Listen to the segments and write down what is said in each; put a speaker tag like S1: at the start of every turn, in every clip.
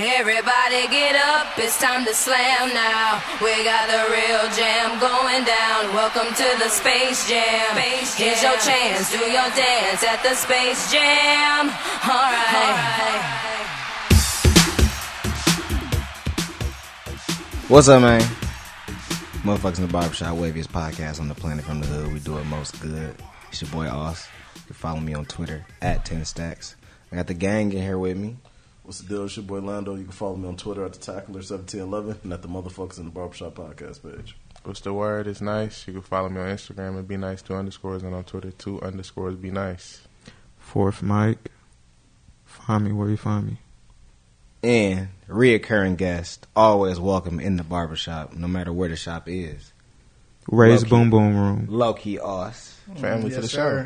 S1: Everybody get up, it's time to slam now. We got the real jam going down. Welcome to the Space Jam. Space jam. Here's your chance, do your dance at the Space Jam. Alright.
S2: What's up, man? Motherfuckers in the Barbershop, waviest podcast on the planet from the hood. We do it most good. It's your boy Oz. You can follow me on Twitter at 10 Stacks. I got the gang in here with me.
S3: What's the deal? It's your boy Lando. You can follow me on Twitter at the Tackler1711 and at the Motherfuckers in the Barbershop podcast page.
S4: What's the word? It's nice. You can follow me on Instagram at be nice two underscores and on Twitter two underscores be nice.
S5: Fourth Mike. Find me where you find me.
S2: And reoccurring guest, always welcome in the barbershop, no matter where the shop is.
S5: Ray's
S2: Low-key.
S5: Boom Boom Room.
S2: Low key Oz.
S4: Family to the show.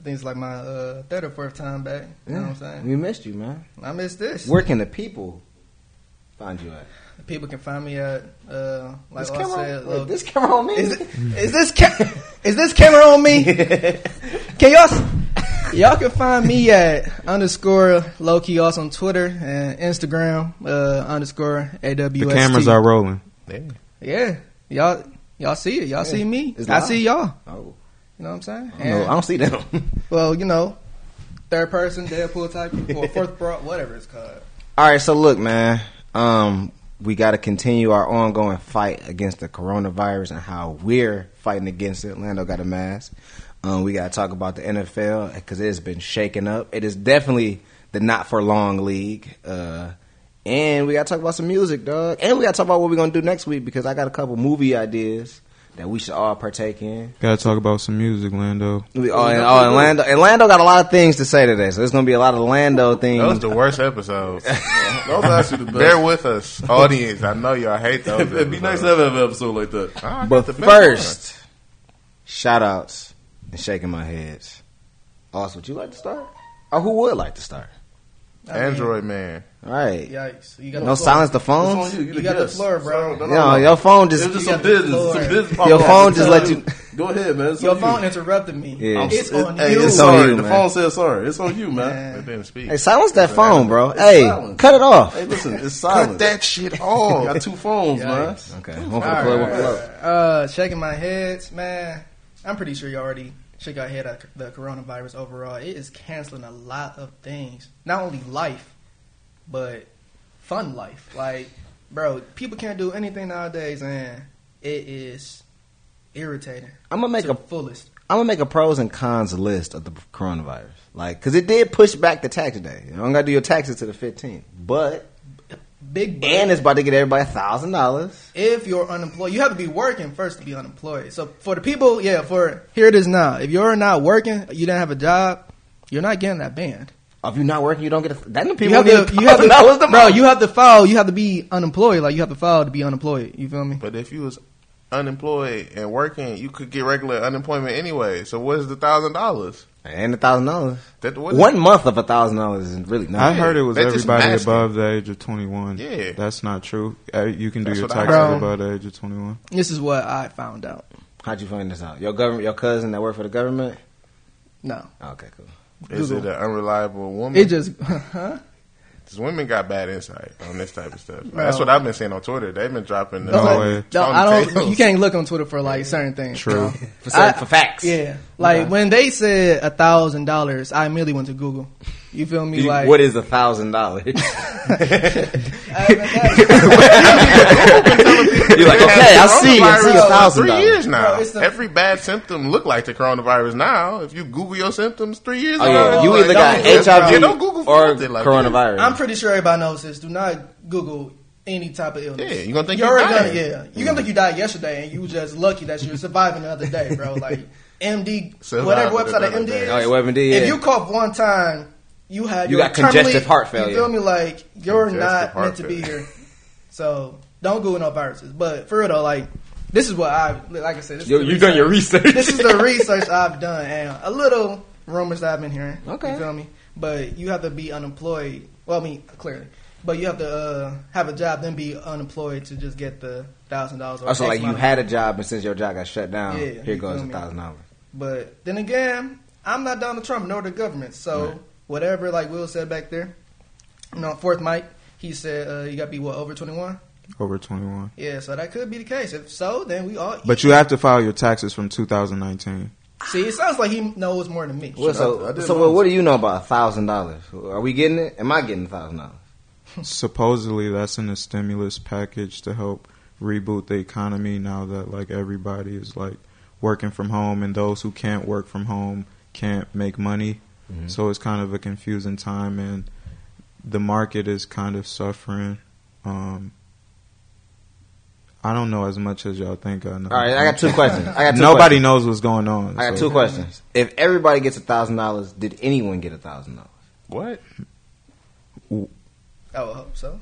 S6: I think it's like my uh, third or fourth time back. You know what I'm saying?
S2: We missed you, man.
S6: I missed this.
S2: Where can the people find you at?
S6: People can find me at uh, like
S2: this
S6: I
S2: camera,
S6: said.
S2: wait,
S6: uh,
S2: this camera on me.
S6: is, is this ca- is this camera on me? Can y'all s- y'all can find me at underscore Loki also on Twitter and Instagram uh, underscore awst.
S5: The cameras are rolling.
S4: Yeah.
S6: yeah. Y'all y'all see it. Y'all see me.
S2: It's
S6: I
S2: live.
S6: see y'all.
S2: oh,
S6: You know what I'm saying?
S2: I don't know. I don't see them.
S6: Well, you know, third person Deadpool type or fourth broad, whatever it's called.
S2: All right, so look, man. Um, we got to continue our ongoing fight against the coronavirus and how we're fighting against it. Lando got a mask. Um, we got to talk about the NFL because it has been shaken up. It is definitely the not for long league. Uh, and we got to talk about some music, dog. And we got to talk about what we're gonna do next week because I got a couple movie ideas that we should all partake in.
S5: Gotta talk about some music, Lando.
S2: We all, and, oh, and Lando, and Lando got a lot of things to say today, so there's gonna be a lot of Lando things.
S4: That was the worst episode.
S3: That was actually the
S4: Bear
S3: best.
S4: with us, audience. I know y'all hate those.
S3: It'd be nice to have an episode like that.
S2: But first, shout outs and shaking my heads. Austin, would you like to start? Or who would like to start?
S6: I mean,
S4: Android man.
S2: All right.
S6: Yikes! You got
S2: Don't
S6: the floor.
S2: silence the phones.
S3: It's on you. You,
S6: You got the
S3: guest.
S6: floor, bro.
S3: So, no, no,
S2: No,
S3: no.
S2: your phone
S3: It
S2: just.
S3: was just
S6: You
S3: some
S6: got the
S3: business.
S6: floor.
S3: Some business
S2: Your
S3: popped
S2: phone
S3: up.
S2: just let you.
S3: Go ahead, man. It's
S6: Your
S3: on
S6: phone
S3: you.
S6: interrupted me.
S2: Yeah.
S3: I'm-
S6: It's
S3: it-
S6: on
S3: hey,
S6: you.
S3: It's
S2: on
S3: sorry.
S2: you,
S3: The
S2: man.
S3: phone says sorry. It's on you, man.
S4: It didn't speak.
S2: Hey, silence that phone, bro. Hey,
S3: silence.
S2: cut it off.
S3: Hey, listen, it's silent.
S4: Cut that shit
S3: You
S4: off.
S3: got two phones, man.
S2: Okay, one for the
S6: All
S2: plug, one
S6: right.
S2: for the plug.
S6: Uh, shaking my heads, man. I'm pretty sure you already shook your head at the coronavirus overall. It is canceling a lot of things. Not only life, but fun life. Like, bro, people can't do anything nowadays, and it is irritating
S2: I'm gonna make
S6: to
S2: a
S6: the fullest.
S2: I'm gonna make a pros and cons list of the coronavirus, like because it did push back the tax day. You don't gotta do your taxes to the 15th, but
S6: Big but.
S2: and it's about to get everybody a thousand dollars.
S6: if you're unemployed, you have to be working first to be unemployed. So for the people, yeah, for here it is now. If you're not working, you don't have a job, you're not getting that band.
S2: If you're not working, you don't get a. That people
S6: You have
S2: need
S6: to, you have to,
S2: $1,000 a
S6: bro,
S2: month.
S6: you have to file, you have to be unemployed. Like you have to file to be unemployed. You feel me?
S4: But if you was unemployed and working, you could get regular unemployment anyway. So what is the thousand dollars?
S2: And a thousand dollars.
S4: That what is-
S2: One month of a thousand dollars is really not.
S5: I heard it was
S4: They just
S5: everybody
S4: masking.
S5: above the age of 21.
S4: Yeah.
S5: That's not true. Uh, You can do
S4: That's
S5: your
S4: what I
S5: taxes
S6: heard.
S5: above the age of 21.
S6: This is what I found out.
S2: How'd you find this out? Your government, your cousin that worked for the government.
S6: No,
S2: Okay, cool.
S4: Is it an unreliable woman?
S6: it just, huh?
S4: 'Cause women got bad insight on this type of stuff.
S6: Bro.
S4: That's what I've been seeing on Twitter. They've been dropping. The
S5: No
S6: Like,
S5: way.
S6: no,
S4: on
S6: I
S4: tables.
S6: don't. You can't look on Twitter for like certain things.
S5: True.
S2: For, cer-
S6: I-
S2: for facts.
S6: Yeah, like when they said a thousand dollars, I immediately went to Google. You feel me?
S2: You-
S6: like
S2: what is a thousand dollars? You're like, okay, I see, I see
S4: Coronavirus
S2: a
S4: for
S2: thousand
S4: Three
S2: dollars.
S4: years now.
S6: Bro, it's the-
S4: Every bad symptom look like the coronavirus now. If you Google your symptoms, three years
S2: Oh
S4: ago,
S2: yeah,
S4: it's
S2: you
S4: like,
S2: either
S4: don't
S2: got
S4: Google- Yeah,
S2: HIV
S4: don't Google for
S2: or
S4: nothing like that.
S2: coronavirus.
S6: I'm pretty sure everybody knows this. Do not Google any type of illness.
S4: Yeah, you gonna think
S6: You're
S4: you
S6: already
S4: died.
S6: Gonna, yeah, you gonna think you died yesterday, and you just lucky that you're surviving another day, bro. Like MD,
S4: Surviving
S6: whatever website
S4: another
S6: of MD
S4: day.
S6: is.
S2: Oh, yeah, WebMD, yeah.
S6: If you cough one time, you had
S2: You
S6: your
S2: got congestive
S6: terminally-
S2: heart
S6: You
S2: failure.
S6: feel me? Like you're
S4: Congestive
S6: not
S4: heart
S6: meant to be
S4: failure.
S6: here. So don't Google no viruses. But for real though, like this is what I like. I said, this
S2: you
S6: is the
S2: you done your research.
S6: this is the research I've done and a little rumors that I've been hearing.
S2: Okay.
S6: You feel me? But you have to be unemployed. Well, I mean, clearly. But you have to uh, have a job, then be unemployed to just get the thousand dollars.
S2: also, Oh, like you had a job, and since your job got shut down,
S6: Yeah,
S2: here
S6: you
S2: goes
S6: feel
S2: a
S6: me?
S2: thousand dollars.
S6: But then again, I'm not Donald Trump nor the government. So whatever, like Will said back there, you know, fourth mic. He said uh, you got to be what over twenty one.
S5: Over 21.
S6: Yeah, so that could be the case. If so, then we all.
S5: But you have to file your taxes from 2019.
S6: see, it sounds like he knows more than me.
S2: Well, so
S3: I- I didn't
S2: so
S3: know
S2: what,
S3: this.
S2: what do you know about thousand dollars? Are we getting it? Am I getting thousand dollars?
S5: Supposedly, that's in the stimulus package to help reboot the economy now that like everybody is like working from home and those who can't work from home can't make money. So it's kind of a confusing time and the market is kind of suffering. Um, I don't know as much as y'all think I know.
S2: All right, I got two questions. I got two
S5: Nobody
S2: Questions.
S5: knows what's going on.
S2: I got
S5: so-
S2: two questions. If everybody gets a thousand dollars, did anyone get a thousand dollars?
S4: What?
S6: I would hope so.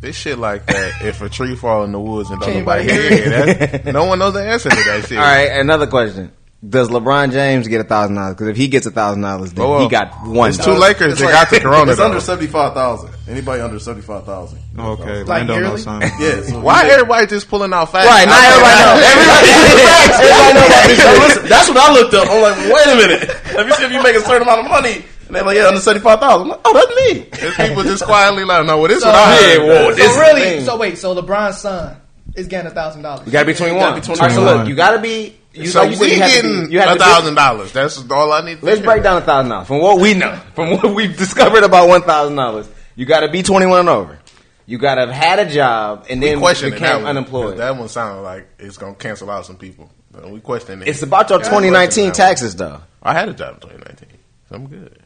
S4: This shit like that. if a tree fall in the woods and don't
S6: Can't
S4: nobody
S6: nobody
S4: hear
S6: hear
S4: it, that's, no one knows the answer to that shit.
S2: All right, another question. Does LeBron James get a thousand dollars? Because if he gets a thousand dollars, then
S4: Oh, well.
S2: he got one.
S4: It's two
S2: dollar.
S4: Lakers that got the corona.
S3: It's under
S4: though.
S3: seventy five thousand. Anybody under seventy five thousand?
S5: Okay,
S6: Like
S5: Lando
S6: yearly?
S5: knows something.
S3: Yeah. So
S4: Why everybody just pulling out facts?
S2: Right, not everybody knows. Everybody, everybody knows about
S3: So
S2: this.
S3: listen, that's what I looked up. I'm like, wait a minute. Let me see if you make a certain amount of money. And they're like, yeah, under seventy five thousand. I'm like, oh, that's me.
S4: There's people just quietly like, no, well, this
S6: So-
S4: what I heard.
S6: Yeah,
S2: well,
S4: bro.
S2: this- is
S6: so
S2: the
S6: really,
S2: thing.
S6: so wait, so LeBron's son is getting a thousand dollars.
S2: You gotta be twenty one.
S3: be
S2: All right, so
S5: 21.
S2: look, you gotta be. You,
S4: so
S2: like you said,
S4: we
S2: you have to be-
S4: getting
S2: you have to
S4: a
S2: be-
S4: thousand dollars. That's all I need. To
S2: Let's
S4: hear.
S2: break down a thousand dollars from what we know, from what we've discovered about one thousand dollars. You got to be twenty one and over. You got to have had a job and then
S4: Question
S2: became
S4: that one,
S2: unemployed.
S4: 'cause That one sounded like it's gonna cancel out some people. But We question it.
S2: it's about your
S4: Yeah, I
S2: twenty nineteen
S4: question that one.
S2: taxes though,
S4: I had a job in 2019. So I'm good.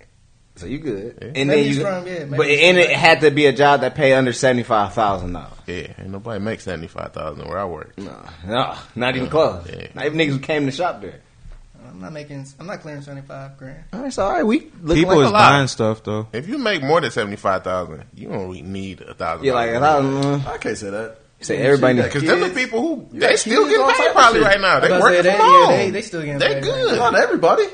S2: so you good.
S4: Yeah.
S2: And
S6: Maybe
S2: then
S6: he's
S2: you,
S6: from- yeah, maybe
S2: but
S6: he's
S2: and
S6: from-
S2: it had to be a job that paid under seventy five thousand dollars.
S4: Yeah, ain't nobody makes seventy five thousand where I work.
S2: No, no, not even close.
S4: Yeah.
S2: Not even niggas who came to shop there.
S6: I'm not making. I'm not clearing seventy five grand.
S2: All right, so all right, we looking
S5: People
S2: like
S5: is
S2: a lot.
S5: buying stuff though.
S4: If you make more than seventy five thousand, you don't really need a thousand.
S2: Yeah, like a thousand.
S3: I can't say that.
S2: Say everybody
S3: You
S2: knows.
S4: because them the
S3: kids.
S4: people who
S3: You
S4: they
S3: got
S4: still
S3: kids, all
S4: getting
S3: type
S4: paid
S3: of
S4: probably
S3: shit.
S4: right now. They
S6: I was
S4: working
S6: about to say,
S4: from
S6: they- yeah,
S4: home.
S6: they- they still getting
S4: They
S6: paid right
S4: good.
S3: Not everybody.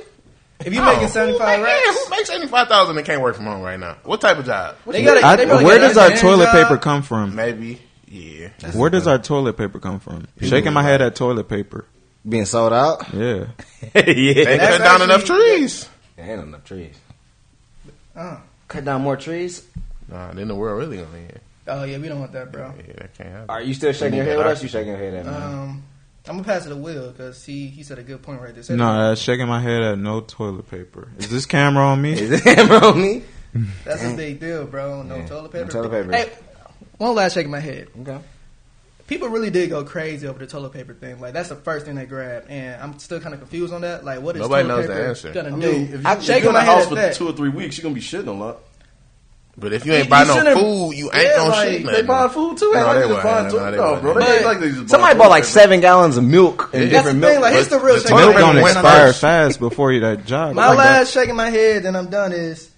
S6: If you
S4: No.
S6: making seventy five
S4: Who make- yeah,
S6: racks,
S4: Who makes seventy five thousand and can't work from home right now? What type of job?
S6: they gotta.
S5: I-
S6: they probably
S5: where
S6: got
S5: does our
S6: an
S5: toilet
S6: job.
S5: paper come from?
S4: Maybe. Yeah.
S5: Where does our toilet paper come from? Shaking my head at toilet paper.
S2: being sold out.
S5: Yeah.
S4: They
S2: yeah,
S4: cut down
S6: actually-
S4: enough trees.
S2: ain't enough trees.
S6: Uh,
S2: Cut down more trees.
S4: Nah, then the world really gonna end.
S6: oh yeah, we don't want that, bro.
S4: Yeah, that can't happen.
S2: Are you still shaking your
S4: need
S2: head?
S4: that
S2: What else you shaking your head at, man?
S6: Um, I'm gonna pass it to Will because he he said a good point right there. Said
S5: No, uh, shaking my head at no toilet paper. Is this camera on me?
S2: Is it hammer on me?
S6: that's a big deal, bro. No
S2: Yeah,
S6: toilet paper.
S2: no toilet paper.
S6: Hey, one last shake of my head.
S2: Okay.
S6: People really did go crazy over the toilet paper thing. Like that's the first thing they grabbed, and I'm still kind of confused on that. Like, what is
S4: Nobody
S6: toilet
S4: knows the
S6: paper
S4: answer.
S6: gonna
S3: I
S6: do?
S3: mean, if you-
S6: I'm
S3: if
S6: shaking
S3: you're in
S6: my
S3: the
S6: head
S3: house
S6: at
S3: for
S6: that.
S3: two or three weeks, you're gonna be shitting a lot.
S4: But if you ain't
S6: You-
S4: buying
S6: you
S4: no
S6: shouldn't-
S4: food, you ain't
S6: yeah,
S4: gonna
S6: like,
S4: shit
S6: they
S4: nothing.
S3: They buying food too.
S4: No,
S3: Ain't like
S4: they
S3: they just buying
S4: wasn't. No,
S3: toilet.
S4: they
S3: No,
S4: wasn't.
S3: bro. They
S6: But-
S3: ain't like they just
S2: Somebody bought like seven gallons of milk and
S6: That's the
S2: different
S6: thing.
S2: milk.
S6: Like, it's the real
S4: The
S6: shake.
S4: toilet
S5: Milk
S4: paper
S5: don't
S4: went
S5: expire
S4: out.
S5: fast before you that job.
S6: My
S5: Like that-
S6: last shaking my head, and I'm done. Is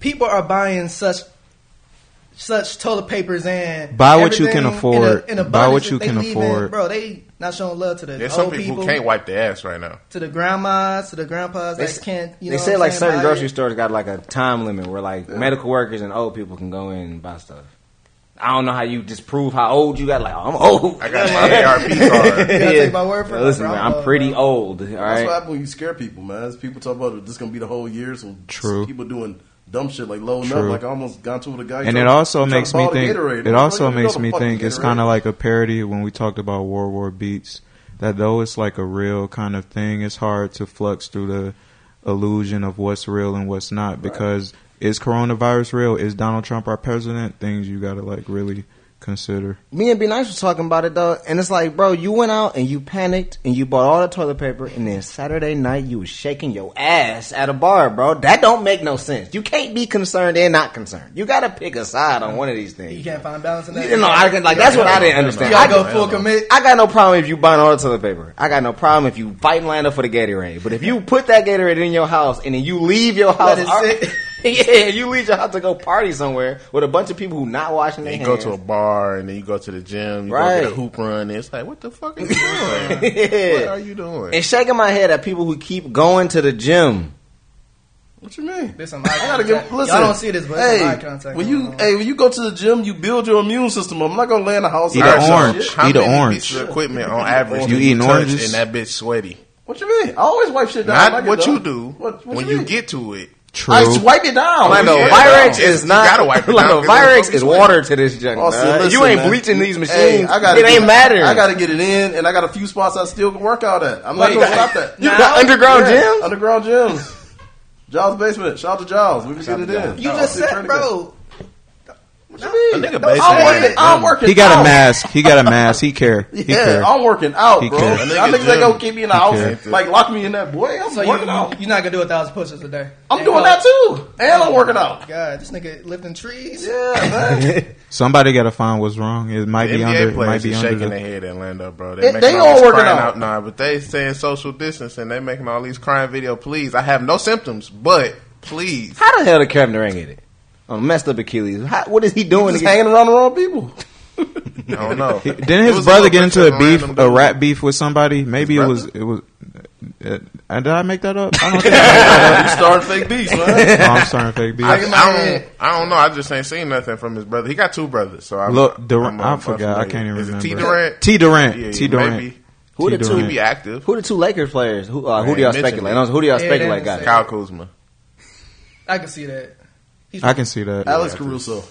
S6: people are buying such such toilet papers and
S5: Buy what you
S6: everything
S5: can
S6: in a-
S5: afford.
S6: in a
S5: Buy what
S6: abundance
S5: you
S6: that
S5: can
S6: they leaving.
S5: afford.
S6: bro. They not showing love to the
S4: There's some
S6: old
S4: people,
S6: people,
S4: who can't wipe their ass right now.
S6: to the grandmas, to the grandpas. They
S2: They,
S6: that can't. You
S2: they
S6: know
S2: said
S6: what I'm
S2: like
S6: saying,
S2: certain
S6: buy
S2: grocery
S6: it.
S2: stores got like a time limit where like medical workers and old people can go in and buy stuff. I don't know how you just prove how old you got. Like I'm old.
S4: I got my ARP card.
S6: gotta take my word for it,
S2: Listen,
S6: bro.
S2: man,
S6: I'm
S2: I'm
S6: old,
S2: pretty
S6: bro.
S2: old. All
S3: That's what
S2: right.
S3: happens when you scare people, man. It's people talk about this gonna be the whole year, so
S5: True.
S3: people doing dumb shit like loading up.
S5: True.
S3: Like I almost got to with a guy,
S5: and
S3: trying-
S5: it also
S3: trying to
S5: makes me
S3: borrow the
S5: think.
S3: Gatorade.
S5: It
S3: Like,
S5: also
S3: you know
S5: makes
S3: the
S5: me
S3: fucking
S5: think it's
S3: Gatorade.
S5: kind of like a parody when we talked about World War Beats. That though it's like a real kind of thing, it's hard to flux through the illusion of what's real and what's not because is coronavirus real? Is Donald Trump our president? Things you gotta like really consider.
S2: Me and B Nice was talking about it though, and it's like, bro, you went out and you panicked and you bought all the toilet paper, and then Saturday night you was shaking your ass at a bar, bro. That don't make no sense. You can't be concerned and not concerned. You gotta pick a side on one of these things.
S6: You can't find balance in that.
S2: You know, I can, like that's what I didn't
S6: You
S2: understand. I go
S6: gotta go full commit.
S2: I got no problem if you buying all the toilet paper. I got no problem if you fighting Lando for the Gatorade. But if you put that Gatorade in your house and then you leave your house,
S6: it
S2: yeah, you leave your house to go party somewhere with a bunch of people who not washing their
S4: You
S2: hands.
S4: go to a bar and then you go to the gym, you go
S2: Right.
S4: get a hoop run. And it's like, what the fuck are you doing? What
S2: yeah.
S4: are you doing?
S2: and shaking my head at people who keep going to the gym.
S3: What you mean?
S6: There's some eye
S3: I gotta give.
S6: contact.
S3: Listen,
S6: Y'all don't see this, but there's some eye
S3: hey,
S6: contact
S3: when
S6: going
S3: you
S6: on.
S3: hey when you go to the gym, you build your immune system. up. I'm not gonna lay in the house.
S5: Eat
S3: and
S5: an
S3: watch
S4: Alright,
S3: that
S4: so
S5: orange.
S3: shit.
S4: How
S5: Eat an
S4: many
S5: orange.
S4: pieces of equipment on average
S5: You
S4: do you
S5: eating
S4: touch and
S5: oranges?
S4: that bitch sweaty?
S3: What you mean? I always wipe shit down. when I
S4: Not
S3: get
S4: what
S3: done.
S4: you do
S3: What, what
S4: when
S3: you,
S4: you
S3: mean?
S4: get to it.
S5: True.
S3: I just wipe it down.
S4: Lando,
S3: Oh, Yeah.
S4: Virex
S2: Virex is
S4: You
S2: not.
S4: gotta wipe it down,
S2: Lando,
S4: because it's
S2: Virex
S4: gonna
S2: is
S4: be
S2: water to this junk.
S3: Oh, see,
S2: man.
S3: listen,
S2: you ain't
S3: man.
S2: bleaching these machines.
S3: Hey, I gotta
S2: it ain't
S3: get-
S2: matter.
S3: I gotta get it in, and I got a few spots I still can work out at. I'm not gonna stop that.
S2: You got underground
S3: Yeah,
S2: gyms?
S3: Underground gyms. Giles basement. Shout out to Giles. We can get it in.
S6: You
S3: Oh,
S6: just
S3: it's
S6: said,
S3: pretty
S6: bro.
S3: good. What you mean?
S4: nigga
S3: No, I'm
S4: basement.
S3: working. I'm working.
S5: he got
S3: out.
S5: a mask. He got a mask. He care. He
S3: Yeah,
S5: care.
S4: Oh.
S3: I'm working out,
S5: He
S3: bro.
S5: care.
S3: Y'all
S4: That nigga
S3: niggas ain't
S4: gym.
S3: gonna keep me in the
S5: He
S3: house.
S5: care.
S3: Like lock me in that boy. I'm
S6: So you,
S3: working out.
S6: you're not gonna do a thousand push-ups a day. Oh
S3: I'm doing that too, and I'm working out.
S6: God, this nigga lifting trees.
S3: Yeah, man.
S5: Somebody gotta find what's wrong. It might be
S4: NBA
S5: under. It might
S4: players
S5: be
S4: is
S5: under.
S4: shaking their
S5: The,
S4: head at Lando, bro.
S3: They-
S4: They,
S3: they
S4: they
S3: all
S4: all, all
S3: working
S4: working
S3: out.
S4: out now, but they saying social distancing. They making all these crying video. Please, I have no symptoms, but please,
S2: How the hell did Kevin Durant get it? A messed up Achilles. How, what is he doing?
S3: Just
S2: to get-
S3: hanging around the wrong people.
S4: I don't know.
S5: He- didn't
S4: It
S5: his
S4: was
S5: brother
S4: little
S5: get
S4: picture of
S5: into a beef,
S4: random
S5: a
S4: dude.
S5: rap beef with somebody? Maybe it
S4: brother?
S5: was. It was. Uh, uh, did I make that up? I don't think. I
S3: you starting fake beats, man.
S5: made that up. Oh, I'm starting fake beef.
S4: I,
S3: in my
S4: I
S3: head.
S4: don't, I don't know. I just ain't seen nothing from his brother. He got two brothers, so I'm,
S5: Look, Durant.
S4: I'm-
S5: I
S4: I'm
S5: forgot. I
S4: unfamiliar.
S5: can't even
S4: Is
S5: remember.
S4: it T Durant.
S5: T Durant.
S4: Yeah,
S5: T Durant.
S4: maybe.
S2: Who the
S5: T.
S2: two
S4: He
S5: Durant.
S4: be active.
S2: Who the two Lakers players? Who uh, who do y'all
S4: Man, mention
S2: speculate?
S4: it.
S2: No, Who do y'all
S6: Yeah,
S2: speculate?
S6: that's
S2: Got
S6: it.
S2: it.
S4: Kyle Kuzma.
S6: I can see that. He's,
S5: I can see that.
S3: Alex Caruso.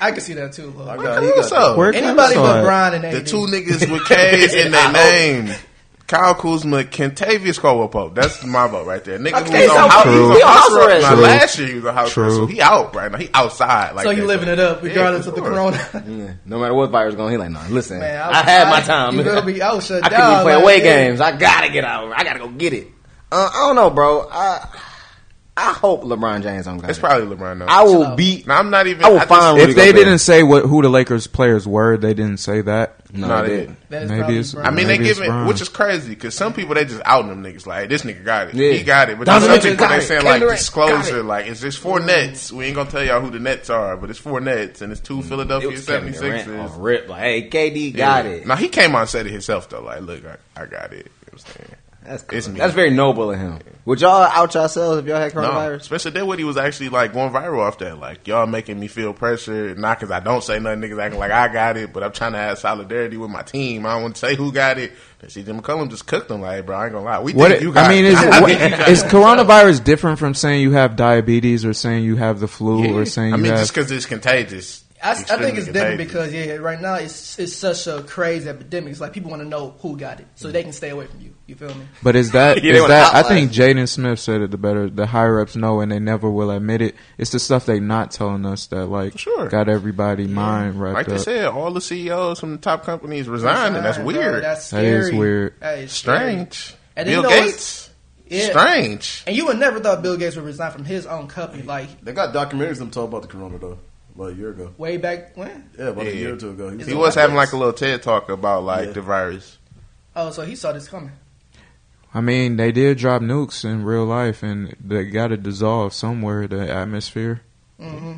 S6: I can see that too. Lil.
S3: I
S4: Why
S3: got, he got
S4: Caruso?
S5: Where
S6: Anybody
S5: Caruso
S6: but
S5: at?
S6: Brian and E. AD.
S4: The two niggas with K's in their name. Kyle Kuzma, Kentavious Caldwell Pope. That's my vote right there. Nigga
S2: Okay,
S4: was
S2: so
S4: on house,
S5: true.
S4: he was
S5: He
S4: on
S2: on
S4: house
S2: house
S4: arrest. Now,
S5: arrest.
S4: last year he was on house
S5: True.
S4: arrest. So he out right now. He outside. Like
S6: so you
S4: that.
S6: living it up regardless
S4: Yeah,
S6: of the
S4: for sure.
S6: corona.
S2: Yeah, No matter what virus going, he like, nah, listen,
S6: Man,
S2: I,
S6: was-
S2: had my time.
S6: You gonna be out shut
S2: I
S6: down.
S2: couldn't even play
S6: like,
S2: away
S6: yeah.
S2: games. I gotta get out. I gotta go get it. Uh, I don't know, bro. I I hope LeBron James on.
S4: It's probably LeBron though.
S2: I will
S6: out.
S2: beat.
S4: now, I'm not even.
S2: I will
S4: just-
S2: find where to
S5: If
S2: go
S5: they
S2: play.
S5: didn't say what who the Lakers players were, they didn't say that.
S2: No, they
S4: No, they
S2: didn't.
S4: didn't.
S6: That is
S5: Maybe
S6: probably
S5: it's-
S6: Brian.
S4: I mean, they
S5: Maybe it's
S4: giving,
S5: Bron.
S4: which is crazy, because some people they just outing them niggas. Like, hey, this nigga got it,
S2: Yeah.
S4: he got it. But
S2: Donovan
S4: some
S2: just
S4: people
S2: got
S4: they
S2: it.
S4: saying like
S2: Kendrick got
S4: disclosure,
S2: it.
S4: like it's just four nets. We ain't gonna tell y'all who the nets are, but it's four nets and it's two
S2: Mm. It
S4: Philadelphia
S2: was Kevin Durant
S4: 76ers.
S2: on rip. Like, hey, KD
S4: Yeah.
S2: got it.
S4: Now he came on said it himself though. Like, look, I, I got it. You know what I'm saying?
S2: That's
S4: It's me.
S2: that's very noble of him. Would y'all out yourselves if y'all had
S4: No,
S2: coronavirus?
S4: especially that what he was actually like going viral off that. Like y'all making me feel pressure, not because I don't say nothing. Niggas acting like I got it, but I'm trying to have solidarity with my team. I don't want to say who got it. And CJ McCollum just cooked them like, bro, I ain't gonna lie. We
S5: What
S4: think
S5: it-
S4: you got
S5: I mean,
S4: it.
S5: is,
S4: I
S5: what,
S4: think you got
S5: is
S4: it.
S5: coronavirus different from saying you have diabetes or saying you have the flu or saying
S4: I
S5: you
S4: mean,
S5: have?
S4: just because it's contagious.
S6: I, I think it's
S4: Extremely
S6: different
S4: contagious.
S6: because yeah, right now it's it's such a crazy epidemic. It's like people want to know who got it
S4: Mm.
S6: so they can stay away from you. You feel me?
S5: but is that
S2: Yeah, they
S5: is
S2: wanna
S5: that? I
S2: outline.
S5: think Jaden Smith said it the better. The higher ups know, and they never will admit it. It's the stuff they not telling us that like
S4: Sure.
S5: got everybody mind wrapped
S4: like they
S5: up.
S4: said, all the CEOs from the top companies resigned, and that's
S6: Bro,
S4: weird.
S6: that's
S5: That is
S6: scary.
S5: weird.
S6: That is scary.
S4: strange.
S6: And then
S4: Bill
S6: you know
S4: Gates,
S6: Yeah.
S4: strange.
S6: And you would never thought Bill Gates would resign from his own company, like
S3: They got documentaries them talking about the corona though, about a year ago.
S6: way back when.
S3: Yeah, about a
S4: Yeah.
S3: year or two ago.
S4: He
S3: on
S4: was
S3: Netflix.
S4: having like a little TED talk about like
S3: Yeah.
S4: the virus.
S6: Oh, so he saw this coming.
S5: I mean, they did drop nukes in real life, and they got to dissolve somewhere the atmosphere.
S6: hmm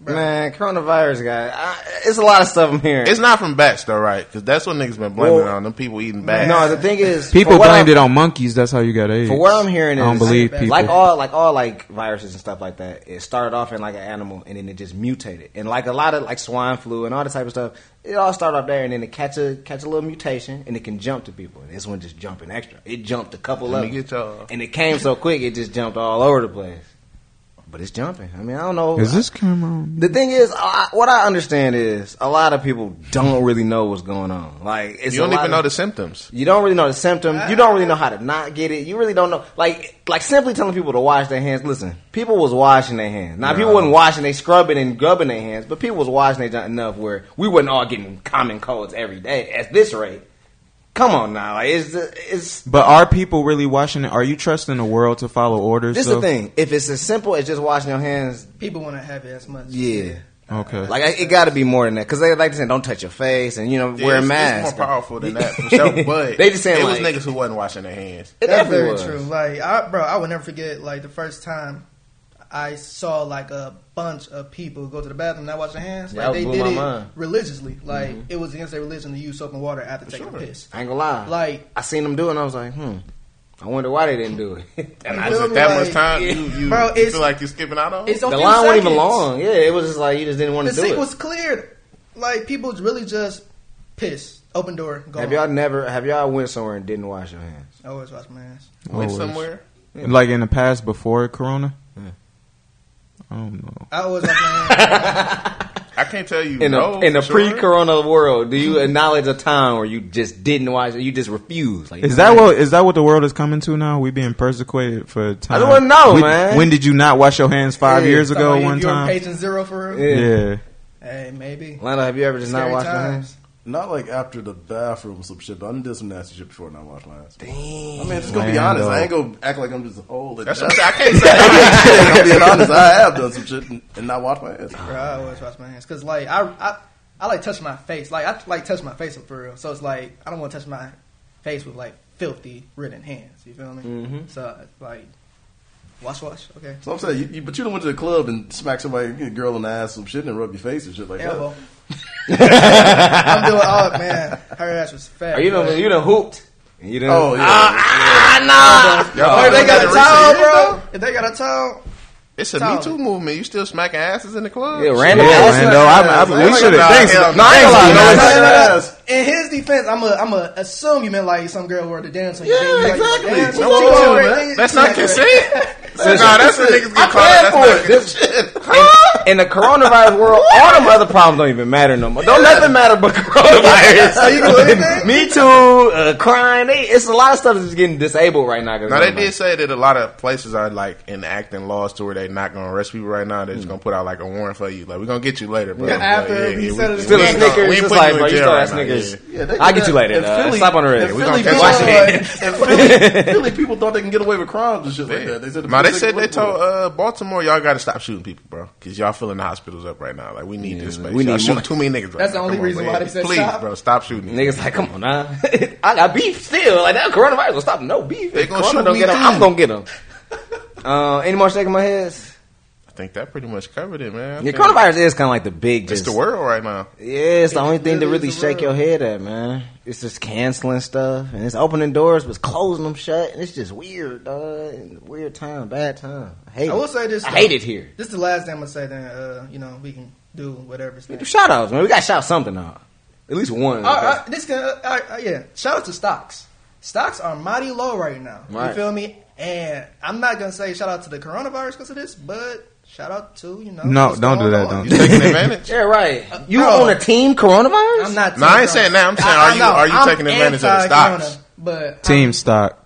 S2: Man, coronavirus guy. I, it's a lot of stuff I'm hearing.
S4: It's not from bats though, right? Because that's what niggas been blaming
S2: Well,
S4: on them people eating bats.
S2: no, the thing is,
S5: People
S2: from what
S5: blamed
S2: I'm-
S5: it on monkeys. That's how you got AIDS.
S2: For what I'm hearing is,
S5: I don't believe people.
S2: like all like all like viruses and stuff like that, it started off in like an animal and then it just mutated. And like a lot of like swine flu and all that type of stuff, it all started off there and then it catch a catch a little mutation and it can jump to people. And this one just jumping extra. It jumped a couple
S4: Let
S2: of
S4: me get y'all.
S2: and it came so quick it just jumped all over the place. But it's jumping. I mean, I don't know.
S5: is this camera? on?
S2: the thing is, I, what I understand is a lot of people don't really know what's going on. Like it's
S4: You don't
S2: a lot
S4: even know
S2: of-
S4: the symptoms.
S2: you don't really know the symptom. You don't really know
S4: Uh.
S2: how to not get it. You really don't know. Like, like simply telling people to wash their hands. Listen, people was washing their hands. Now, people wasn't washing, they scrubbing and grubbing their hands, but people was washing their junk enough where we wasn't all getting common colds every day at this rate. Come on now, like, it's it's.
S5: But are people really watching it? Are you trusting the world to follow orders?
S2: This is the
S5: though?
S2: thing. If it's as simple as just washing your hands,
S6: People want to have it as much.
S2: yeah.
S5: Okay.
S2: Like I- it got to be more than that because they like to say don't touch your face and you know
S4: Yeah,
S2: wear a
S4: it's-
S2: mask.
S4: It's more powerful than that, for sure. But
S2: They just saying,
S4: it
S2: like-
S4: was niggas who wasn't washing their hands.
S2: It
S6: That's
S2: definitely
S6: very
S2: was.
S6: true. Like, I, bro, I will never forget like the first time I saw like a bunch of people go to the bathroom and not wash their hands.
S2: That
S6: Like they
S2: blew
S6: did
S2: my
S6: it
S2: mind. Mm-hmm.
S6: religiously. Like it was against their religion to use soap and water after taking
S4: sure.
S6: a piss.
S2: I ain't gonna lie.
S6: Like
S2: I seen them do it and I was like, hmm. I wonder why they didn't do it. and I
S4: Was
S6: feel
S4: it that
S6: me?
S4: much time?
S2: Yeah.
S4: You, you,
S6: Bro,
S4: you
S6: it's-
S4: feel like you're skipping out on?
S6: it's a
S2: the
S6: few
S2: line wasn't even
S6: seconds.
S2: long. Yeah, it was just like you just didn't want
S6: The
S2: to do
S6: sink
S2: it.
S6: was cleared. Like people really just pissed. Open door. Go
S2: Have
S6: on.
S2: y'all never? Have y'all went somewhere and didn't wash your hands?
S6: I always wash my hands.
S4: Went
S5: Always.
S4: somewhere.
S5: Like in the past before Corona?
S2: Yeah.
S5: I don't know.
S6: I always wash my hands.
S4: I can't tell you.
S2: In a
S4: no,
S2: in a
S4: for sure.
S2: pre-corona world, do you acknowledge a time where you just didn't wash? You just refused. Like
S5: Is that what is that what the world is coming to now? We being persecuted for time.
S2: don't wanna know,
S5: when,
S2: man.
S5: When did you not wash your hands five
S2: Yeah.
S5: years ago?
S6: Talking about
S5: one
S6: you,
S5: time.
S6: You were patient zero for real?
S2: Yeah.
S5: Yeah.
S6: Hey, maybe.
S2: Lando, have you ever just
S6: Scary
S2: not washed your
S6: times.
S2: hands?
S3: Not like after the bathroom some shit, but I done did some nasty shit before and I washed my ass.
S2: Damn.
S3: I mean, just gonna be
S5: Lando.
S3: honest. I ain't gonna act like I'm just old. and
S4: That's
S3: dumb.
S4: what I can't say.
S3: I'm being honest. I have done some shit and, and not washed my ass.
S6: Bro, I always wash my hands because like I, I I like touch my face. Like I like touch my face up for real. So it's like I don't want to touch my face with like filthy ridden hands. You feel me?
S2: Mhm.
S6: So like wash wash. Okay.
S3: So I'm saying, you, you, but you done went to the club and smacked somebody, get a girl in the ass, some shit, and rub your face and shit like that.
S6: Elbow. I'm doing all man. Her ass was fat.
S2: Are Oh, you
S6: bro.
S2: done? You done hooped? And You done? Ah,
S3: Oh yeah,
S4: Ah,
S6: If they got a
S4: Y'all
S6: towel, bro. If they got a towel,
S4: It's a
S6: Tell
S4: Me Too movement. You still smacking asses in the club?
S2: yeah,
S4: Shit.
S2: random.
S5: Yeah,
S2: ass-
S5: Rando, I'm- I'm- we
S4: Nah,
S5: should've-
S4: hell
S5: thanks,
S4: no.
S5: nah, I ain't
S4: Thanks,
S3: Oh,
S5: gonna lie,
S4: Dino.
S5: no,
S6: No, no, no, no.
S3: Yes.
S6: In his defense, I'm a, I'm a assume you meant like some girl wore the dance. on you.
S3: Yeah,
S6: You like,
S3: exactly.
S6: dance,
S3: No,
S6: what you
S3: no,
S6: doing,
S3: no,
S6: man?
S4: That's not consent. nah, that's what niggas
S2: I
S4: get caught.
S2: planned for it.
S4: That's not
S2: This- in, in the coronavirus world, all them other problems don't even matter no more. Don't nothing matter but coronavirus.
S6: Are Oh, you doing anything?
S2: Me too. Uh, crime. They, it's a lot of stuff that's getting disabled right now. 'cause
S4: Now they
S2: of
S4: did say that a lot of places are like enacting laws to where they're not going to arrest people right now.
S2: Hmm.
S4: They're just going to put out like a warrant for you. Like we're going to get you later, bro.
S6: Yeah,
S4: But,
S6: after he said it
S4: we-
S6: was
S2: Still
S4: we
S2: a
S4: ain't gonna-
S2: Snickers.
S4: we ain't
S2: It's
S4: putting
S2: like,
S4: you
S2: bro,
S4: in
S2: you
S4: jail
S2: still
S4: right
S2: at
S4: now.
S2: Snickers.
S4: Yeah.
S3: Yeah, they
S2: I'll
S3: did
S2: get you
S3: that.
S2: later,
S3: And
S2: uh, stop on the radio.
S3: and
S2: We
S3: Philly,
S4: gonna catch
S3: people
S4: you
S3: thought-
S4: later.
S3: and Philly, Philly people thought they can get away with crimes and shit like that. They said, the
S4: Nah, they
S3: police
S4: said they
S3: can get away
S4: told
S3: with it.
S4: uh, Baltimore y'all got to stop shooting people, bro, because y'all filling the hospitals up right now. Like we need this space.
S2: we
S4: We y'all
S2: need
S4: shooting
S2: money.
S4: too many niggas. Right
S6: That's the
S4: now.
S6: only
S4: Come on,
S6: reason
S4: man.
S6: why they said
S4: please,
S6: stop.
S4: bro, stop shooting.
S2: Niggas like, come on, nah. I got beef still. Like that coronavirus will stop no beef.
S4: They
S2: If
S4: gonna
S2: Corona
S4: shoot
S2: don't
S4: me
S2: get 'em,
S4: too.
S2: I'm gonna get them. Uh, any more shaking my heads?
S4: I think that pretty much covered it, man. I
S2: Yeah,
S4: think
S2: coronavirus is kind of like the big.
S4: It's
S2: Just,
S4: the world right now.
S2: Yeah, it's the only thing to
S6: really
S2: really
S6: is the
S2: shake your
S6: world.
S2: head at, man. It's just canceling stuff and it's opening doors, but it's closing them shut, and it's just weird, dog. Weird time, bad time. I hate.
S6: I will
S2: it.
S6: say this.
S2: I
S6: though.
S2: hate it here.
S6: This is the last thing I'm gonna say. Then uh, you know we can do whatever's
S2: We do
S6: next.
S2: shout outs, man. We got to shout something out. At least one.
S6: All right, this can uh, all right, yeah. Shout out to stocks. Stocks are mighty low right now. You
S2: Right.
S6: feel me? And I'm not gonna say shout out to the coronavirus because of this, but shout out to you know.
S5: No,
S6: what's
S5: don't do
S6: going
S5: that,
S6: on.
S5: don't.
S4: You taking advantage?
S2: Yeah, right. You
S6: bro.
S2: on a team coronavirus?
S6: uh, I'm not.
S4: No, I ain't saying that. I'm saying,
S6: I- I
S4: are you-
S6: know.
S4: are you
S6: I'm
S4: taking advantage of the
S6: anti-corona,
S4: stocks?
S6: But
S5: Team
S6: I'm-
S5: stock.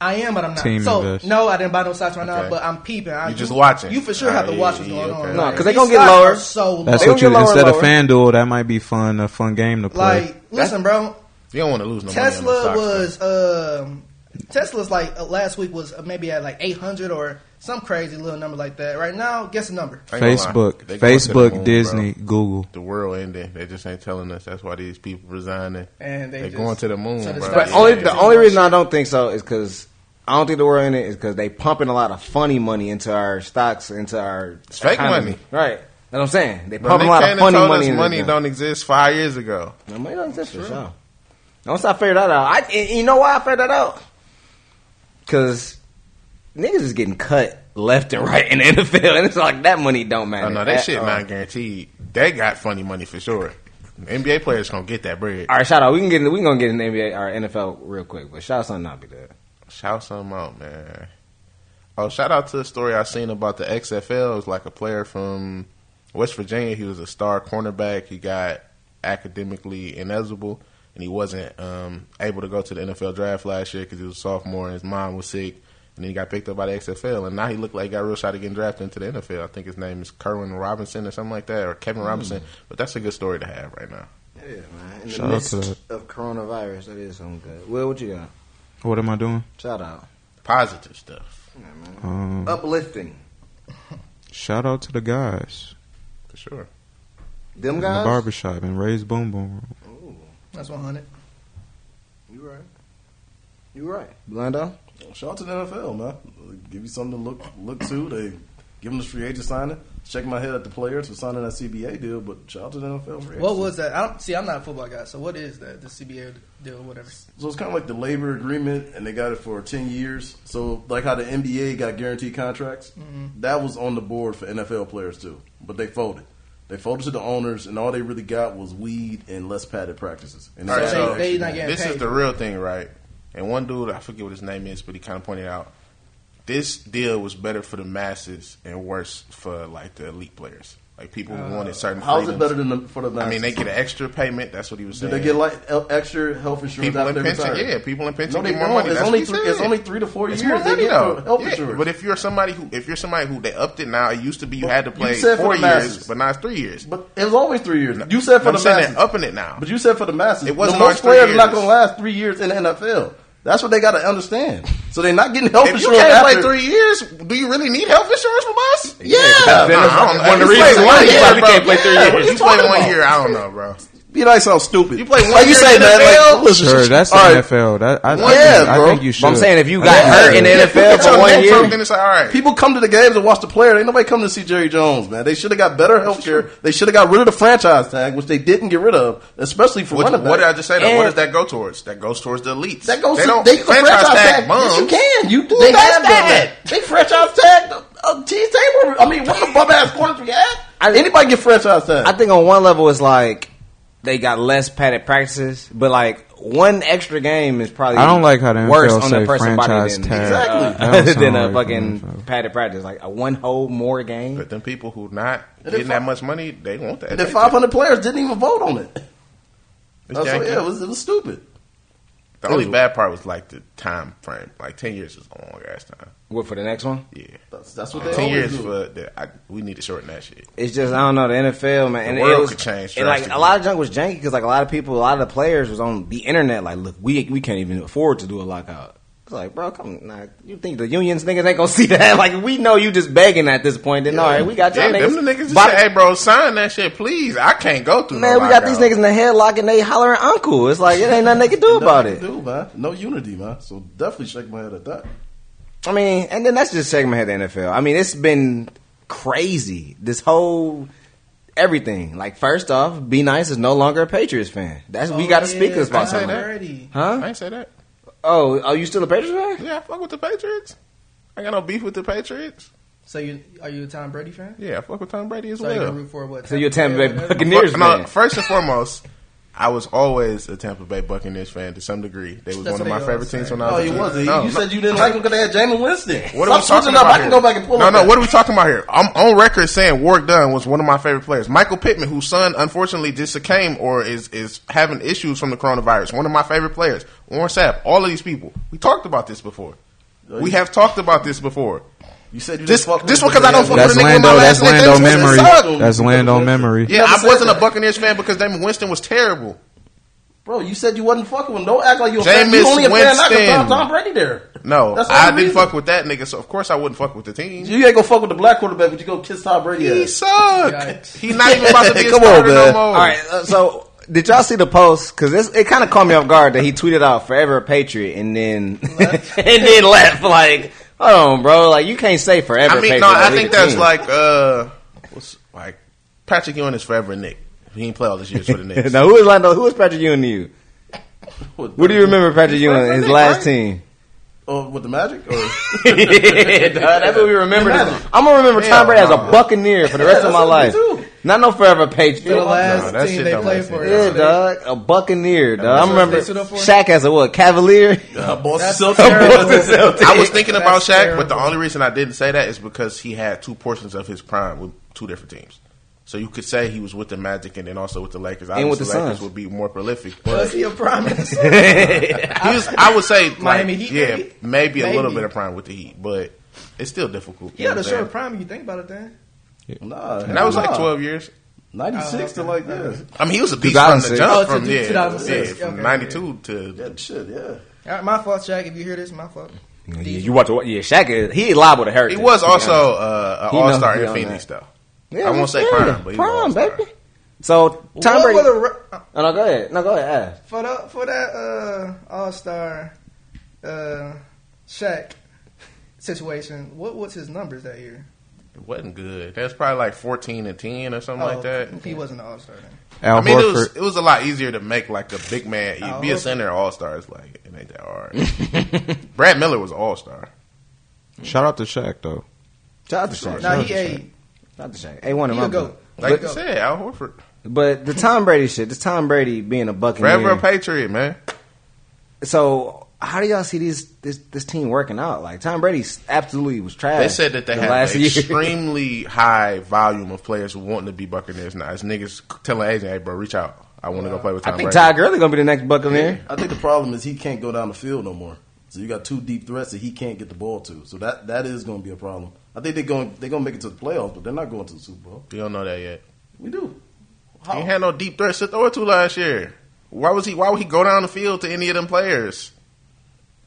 S6: I am, but I'm not.
S5: Team
S6: so
S5: invest.
S6: no, I didn't buy no stocks right now,
S4: Okay.
S6: but I'm peeping. I,
S4: You just watching.
S6: You for sure have to
S4: Ah, yeah,
S6: watch what's
S4: yeah,
S6: going
S4: okay.
S6: on.
S4: No,
S6: right?
S2: 'cause they
S6: These
S2: gonna get
S6: stocks
S2: lower.
S6: are So
S5: That's
S2: They
S6: low.
S5: what you
S2: gonna get lower
S5: instead
S2: and
S5: of FanDuel, that might be fun, a fun game to play.
S6: Like, listen, bro.
S4: You don't want to lose no money. on
S6: Tesla
S4: the stocks, man.
S6: was um, Tesla's like uh, last week was uh, maybe at like 800 or some crazy little number like that. Right now, guess the number.
S4: I ain't gonna lie.
S5: Facebook,
S4: They going to the
S5: Facebook,
S4: moon,
S5: Disney,
S4: bro.
S5: Google.
S4: The world ending. They just ain't telling us. That's why these people resigning.
S6: And they
S4: They
S6: just-
S4: going to the moon,
S6: So the
S4: bro.
S6: stocks-
S2: But
S4: Yeah.
S2: only the only reason I don't think so is because I don't think the world in it is because they pumping a lot of funny money into our stocks, into our
S4: It's fake
S2: economy.
S4: money.
S2: right? That's what I'm saying. They
S4: Bro, they
S2: pumping a lot of
S4: came and
S2: funny
S4: told
S2: money.
S4: us
S2: into
S4: money
S2: them.
S4: don't exist five years ago.
S2: No, money don't exist for sure. Once I figured that out, I and you know why I figured that out? Because niggas is getting cut left and right in the NFL, and it's like that money don't matter.
S4: Oh no, that
S2: at
S4: shit
S2: all.
S4: not guaranteed. They got funny money for sure. NBA players gonna get that bread.
S2: All right, shout out. We can get in- we gonna get in the NBA or NFL real quick, but shout out something not be there.
S4: Shout some out, man. Oh, shout out to the story I seen about the XFL. It was like a player from West Virginia. He was a star cornerback. He got academically ineligible, and he wasn't um, able to go to the NFL draft last year because he was a sophomore and his mom was sick. And then he got picked up by the XFL, and now he looked like he got a real shot of getting drafted into the NFL. I think his name is Kerwin Robinson or something like that, or Kevin Robinson. But that's a good story to have right now.
S2: Yeah, man. In
S5: Shout out midst to that.
S2: of coronavirus, that is something good. Will, what you got?
S5: What am I doing?
S2: Shout out.
S4: Positive stuff
S5: Um,
S2: Uplifting.
S5: shout out to the guys
S4: for sure.
S2: Them
S5: in the barbershop and Ray's Boom Boom Room.
S6: That's 100.
S2: you right. You right. Blondo?
S3: Shout out to the NFL, man. Give you something to look look to. They give them this free agent signing. Shake my head at the players for signing that CBA deal, but shout out to the NFL free
S6: What
S3: agency.
S6: was that? I don't see. I'm not a football guy, so what is that? The CBA deal, whatever.
S3: So it's kind of like the labor agreement, and they got it for ten years. So like how the
S6: Mm-hmm.
S3: NBA got guaranteed contracts, that was on the board for NFL players too, but they folded. They folded to the owners, and all they really got was weed and less padded practices. And
S4: All right,
S3: it's
S4: so
S3: actually-
S6: they- they not getting
S4: this is
S6: paid.
S4: the real thing, right? And one dude, I forget what his name is, but he kind of pointed out this deal was better for the masses and worse for like the elite players, like people who wanted certain.
S3: Uh, how's it
S4: freedoms.
S3: better than the, for the?
S4: I mean, they
S3: Nazis?
S4: get an extra payment. That's what he was
S3: Do
S4: saying.
S3: they get like el- extra health insurance
S4: people in
S3: after they
S4: pension?
S3: retire?
S4: Yeah, people in
S3: No,
S4: pension
S3: they
S4: get more
S3: don't.
S4: money.
S3: It's
S4: That's
S3: only
S4: what he
S3: three, it's
S4: said.
S3: only three to four
S4: It's
S3: years
S4: more
S3: they
S4: money,
S3: get
S4: though.
S3: for health
S4: Yeah,
S3: insurance.
S4: But if you're somebody who, if you're somebody who they upped it now, it used to be you
S3: Well,
S4: had to
S3: you
S4: play
S3: said for
S4: four
S3: the
S4: years,
S3: masses.
S4: but now it's three years.
S3: But it was always three years. You said for
S4: I'm
S3: the
S4: saying
S3: masses.
S4: they're upping it now.
S3: But you said for the masses.
S4: It
S3: the
S4: wasn't
S3: most
S4: always three
S3: players are not
S4: years.
S3: going to last three years in the NFL. That's what they got to understand. So they're not getting health
S4: if you
S3: insurance
S4: can't play
S3: after-
S4: three years, do you really need health insurance from us?
S3: Yeah,
S4: Nah, I don't know.
S7: One of the
S4: If you play
S7: reasons why
S4: one
S7: you
S4: year,
S7: probably
S4: bro,
S7: can't play three
S4: yeah,
S7: years.
S4: You play one year, I don't know, bro.
S3: Be like sound stupid.
S4: You play one
S3: like you
S4: year
S3: say,
S4: in the
S3: man.
S4: NFL?
S3: Like, listen,
S5: Sure, that's the
S3: all right,
S5: NFL. That, I, I,
S3: Yeah,
S5: think, I
S3: bro.
S5: think you
S2: But
S5: should.
S2: I'm saying if you
S5: I
S2: got
S5: think
S2: hurt in the
S5: should.
S2: NFL
S4: Get your
S2: for one
S4: neck broke, Then
S2: year,
S4: it's like, all right.
S3: People come to the games and watch the player. Ain't nobody coming to see Jerry Jones, man. They should have got better health care. They should have got rid of the franchise tag, which they didn't get rid of, especially for
S4: What,
S3: running back.
S4: what did I just say? Though?
S3: And
S4: What does that go towards? That goes towards the elites.
S3: That goes.
S4: They
S3: to,
S4: don't
S3: they, the franchise, tag.
S4: bums.
S3: Yes, you can. You
S4: Who
S3: they
S4: does
S3: have
S4: that?
S3: that. They franchise tag. Uh, uh, T Taylor. I mean, what the bum ass corners we had? Anybody get franchise tag?
S2: I think on one level it's like they got less padded practices, but like one extra game is probably
S5: I don't like how the NFL
S2: worse on
S5: say
S2: the person body
S5: franchise
S2: than
S5: tag.
S3: Exactly.
S5: That don't
S2: than
S5: sound
S2: a
S5: right
S2: fucking
S5: from the NFL.
S2: padded practice, like a one whole more game.
S4: But them people who not
S3: they
S4: getting that
S3: fi-
S4: much money, they want that.
S3: the
S4: They-
S3: 500 players didn't even vote on it.
S4: it's
S3: Oh, So,
S4: janky.
S3: yeah, it was, it was stupid.
S4: the only bad part was like the time frame. Like ten years is a long ass time.
S2: What for the next one?
S4: Yeah,
S3: That's, that's what they
S4: ten
S3: always
S4: years
S3: do.
S4: for the, I, we need to shorten that shit.
S2: It's just I don't know the NFL man.
S4: The world
S2: it was,
S4: could change
S2: And like a
S4: drastically.
S2: lot of junk was janky because like a lot of people, a lot of the players was on the internet. Like, look, we we can't even afford to do a lockout. It's like, bro, come nah, you think the unions niggas ain't gonna see that? Like, we know you just begging at this point. Then all right, we got
S4: Yeah,
S2: y'all
S4: them
S2: niggas.
S4: the niggas just
S2: Body-
S4: say, "Hey, bro, sign that shit, please. I can't go through."
S2: man,
S4: no
S2: we got these
S4: lockout."
S2: niggas in the headlock and they hollering uncle. It's like it ain't nothing they can do about
S3: Nothing
S2: it.
S3: to Do, man. No unity, man. So definitely shake my head at that.
S2: I mean, and then that's just segment head of the NFL. I mean, it's been crazy. This whole everything. Like, first off, be nice is no longer a Patriots fan. That's we
S6: Oh,
S2: got to speak this about something.
S6: already.
S2: Huh?
S4: I ain't say that.
S2: Oh, are you still a Patriots fan?
S4: Yeah, I fuck with the Patriots. I got no beef with the Patriots.
S6: So you are you a Tom Brady fan?
S4: Yeah, I fuck with Tom Brady as
S6: So you
S4: well.
S6: gonna root for what?
S2: So you're a Tampa Bay
S6: whatever?
S2: Buccaneers
S4: Fuck- no,
S2: fan.
S4: first and foremost, I was always a Tampa Bay Buccaneers fan to some degree. They was
S6: That's
S4: one of
S6: what
S4: my
S6: they
S4: favorite
S6: always
S4: teams
S6: say.
S4: when I
S3: No,
S4: was.
S3: he
S4: a kid.
S3: wasn't.
S4: No,
S3: you
S4: no.
S3: said you didn't like him because they had Jameon Winston.
S4: What
S3: Stop
S4: are we talking
S3: switching up.
S4: about?
S3: I
S4: here?
S3: can go back and pull
S4: no,
S3: him
S4: no.
S3: back.
S4: What are we talking about here? I'm on record saying Warwick Dunn was one of my favorite players. Michael Pittman, who son unfortunately just succumbed or is is having issues from the coronavirus, one of my favorite players. Warren Sapp, all of these people. We talked about this before. We have talked about this before.
S3: You said you
S4: Just-
S3: didn't fuck
S4: just
S3: with
S4: because I
S3: him
S4: don't fuck
S3: they
S4: with
S3: had
S5: That's
S4: nigga with
S5: Lando.
S4: my
S5: That's
S4: last name
S5: Lando
S4: James Winston. Suck.
S5: memory. That's Lando memory.
S4: Yeah,
S3: never
S4: I
S3: said
S4: wasn't a
S3: that.
S4: Buccaneers fan because Damon Winston was terrible.
S3: Bro, you said you wasn't fucking with him. Don't act like you a fan.
S4: Jameis
S3: You only a fan not because
S4: Winston.
S3: Tom, Tom Brady there.
S4: No,
S3: That's the
S4: I
S3: only
S4: didn't
S3: reason.
S4: fuck with that nigga, so of course I wouldn't fuck with the team.
S3: You ain't gonna fuck with the black quarterback, but you go kiss Tom Brady.
S4: He
S3: ass.
S4: suck.
S6: Yikes.
S4: He's not even about to be a
S3: Come on,
S4: starter no
S3: man.
S4: more.
S2: All right. Uh, so, did y'all see the post? Because it kind of caught me off guard that he tweeted out "Forever a Patriot" and then and then left. Like, hold on, bro. Like, you can't say forever.
S4: I mean,
S2: Patriot
S4: no,
S2: and
S4: I
S2: leave
S4: think
S2: the
S4: that's
S2: team.
S4: like uh, what's like Patrick Ewing is forever a Nick. He ain't play all these years for the Knicks.
S2: now, who is Lando? Who is Patrick Ewing to you? What do you remember Patrick Ewing? His last team.
S3: Oh, with the Magic? Or,
S2: Yeah, dog, that's what we remember.
S3: Magic.
S2: I'm gonna remember
S4: Hell
S2: Tom Brady as
S4: nah.
S2: a Buccaneer for the rest of
S3: that's
S2: my
S3: what we
S2: life.
S3: do.
S2: Not no forever Patriot.
S6: They're the
S4: Nah,
S6: last
S4: that shit
S6: team they
S4: don't
S6: play
S4: make
S6: for.
S4: sense.
S2: Yeah,
S6: So
S2: dog,
S6: they-
S2: a Buccaneer, dog. I
S4: what
S2: remember
S6: they stood up for?
S2: Shaq as a what Cavalier.
S3: uh, Boston
S6: That's
S3: Celtics.
S6: terrible.
S4: I was thinking about Shaq,
S6: That's
S4: but
S6: terrible.
S4: the only reason I didn't say that is because he had two portions of his prime with two different teams. So you could say he was with the Magic and then also with the Lakers. Obviously,
S2: with the
S4: Lakers
S2: Suns.
S4: would be more prolific.
S6: Was
S4: But
S6: he a promise?
S4: he was, I would say like,
S6: Miami Heat,
S4: Yeah,
S6: maybe?
S4: maybe, a little
S6: Maybe.
S4: bit of prime with the Heat, but it's still difficult. You know
S6: yeah, the
S4: what I'm
S6: short
S4: saying?
S6: prime. You think about it, then.
S3: Nah,
S4: And that was like
S3: nah.
S4: twelve years.
S3: 96 to like, yeah.
S4: I mean, he was a beast from the
S2: 2006.
S4: jump
S6: Oh, to
S4: from yeah,
S6: 2006.
S4: yeah, from
S6: Okay.
S4: '92 to
S3: Yeah, shit, yeah.
S6: All right, Uh, my fault, Shaq. If you hear this, my fault.
S2: Yeah, you watch what? Yeah, Shaq is he liable to hurt.
S4: He
S2: it,
S4: was
S2: to be
S4: also
S2: honest.
S4: uh,
S2: He
S4: an
S2: knows
S4: all star
S2: he
S4: in
S2: on
S4: Phoenix, though.
S2: Yeah,
S4: I won't say
S2: yeah,
S4: prime, but he was an all-star.
S2: baby. So Tom
S6: What
S2: Brady.
S6: were the re- uh,
S2: oh, no, go ahead. No, go ahead. Ask.
S6: for the, for that uh, All Star uh, Shaq situation? What was his numbers that year?
S4: It wasn't good. That's probably like fourteen and ten or something
S2: Oh.
S4: like that.
S6: Oh, He wasn't an All Star then.
S5: Al
S4: I mean, it was
S5: Horford.
S4: it was a lot easier to make like a big man.
S6: Al
S4: be a
S2: Oh.
S6: Horford.
S4: center all star. It's like it ain't that hard. Brad Miller was all star.
S5: Shout out to Shaq though.
S2: Shout out to Shaq.
S6: Nah,
S2: Shout
S6: he
S2: out to Shaq.
S6: a
S2: Shout out to Shaq. A one in
S6: he
S2: my
S6: a
S2: book.
S6: goat.
S4: Like
S2: But-
S4: you said, Al Horford.
S2: But the Tom Brady shit, the Tom Brady being a Buccaneer.
S4: Forever a Patriot, man.
S2: So how do y'all see these this this team working out? Like Tom Brady absolutely was trash.
S4: They said that they
S2: the
S4: have
S2: last
S4: an
S2: year.
S4: extremely high volume of players wanting to be Buccaneers now. It's niggas telling agent, hey, bro, reach out. I want to go play with Tom
S2: I think
S4: Brady.
S2: Todd Gurley gonna be the next Buccaneer.
S3: I think the problem is he can't go down the field no more. So you got two deep threats that he can't get the ball to. So that that is going to be a problem. I think they're going they're going to make it to the playoffs, but they're not going to the Super Bowl.
S4: You don't know that yet.
S3: We do.
S4: He ain't had no deep threats to throw it to last year. Why was he? Why would he go down the field to any of them players?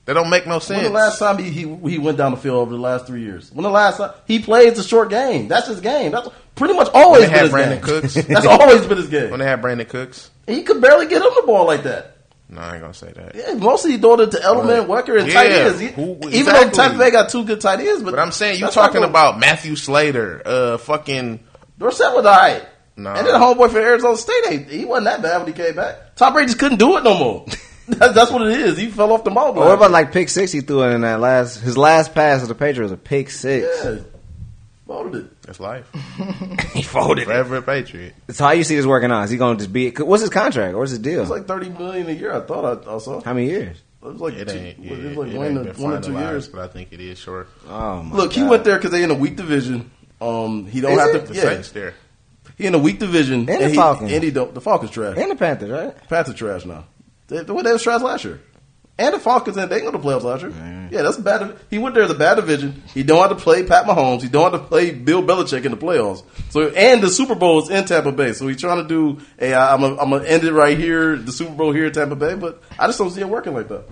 S4: They don't make no sense.
S3: When the last time he, he he went down the field over the last three years? When the last time he plays the short game? That's his game. That's pretty much always
S4: When
S3: been
S4: they had
S3: his
S4: Brandon
S3: game.
S4: Cooks.
S3: That's always been his
S4: when
S3: game.
S4: they had Brandon Cooks,
S3: He could barely get him the ball like that.
S4: no, I ain't gonna say that.
S3: Yeah, mostly he throw it to Edelman, Wecker, and tight
S4: Yeah,
S3: ends. He-
S4: who-
S3: Even though
S4: exactly.
S3: Tampa Bay got two good tight ends, but,
S4: But I'm saying you
S3: that's not
S4: talking
S3: gonna-
S4: about Matthew Slater, uh, fucking
S3: Dorsett was all right.
S4: Nah.
S3: And then the homeboy from Arizona State, he, he wasn't that bad when he came back. Tom Brady just couldn't do it no more. that's, that's what it is. He fell off the mountain.
S4: Oh,
S2: Or what about like pick six he threw in that last his last pass to the Patriots was a pick six.
S3: Yeah. Folded it.
S4: that's life.
S2: he folded. it.
S4: Forever a Patriot.
S2: So how you see this working out? Is he gonna just be? What's his contract? What's his deal?
S3: It's like thirty million a year. I thought I, I saw. It
S2: how many years?
S3: was like
S4: It
S3: two,
S4: ain't.
S3: it
S4: It,
S3: was like
S4: it
S3: one,
S4: ain't
S3: to,
S4: been
S3: one or two
S4: finalized,
S3: years.
S4: but I think it is short.
S2: Oh my
S3: Look, he
S2: God.
S3: went there because they in a weak division. Um, he don't
S2: Is
S3: have
S2: it?
S3: to.
S4: The
S3: Yeah,
S4: Saints there.
S3: he in a weak division.
S2: the
S3: he,
S2: Falcons.
S3: And he don't. The Falcons trash.
S2: and the Panthers, right?
S3: Panthers trash now. They, they, they was trash last year. And the Falcons, and they ain't go to playoffs last year. Yeah, that's a bad. div- He went there as a bad division. He don't have to play Pat Mahomes. He don't have to play Bill Belichick in the playoffs. So, and the Super Bowl is in Tampa Bay. So he's trying to do. Hey, I, I'm gonna end it right here. The Super Bowl here in Tampa Bay, but I just don't see it working like that.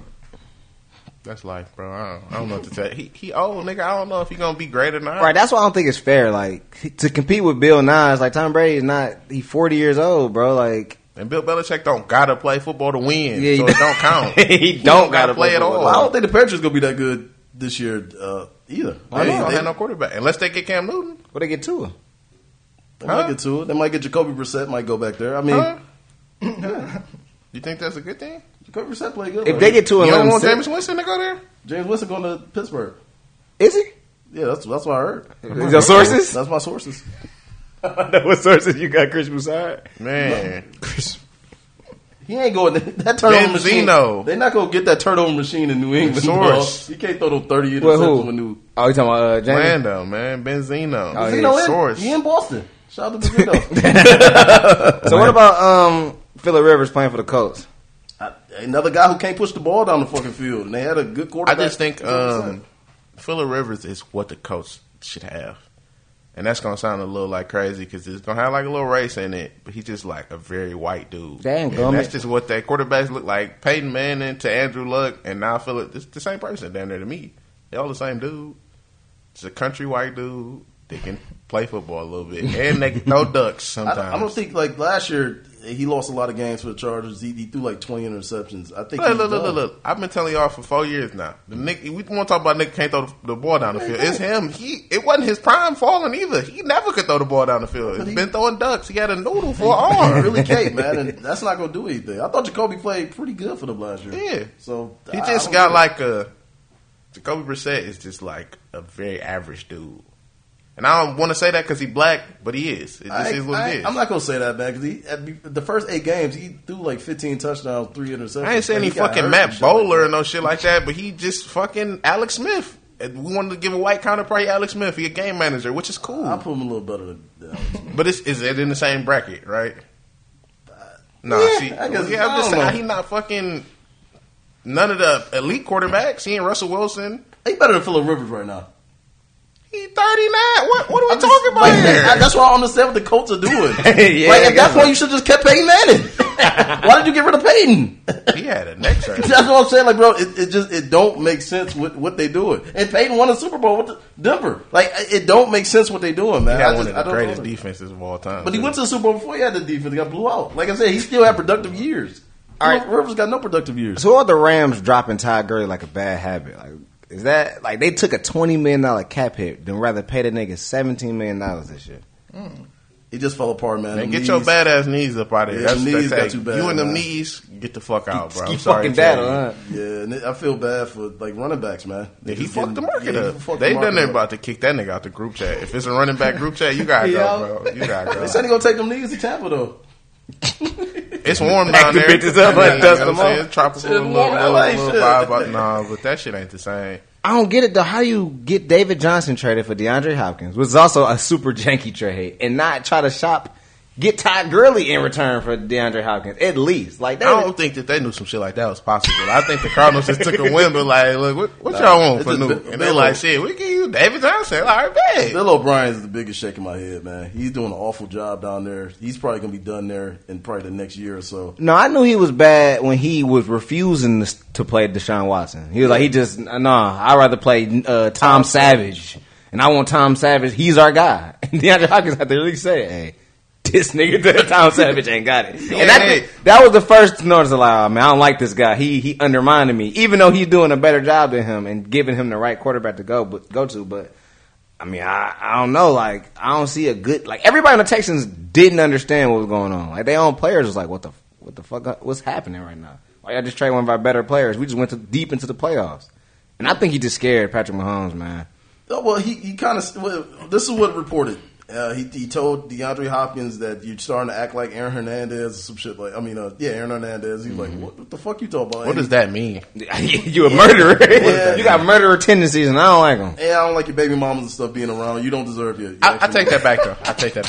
S4: That's life, bro. I don't, I don't know what to tell. you. He he old nigga. I don't know if he gonna be great or not.
S2: Right, that's why I don't think it's fair. Like to compete with Bill Nye, like Tom Brady is not. He forty years old, bro. Like
S4: And Bill Belichick don't gotta play football to win,
S2: Yeah, he
S4: so it don't count.
S2: He don't gotta play
S4: play at
S2: football.
S4: all.
S3: Well, I don't think the Patriots gonna be that good this year uh, either.
S4: They
S3: They-
S4: don't
S3: they-
S4: have no quarterback unless they get Cam Newton.
S2: what they get to him?
S3: They
S4: Huh?
S3: might get to it. They might get Jacoby Brissett. Might go back there. I mean,
S4: Huh? you think that's a good thing?
S3: Jacoby Brissett played good.
S2: If
S3: last
S2: they
S3: year.
S2: get to
S4: You
S2: and let
S4: don't
S2: him
S4: want
S2: sit-
S4: James Winston to go there?
S3: James Winston going to Pittsburgh,
S2: is he?
S3: yeah, that's that's what I heard.
S2: Your sources?
S3: That's my sources.
S2: what sources you got? Chris Broussard.
S4: Man,
S3: He ain't going. That turnover
S4: Benzino.
S3: machine. They're not going to get that turnover machine in New England.
S4: Source.
S3: Source. You can't throw them thirty
S2: Well,
S3: interceptions
S2: who?
S3: with New.
S2: Oh, you talking about uh, James?
S4: Orlando, man, Benzino,
S2: Oh,
S3: He, know
S4: Benzino
S3: it.
S4: source.
S3: he in Boston. Shout out to Benzino.
S2: So what about um Phillip Rivers playing for the Colts?
S3: I- Another guy who can't push the ball down the fucking field, and they had a good
S4: I
S3: quarterback.
S4: just think
S3: You know what I'm saying?
S4: um, Phillip Rivers is what the coach should have, and that's gonna sound a little like crazy because it's gonna have like a little race in it. But he's just like a very white dude.
S2: Damn,
S4: And
S2: Gorman.
S4: that's just what that quarterbacks look like. Peyton Manning to Andrew Luck, and now Phillip. It's the same person down there to me. They all the same dude. It's a country white dude. They can play football a little bit, and they can throw ducks
S3: I,
S4: sometimes.
S3: I don't think like last year he lost a lot of games for the Chargers. He, he threw like twenty interceptions. I think.
S4: Look,
S3: he's
S4: look, look,
S3: done.
S4: look, look. I've been telling y'all for four years now. The Nick, we want to talk about Nick can't throw the, the ball down the field. It's him. He it wasn't his prime falling either. He never could throw the ball down the field. He's
S3: he-
S4: been throwing ducks. He had a noodle for an
S3: I
S4: arm.
S3: really can't, man. And that's not going to do anything. I thought Jacoby played pretty good for them last year.
S4: Yeah.
S3: So
S4: He
S3: I- I
S4: just
S3: don't
S4: got
S3: know.
S4: like a Jacoby Brissett is just like a very average dude. And I don't want to say that because he's black, but he is. It just
S3: I,
S4: is what
S3: I,
S4: it is.
S3: I'm not going to say that, man. Because he at the- the first eight games he threw like 15 touchdowns, three interceptions.
S4: I ain't saying
S3: And
S4: he,
S3: got hurt
S4: fucking
S3: and
S4: Matt
S3: shit like
S4: Bowler
S3: that.
S4: and no shit like that, but he just fucking Alex Smith. And We wanted to give a white counterpart to Alex Smith. He a game manager, which is cool.
S3: I put him a little better than than Alex Smith.
S4: But it's, is it in the same bracket, right? No,
S3: yeah,
S4: see,
S3: I guess-
S4: yeah,
S3: I
S4: I'm just
S3: don't
S4: saying
S3: know.
S4: he not fucking none of the elite quarterbacks. He ain't Russell Wilson.
S3: He better than Phillip Rivers right now.
S4: He 39. What what are we
S3: I'm just-
S4: talking about
S3: like,
S4: here?
S3: I- that's why I don't understand what the Colts are doing.
S2: Yeah,
S3: like
S2: I
S3: at
S2: guess
S3: that
S2: so.
S3: point, you should just kept Peyton Manning. why did you get rid of Peyton?
S4: he had a neck surgery.
S3: That's what I'm saying. Like, bro, it, it just it don't make sense what what they doing. And Peyton won a Super Bowl with the Denver. Like, it don't make sense what they doing,
S4: He
S3: man.
S4: had
S3: I
S4: one
S3: just,
S4: of
S3: I
S4: the
S3: don't
S4: greatest
S3: know.
S4: defenses of all time.
S3: But he went to the Super Bowl before he had the defense. He got blew out. Like I said, he still had productive years.
S2: All right.
S3: Rivers got no productive years.
S2: So are the Rams dropping Todd Gurley like a bad habit? Like is that like they took a twenty million dollar cap hit than rather pay the nigga seventeen million dollars this year?
S3: It just fell apart, man.
S4: Man,
S3: Them
S4: get your
S3: knees-
S4: badass knees up out of here.
S3: Yeah,
S4: That's
S3: them
S4: what they
S3: knees got
S4: say.
S3: too bad,
S4: you and them
S3: man.
S4: knees, get the fuck out, bro.
S2: Keep
S4: I'm sorry
S2: fucking
S4: to tell
S2: that
S4: you.
S2: on.
S3: Yeah, and it- I feel bad for like running backs, man. They
S4: Yeah, he
S3: just
S4: fucked the
S3: getting-
S4: market
S3: yeah, he
S4: up.
S3: fucked
S4: They
S3: the
S4: done
S3: market
S4: they
S3: up.
S4: about to kick that nigga out the group chat. If it's a running back group chat, you gotta go, bro. You gotta
S3: They said
S4: go.
S3: he gonna take them knees to Tampa though.
S4: It's warm down there.
S2: bitches up and
S4: You know
S2: dust
S4: what I'm
S2: them off.
S4: saying? It's tropical,
S3: Shit,
S4: little,
S3: warm
S4: little,
S3: LA
S4: little
S3: shit.
S4: vibe. But nah, but that shit ain't the same.
S2: I don't get it though. How you get David Johnson traded for DeAndre Hopkins, which is also a super janky trade, and not try to shop get Todd Gurley in return for DeAndre Hopkins at least? Like
S4: I
S2: that.
S4: don't think that they knew some shit like that was possible. I think the Cardinals just took a win, but like, look, what, what y'all want
S3: it's
S4: for
S3: just
S4: new?
S3: Bill-
S4: And they're
S3: Bill-
S4: like, shit, we give you David Johnson. Like, bet.
S3: Bill O'Brien is the biggest shake in my head, man. He's doing an awful job down there. He's probably gonna be done there in probably the next year or so.
S2: No, I knew he was bad when he was refusing to- to play Deshaun Watson. He was like, he just nah. I'd rather play uh, Tom Savage, and I want Tom Savage. He's our guy. And DeAndre Hopkins had to really say, hey. This nigga Tom Savage ain't got it, and I think that was the first notice. Like, oh, man, I don't like this guy. He he undermining me, even though he's doing a better job than him and giving him the right quarterback to go but go to. But I mean, I, I don't know. Like, I don't see a good like everybody on the Texans didn't understand what was going on. Like, their own players was like, "What the what the fuck? uh, What's happening right now? Why y'all just trade one of our better players? We just went to, deep into the playoffs." And I think he just scared Patrick Mahomes, man.
S3: Oh, well, he, he kind of. Well, this is what reported. Uh, he, he told DeAndre Hopkins that you're starting to act like Aaron Hernandez or some shit like. I mean, uh, yeah, Aaron Hernandez. He's like, what, what the fuck you talking about?
S4: Mm-hmm. What does that mean?
S2: you a murderer.
S3: Yeah.
S2: you got murderer tendencies, and I don't like him.
S3: Hey, I don't like your baby mamas and stuff being around. You don't deserve your.
S4: I, I take that back though. I take that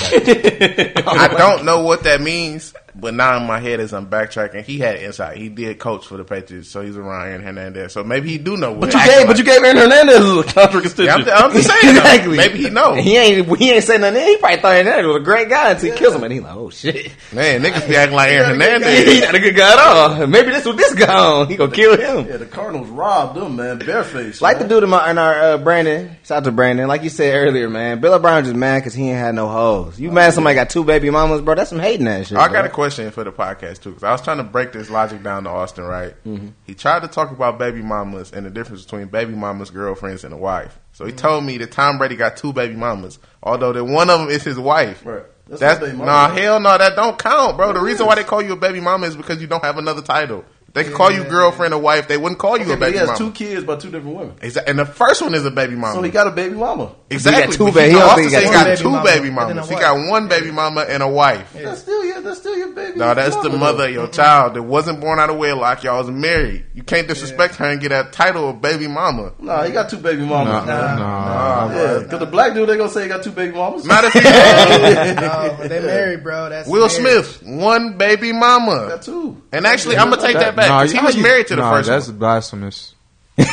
S4: back. I don't know what that means, but now in my head as I'm backtracking, he had insight. He did coach for the Patriots, so he's around Aaron Hernandez. So maybe he do know. What
S3: But you gave, but you gave Aaron Hernandez a contract extension.
S4: Yeah, I'm, I'm just saying. though. Maybe he know.
S2: He ain't he ain't saying nothing. He probably thought Hernandez was a great guy until he kills him, and he like, "Oh shit,
S4: Man, niggas be acting like Aaron
S2: he
S4: Hernandez.
S2: not a good guy at all." Maybe this what this guy on. He gonna kill him.
S3: yeah, the Cardinals robbed them, man. Bareface.
S2: Like the
S3: man.
S2: dude in, my, in our uh, Brandon, shout out to Brandon. Like you said earlier, man, Bill O'Brien just mad because he ain't had no hoes. You mad somebody got two baby mamas, bro? That's some hating ass shit.
S4: I got a
S2: bro.
S4: question for the podcast too, because I was trying to break this logic down to Austin. Right?
S3: Mm-hmm.
S4: He tried to talk about baby mamas and the difference between baby mamas, girlfriends, and a wife. So
S3: Mm-hmm.
S4: he told me that Tom Brady got two baby mamas, although that one of them is his wife.
S3: Right.
S4: That's,
S3: That's not baby mama,
S4: nah,
S3: right?
S4: hell no, that don't count, bro. The reason why they call you a baby mama is because you don't have another title. If They could call you
S6: Yeah.
S4: girlfriend or wife. They wouldn't call you
S3: Okay,
S4: a
S3: but
S4: baby
S3: he has
S4: mama.
S3: two
S4: Um,
S3: kids by two different women.
S4: Exa- and the first one is a baby mama.
S3: So he got a baby mama.
S4: exactly.
S2: two
S4: but
S2: ba- he
S4: know
S2: don't
S4: Austin
S2: think he
S4: said
S2: got
S6: two
S4: two
S6: baby
S4: baby
S6: mama and then
S4: mamas. He
S6: a wife.
S4: got one baby mama and a wife.
S3: That's still yeah. That's still your baby.
S4: No, that's the mother of your child that wasn't born out of wedlock. Y'all was married. You can't disrespect her and get that title of baby mama.
S3: No, nah, he got two baby mamas.
S5: Nah,
S3: man.
S5: nah.
S3: Yeah, because the black dude, they gonna say he got two baby mamas.
S4: Matter of fact,
S6: No, Oh, but they married, bro. That's
S4: Will
S6: married.
S4: Smith, one baby mama.
S3: got two.
S4: And actually, I'm gonna take that back. 'cause he
S5: how
S4: was
S5: you-
S4: married to the
S5: nah,
S4: first
S5: That's
S4: one.
S5: blasphemous.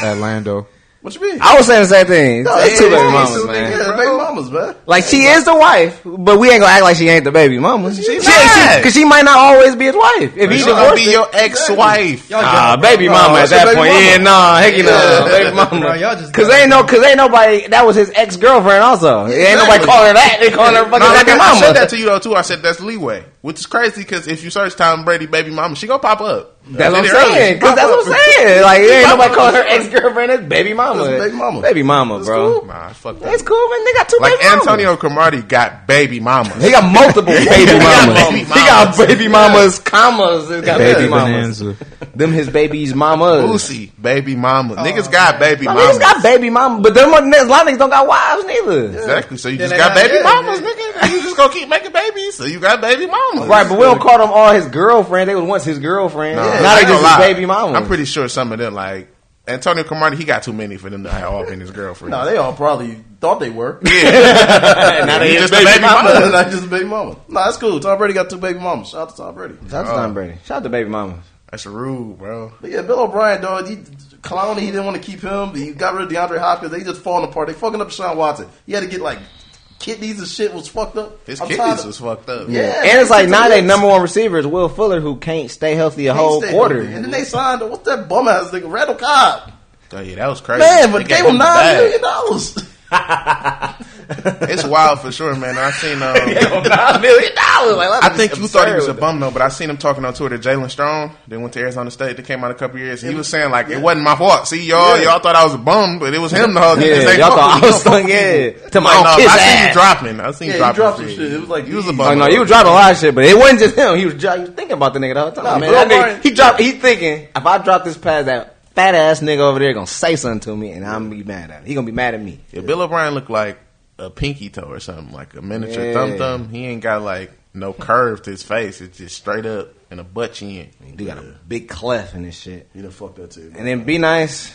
S5: Orlando.
S3: What you mean?
S2: I was saying the same thing. It's two
S4: yeah,
S2: baby
S4: yeah,
S2: mamas,
S4: two
S2: man.
S3: Yeah, baby mamas, man.
S2: Like she is the wife, but we ain't gonna act like she ain't the baby mama. She, she,
S4: not.
S2: because she might not always be his wife if he
S4: She's gonna
S2: divorced.
S4: be your ex-wife.
S2: Ah, baby mama at
S3: that's your
S2: that
S3: baby
S2: point.
S3: mama.
S2: Yeah, nah, heck you
S3: Yeah.
S2: know, baby mama.
S6: Bro, y'all just
S2: Cause
S6: got-
S2: ain't no, cause ain't nobody. That was his ex girlfriend. Also, ain't nobody calling her that. They calling her fucking
S4: No, like
S2: baby
S4: I, I
S2: mama.
S4: said that to you though too. I said that's leeway, which is crazy because if you search Tom Brady baby mama, she gonna pop up.
S2: That's what I'm
S4: Did it earlier.
S2: saying. Cause that's what I'm saying. Like, there ain't nobody calling her ex girlfriend. That's baby mama.
S3: That's baby mama.
S2: Baby mama,
S3: That's
S2: bro.
S3: cool.
S4: Nah, fuck that.
S2: That's cool, man. They got two
S4: Like
S2: baby mamas.
S4: Antonio Cromartie got baby mama.
S2: He got multiple baby
S4: He got
S2: mamas.
S4: baby
S2: He got
S4: mamas.
S2: baby mamas, commas. He got
S5: Baby
S2: baby mamas.
S5: Bonanza.
S2: Them his baby's mamas.
S4: Lucy, baby mama.
S2: Oh,
S4: Niggas got baby
S2: I
S4: mama.
S2: mean, he's got baby mama, but them a lot of niggas don't got wives neither.
S4: Exactly. So you
S6: Then
S4: just
S6: they
S4: got
S6: got-
S4: baby
S6: yeah,
S4: mamas,
S6: yeah.
S4: nigga. You just gonna keep making babies. So you got baby mamas.
S2: Right, but we don't call them all his girlfriend. They was once his girlfriend.
S4: Nah,
S2: now they
S4: I ain't
S2: just
S4: gonna
S2: his
S4: lie.
S2: baby mama.
S4: I'm pretty sure some of them like Antonio Cromartie. He got too many for them to have all been his girlfriend.
S3: Nah, they all probably thought they were.
S2: now they
S4: He
S2: his
S4: just a baby mama.
S3: Not just a baby mama. Nah, that's cool. Tom Brady got two baby mamas. Shout out to Tom Brady.
S2: Shout out
S4: Uh,
S2: to Tom Brady. Shout out to baby mama.
S4: That's rude, bro.
S3: But yeah, Bill O'Brien, dog, he Clowney, he didn't want to keep him. He got rid of DeAndre Hopkins. They just falling apart. They fucking up Sean Watson. He had to get like kidneys and shit was fucked up.
S4: His
S3: I'm
S4: kidneys
S3: tired
S4: was fucked up.
S3: Yeah.
S2: and it's like now
S3: they
S2: their number one receiver is Will Fuller, who can't stay healthy a
S3: They
S2: whole
S3: stayed
S2: quarter.
S3: healthy. And then they signed what's that bum ass nigga, Randall Cobb.
S4: Oh yeah, that was crazy.
S3: Man, but they
S4: gave
S3: gave him nine
S4: back.
S3: million dollars.
S4: It's wild for sure, man. I seen. Um,
S3: Nine million dollars. Like,
S4: I think you thought he was a bum though, but I seen him talking on Twitter. Jalen Strong, then went to Arizona State. They came out a couple years. And he was saying like, "It wasn't my fault." See, y'all,
S3: Yeah.
S4: y'all thought I was a bum, but it was him the whole time.
S2: Yeah,
S4: They
S2: y'all
S4: fuck
S2: thought I
S4: with
S2: was
S4: me.
S2: like, yeah. To my
S4: No, no,
S2: kiss
S4: I seen you
S2: ass.
S4: dropping. I seen
S3: Yeah,
S4: you
S3: he
S4: dropping
S3: dropped some shit. It was like,
S4: he was a
S3: yeah.
S2: Oh
S4: bum.
S2: no, you was dropping a lot of shit, but it wasn't just him. He was, dro- he was thinking about the nigga the whole time.
S3: Nah,
S2: man,
S3: Bill
S2: that nigga-
S3: Murray-
S2: he drop. He thinking if I drop this pass, that fat ass nigga over there gonna say something to me, and I'm gonna be mad at him. He gonna be mad at me.
S4: Yeah, Bill O'Brien looked like a pinky toe or something, like a miniature
S2: Yeah.
S4: thumb thumb. He ain't got like no curve to his face. It's just straight up and a butt chin.
S2: He do got a big cleft in this shit.
S3: You done fucked that too.
S2: And then be nice.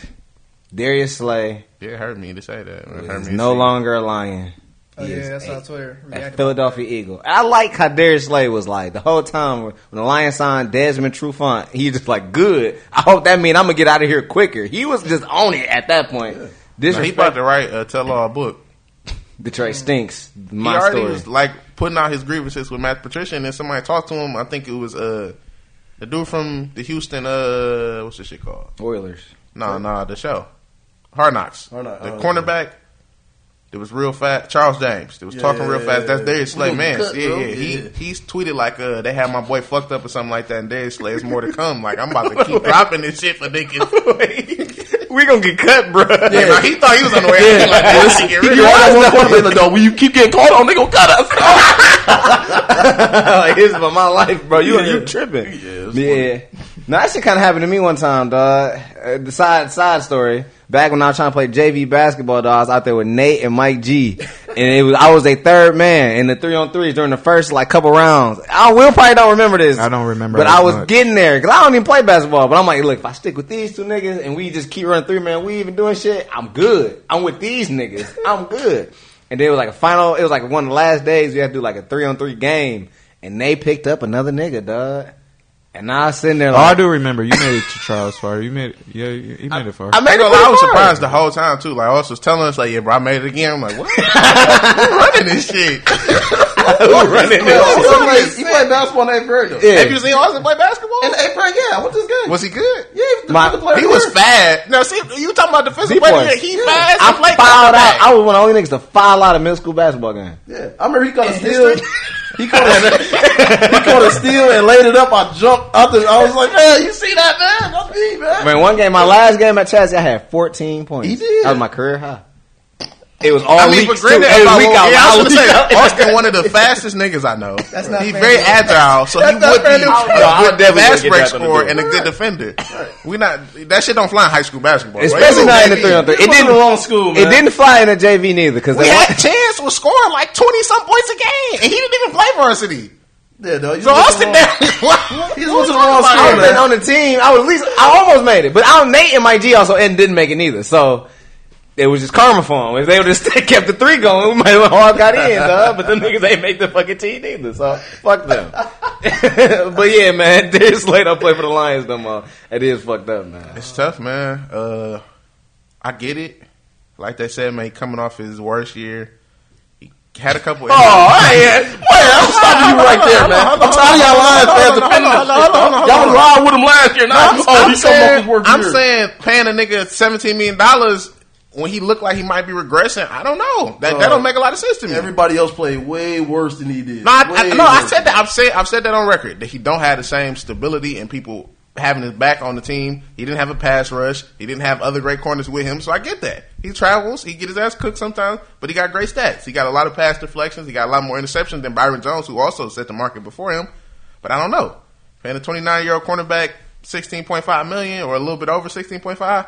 S2: Darius Slay
S4: It hurt me to say that. It hurt
S2: is
S4: me to
S2: no
S4: say-
S2: longer a lion.
S6: Oh
S2: He
S6: yeah,
S2: is
S6: that's
S2: a-
S6: how Twitter
S2: a
S6: reacted.
S2: Philadelphia Eagle. I like how Darius Slay was like the whole time when the Lions signed Desmond Trufant. He just like good. I hope that mean I'm gonna get out of here quicker. He was just on it at that point.
S4: Now, he about
S2: Disrespect.
S4: to write a tell-all book.
S2: Detroit stinks.
S4: Mm. He
S2: My
S4: already
S2: story.
S4: was like putting out his grievances with Matt Patricia, and then somebody talked to him. I think it was uh the dude from the Houston uh what's this shit called?
S2: Oilers.
S4: No, no, the show. Hard Knocks.
S3: Hard Knocks,
S4: The
S3: oh,
S4: cornerback. That was real fast. Charles James. That was
S3: Yeah,
S4: talking real
S3: yeah,
S4: fast.
S3: yeah,
S4: That's
S3: yeah.
S4: Darius Slay,
S3: Ooh,
S4: man.
S3: cut,
S4: yeah,
S3: bro.
S4: yeah. He
S3: Yeah.
S4: he's tweeted like, uh, they had my boy fucked up or something like that. And Darius Slay is more to come. Like I'm about to keep dropping this shit for niggas.
S2: We gonna get cut, bro.
S4: yeah, no, he thought he was on the way. He like, man, I can get rid
S3: You
S4: of
S3: all
S4: him.
S3: that one quarterback, like, no, when you keep getting called on, they gonna cut us.
S2: like, this is for my life, bro. You
S3: Yeah.
S2: you tripping?
S3: Yeah, it's
S2: yeah. Now that shit kind of happened to me one time, dog. Uh, the side side story. Back when I was trying to play JV basketball, dog, I was out there with Nate and Mike G, and it was I was a third man in the three on threes during the first like couple rounds. I will probably don't remember this.
S5: I don't remember
S2: but
S5: as
S2: I was
S5: much.
S2: getting there because I don't even play basketball. But I'm like, look, if I stick with these two niggas and we just keep running three man weave and doing shit, I'm good. I'm with these niggas. I'm good. And then it was like a final. It was like one of the last days we had to do like a three on three game, and they picked up another nigga, dog. And I was sitting there
S5: Oh, I
S2: like,
S5: do remember you made it to trials far. You made, yeah, you, you made it far.
S2: I
S4: I,
S2: made
S4: ain't
S2: it
S4: gonna lie, I was
S2: pretty far.
S4: surprised the whole time too. Like, also was telling us, like, yeah, bro, I made it again. I'm like, what? Who running this shit? Who running this? shit?
S3: He played basketball in eighth grade. though.
S2: Yeah.
S4: Have you seen Austin play basketball?
S3: In eighth grade, yeah, I went to this game.
S4: Was he good?
S3: Yeah, he was the
S2: My-
S3: best player
S4: He
S3: of the
S4: was
S3: year.
S4: fast. Now, see, you talking about
S2: He
S4: defensive player? of
S2: was.
S4: the year. He fast.
S2: I
S4: He played
S2: fouled out. I
S4: quarterback.
S2: was one of the only niggas to foul out a middle school basketball game.
S3: Yeah, I remember he caught a steal. He caught a, he caught a steal and laid it up. I jumped out the. I was like, man, you see that, man? That's me, man.
S2: Man, one game, my last game at Chelsea, I had 14 points.
S3: He did.
S2: That was my career high. It was all
S4: I mean,
S2: leaks
S4: for
S2: too.
S4: granted,
S2: Every
S4: if I
S2: week I
S4: won't-
S2: was
S4: yeah, I
S2: out
S4: was gonna
S2: leaks.
S4: say, Austin, one of the fastest niggas I know.
S6: That's not
S4: He's
S6: fair,
S4: very
S6: though.
S4: agile, so he
S3: That's not
S4: would
S3: fair,
S4: be a
S3: though.
S2: I would
S4: good
S2: definitely
S4: fast
S2: get
S4: break
S2: that on the
S4: scorer
S2: door.
S4: and a good defender. We not that shit don't fly in high school basketball, bro.
S2: Especially
S4: You
S2: not in the
S4: maybe-
S2: three on three. It
S3: It did
S2: didn't.
S3: the wrong school, man.
S2: It didn't fly in the JV neither because
S4: We had chance was scoring like twenty some points a game, and he didn't even play varsity.
S3: Yeah, though.
S4: So Austin down.
S3: He just went to the wrong
S2: I would
S3: school,
S2: been on
S3: man.
S2: the team. I would at least. I almost made it, but I, Nate and Mike G also and didn't make it neither. So it was just karma for them. If they would have still kept the three going, we might have all got in, dog. But them niggas ain't make the fucking team neither. So fuck them. but yeah, man, this late I play for the Lions no more. It is fucked up, man.
S4: It's tough, man. Uh, I get it. Like they said, man, coming off his worst year, he had a couple.
S3: Oh, yeah. Wait, I'm stopping you right there, man. I'm tired of y'all lying fans. Y'all was lying with him last year. Now,
S4: I'm,
S3: you- oh,
S4: I'm
S3: he come off
S4: saying,
S3: his work
S4: I'm
S3: year.
S4: saying paying a nigga seventeen million dollars when he looked like he might be regressing. I don't know. That that
S3: Uh,
S4: don't make a lot of sense to me.
S3: Everybody else played way worse than he did.
S4: no, I, I,
S3: Way
S4: no, I
S3: worse.
S4: said that. I've said I've said that on record that he don't have the same stability and people having his back on the team. He didn't have a pass rush. He didn't have other great corners with him. So I get that. He travels. He get his ass cooked sometimes, but he got great stats. He got a lot of pass deflections. He got a lot more interceptions than Byron Jones, who also set the market before him. But I don't know. Paying a 29 year old cornerback 16.5 million or a little bit over 16.5,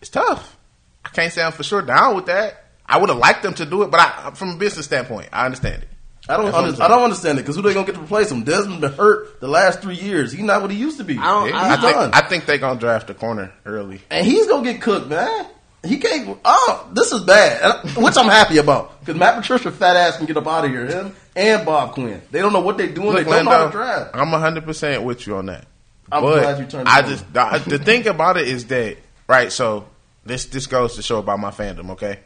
S4: it's tough. I can't say I'm for sure down with that. I would have liked them to do it, but I, from a business standpoint, I understand it.
S3: I don't.
S4: That's what I'm
S3: Under,
S4: saying.
S3: I don't understand it because who they gonna get to replace him? Desmond been hurt the last three years. He's not what he used to be.
S2: I don't-
S4: Yeah,
S2: I-
S4: I,
S3: He's Oh, done.
S4: think, I think they're gonna draft the corner early.
S3: and he's gonna get cooked, man. He can't. Oh, this is bad, And I- which I'm happy about because Matt Patricia fat ass can get up out of here. Him and Bob Quinn. They don't know what they're doing.
S4: Look,
S3: they don't know how to
S4: Lando,
S3: drive.
S4: I'm 100 percent with you on that.
S3: I'm
S4: but
S3: glad you turned it
S4: I
S3: on.
S4: just the, the thing about it is that right. So this this goes to show about my fandom. Okay,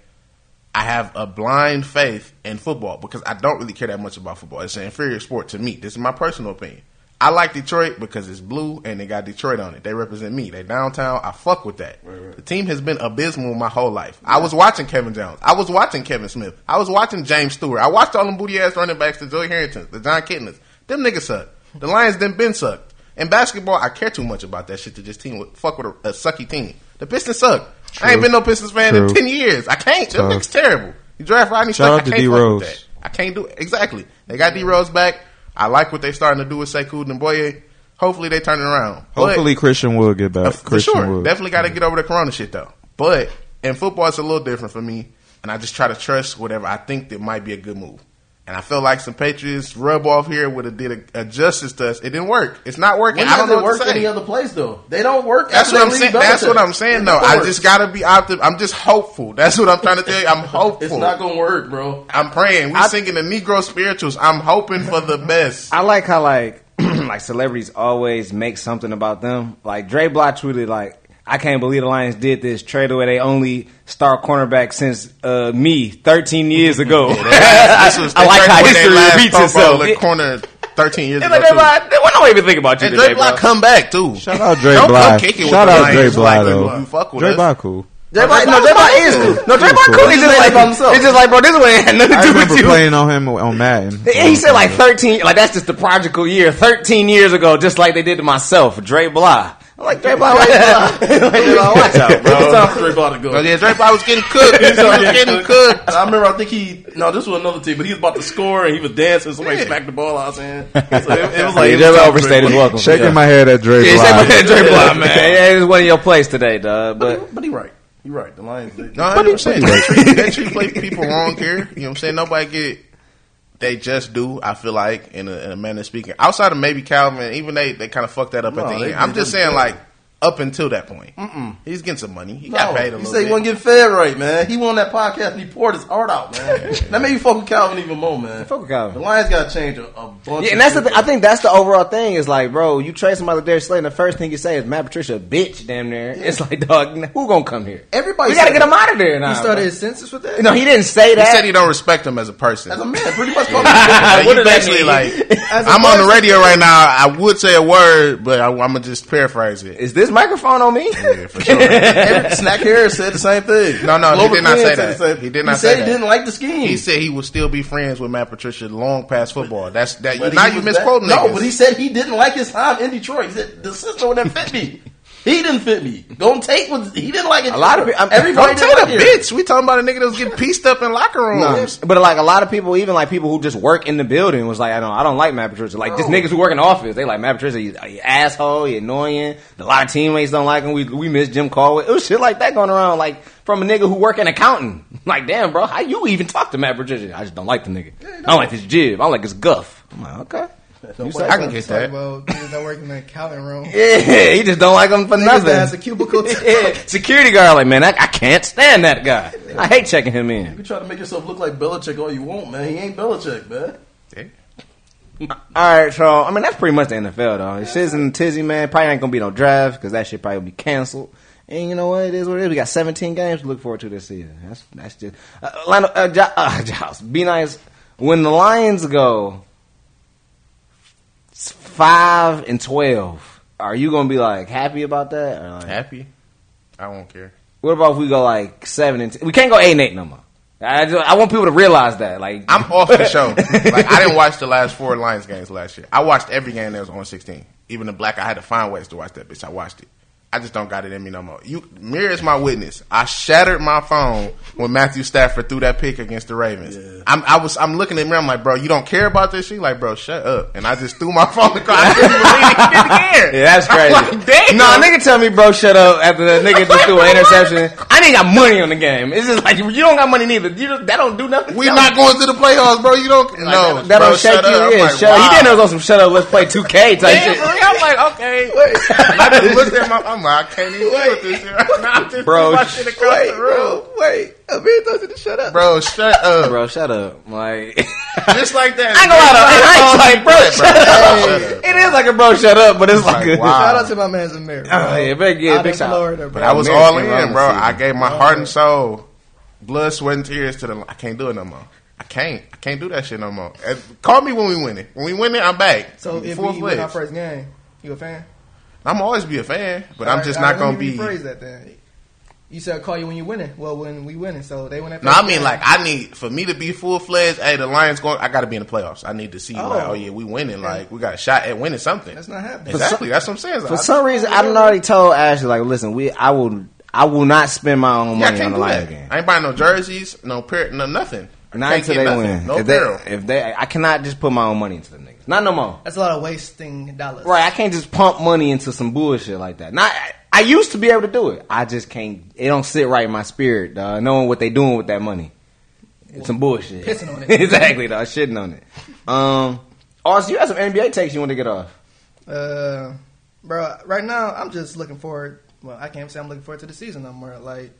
S4: I have a blind faith in football because I don't really care that much about football. It's an inferior sport to me. This is my personal opinion. I like Detroit because it's blue and they got Detroit on it. They represent me. They downtown. I fuck with that. The team has been abysmal my whole life. I was watching Kevin Jones. I was watching Kevin Smith. I was watching James Stewart. I watched all them booty ass running backs, the Joey Harrington, the John Kittners. Them niggas suck. The Lions them been sucked. In basketball, I care too much about that shit to just team with fuck with a, a sucky team. The Pistons suck. I ain't been no Pistons fan in
S5: True.
S4: ten years. I can't. Them
S5: Tough.
S4: niggas terrible. You draft Rodney
S5: Shout
S4: Stark,
S5: out
S4: I
S5: to
S4: can't
S5: D.
S4: fuck with
S5: Rose.
S4: that. I can't do it. Exactly. They got D Rose back. I like what they starting to do with Sekou and Boye. Hopefully they turn it around. But-
S5: Hopefully Christian will get back.
S4: uh, for
S5: Christian
S4: sure.
S5: Wood.
S4: Definitely got to get over the corona shit though. But in football, it's a little different for me, and I just try to trust whatever I think that might be a good move. And I feel like some Patriots rub off here would have did a, a justice to us. It didn't work. It's not working.
S3: When
S4: I don't
S3: does
S4: know
S3: it
S4: what
S3: work
S4: to say.
S3: any other place though? They don't work.
S4: That's
S3: after
S4: what I'm
S3: they
S4: saying.
S3: leave
S4: That's
S3: Belichick.
S4: what I'm saying.
S3: It
S4: Though
S3: don't
S4: I
S3: work.
S4: just gotta be optimistic. I'm just hopeful. That's what I'm trying to tell you. I'm hopeful.
S3: It's not gonna work, bro.
S4: I'm praying. We singing the Negro spirituals. I'm hoping for the best.
S2: I like how like like celebrities always make something about them. Like Dre Block tweeted like, "I can't believe the Lions did this. Trade away they only star cornerback since uh, me 13 years ago."
S4: This was-
S2: I
S4: they
S2: like
S4: turned
S2: how
S4: away their
S2: history
S4: last
S2: repeats
S4: Pro Bowl
S2: itself.
S4: at
S2: It-
S4: Corner 13 years
S2: It's
S4: ago.
S2: like they
S4: too.
S2: like, they don't even think about you
S4: And
S2: today,
S4: Dre
S2: bro.
S4: Block come back too.
S5: Shout out Dre
S4: Don't come
S5: Block.
S4: kick it
S5: Shout
S4: with
S5: out
S4: the
S5: Dre
S4: Lions.
S5: Block.
S4: Like,
S5: though.
S4: you fuck with
S5: Dre
S4: us.
S5: Block cool.
S2: Dre Block, no,
S3: Block-
S2: Dre Block is no Dre Block cool. It's
S3: He made
S2: just
S3: it
S2: like
S3: by himself.
S2: it's just like bro, this one ain't had nothing
S5: I
S2: to do
S5: remember
S2: with you.
S5: playing on him on Madden.
S2: And He said like 13, like that's just the prodigal year. 13 years ago, just like they did to myself, Dre Blah. I'm like, Dre Blah, like, watch out, bro.
S3: It's time for Dre Block to
S4: Oh,
S3: go.
S4: yeah, Drake Bell was getting cooked. He was getting cooked.
S3: I remember, I think he, no, this was another team, but he was about to score and he was dancing. Somebody
S4: Yeah.
S3: smacked the ball out of his hand. So it, it was
S2: Like,
S3: like, it
S2: Dre Blah
S3: was time for
S2: overstayed
S3: Dre
S2: his
S3: Block.
S2: welcome.
S5: Shaking
S2: yeah.
S5: my head at Dre
S2: Yeah,
S5: Block.
S2: shake my Dre Blah, man. Yeah, it was one of your plays today, dog. But
S3: But he right. He right. The Lions, they,
S4: No, I know what I'm saying. They treat, they treat play people wrong here. You know what I'm saying? Nobody get it. They just do, I feel like, in a, in a manner of speaking. Outside of maybe Calvin, even they, they kind of fucked that up
S3: No,
S4: at the
S3: they
S4: end. I'm
S3: just
S4: just
S3: didn't
S4: saying,
S3: do
S4: like, up until that point. He's getting some money. He got paid a
S3: No, you
S4: little
S3: say he
S4: bit.
S3: wasn't getting fed right, man. He went on that podcast and he poured his heart out, man. that made you fuck with Calvin even more, man.
S2: Fuck with Calvin.
S3: The Lions got to change a, a bunch.
S2: yeah,
S3: of
S2: and that's the
S3: shit.
S2: thing. I think that's the overall thing. Is like, bro, you trade somebody to Darius Slay, and the first thing you say is Matt Patricia, a bitch, damn near. It's like, dog, who gonna come here?
S3: Everybody
S2: we gotta
S3: said
S2: get him
S3: that.
S2: out of there now.
S6: He started
S2: bro.
S6: his senses with that.
S2: no, he didn't say
S4: He
S2: that.
S4: said he don't respect him as a person.
S3: As a man, pretty much. called
S4: So
S3: him-
S2: What does that
S4: you
S2: mean?
S4: basically like,
S3: As a
S4: I'm on the
S3: person-
S4: radio right now. I would say a word, but I, I'm gonna just paraphrase it.
S2: is this microphone on me?
S4: Yeah, for sure.
S3: Every- Snack Harris said the same thing.
S4: No, no, he
S3: Glover
S4: did not
S3: Quinn
S4: say
S3: said
S4: that.
S3: the same-
S4: He did not
S3: he said
S4: say
S3: he
S4: that.
S3: didn't like the scheme.
S4: He said he would still be friends with Matt Patricia long past football. That's that.
S3: But
S4: now
S3: he
S4: you
S3: was that-
S4: misquoting
S3: No,
S4: niggas.
S3: but he said he didn't like his time in Detroit. He said the system wouldn't fit me. He didn't fit me. Don't take what he didn't like it.
S2: A lot of pe- I'm-
S3: everybody
S4: Don't
S3: didn't
S4: tell
S3: like
S4: the
S3: it.
S4: bitch. We talking about a nigga that was getting pieced up in locker
S6: Oh,
S2: No,
S4: rooms.
S2: but like a lot of people, even like people who just work in the building, was like, I don't, I don't like Matt Patricia. Like just niggas who work in the office, they like Matt Patricia. He's an asshole. He annoying. A lot of teammates don't like him. We we miss Jim Caldwell. It was shit like that going around. Like from a nigga who work in accounting. Like damn, bro, how you even talk to Matt Patricia? I just don't like the nigga. I don't like his jib. I don't like his guff. I'm like, okay. You say
S4: I
S2: so.
S4: can get
S6: Talk
S4: that.
S6: about niggas that work in the accounting room.
S2: Yeah, he just don't like him for
S6: Niggas
S2: nothing.
S6: that has a cubicle.
S2: Yeah, Security guard, like man, I, I can't stand that guy. I hate checking him in.
S3: You can try to make yourself look like Belichick all you want, man. He ain't Belichick, man.
S2: All right, so I mean that's pretty much the NFL though. It's Shiz and Tizzy, man. Probably ain't gonna be no draft because that shit probably will be canceled. And you know what? It is what it is. We got 17 games to look forward to this season. That's that's just uh, Lionel, uh, jo- uh, Giles, Be nice when the Lions go s- five and 12. Are you gonna be like happy about that? Or, like,
S4: Happy. I don't care.
S2: what about if we go like seven and? T- we can't go eight and eight no more. I, just, I want people to realize that. Like
S4: I'm off the show. like I didn't watch the last four Lions games last year. I watched every game that was on 16. Even the black, I had to find ways to watch that bitch. I watched it. I just don't got it in me no more. You mirror is my witness. I shattered my phone when Matthew Stafford threw that pick against the Ravens. I'm, I was I'm looking at mirror. I'm like, bro, you don't care about this shit. Like, bro, shut up. And I just threw my phone across. I couldn't believe he didn't care.
S2: Yeah, that's crazy.
S4: I'm like, damn.
S2: No, a nigga tell me, bro, shut up after the nigga just threw an interception. I ain't got money on the game. It's just like, you don't got money neither. You don't, that don't do nothing.
S4: We
S2: That
S4: not going to the playoffs, bro. You don't.
S2: don't-
S4: no,
S2: that, that
S4: bro,
S2: don't shake
S4: shut
S2: you.
S4: up. I'm
S2: yeah,
S4: like,
S2: shut up.
S4: wow.
S2: He didn't know it was on some shut up, let's play 2K type
S4: Damn, bro.
S2: shit.
S4: I'm like, okay. Wait. I just looked at my. I'm like, I can't even deal with this shit. Right now. I'm just
S2: Bro,
S4: bro, shit across the room.
S3: Wait, a man told you to shut up.
S4: Bro, shut up.
S2: Bro, shut up. Like,
S4: Just like that.
S2: I ain't gonna lie to you. I ain't like, bro, shut
S4: bro.
S2: up. It is like a bro, shut up, but it's like,
S4: Like,
S2: a,
S4: wow.
S6: Shout out to my man's Amir. bro.
S2: Oh, yeah, big- yeah,
S6: Out
S2: big
S6: in
S2: shout out.
S6: Florida,
S4: But
S6: bro.
S4: I was
S2: American
S4: all in,
S2: Rollins
S4: bro.
S2: season.
S4: I gave my heart and soul, blood, sweat, and tears to the. I can't do it no more. I I can't. I can't do that shit no more. Uh, Call me when we win it. When we win it, I'm back.
S6: So
S4: I'm
S6: if
S4: full
S6: we win our
S4: fledged.
S6: first game, you a fan?
S4: I'm always be a fan, but
S6: All
S4: I'm
S6: right,
S4: just
S6: all right,
S4: not gonna
S6: let me
S4: be.
S6: rephrase that then. You said call you when you winning. Well, when we winning, so they win that.
S4: No,
S6: first
S4: I mean
S6: game.
S4: like I need for me to be full fledged. Hey, the Lions going. I got to be in the playoffs. I need to see like,
S6: Oh.
S4: oh yeah, we winning. Like we got a shot at winning something.
S6: that's not happening.
S4: exactly. that's what I'm saying.
S2: For
S4: I-
S2: some reason, I done already told Ashley like, listen, we I will I will not spend my own
S4: yeah, I
S2: money on
S4: can't
S2: the
S4: do
S2: Lions
S4: that.
S2: game.
S4: I ain't buying no jerseys, no pair, no nothing. I
S2: Not
S4: can't
S2: until
S4: get
S2: they
S4: nothing.
S2: win.
S4: No
S2: if they,
S4: apparel.
S2: if they, I cannot just put my own money into the niggas. Not no more.
S6: That's a lot of wasting dollars.
S2: Right, I can't just pump money into some bullshit like that. Not, I, I used to be able to do it. I just can't. It don't sit right in my spirit, dog, knowing what they doing with that money. It's some bullshit.
S6: Pissing on it.
S2: exactly, dog. Shitting on it. Um, Austin, you had some NBA takes you want to get off.
S6: Uh, bro, right now I'm just looking forward. Well, I can't say I'm looking forward to the season no more. Like,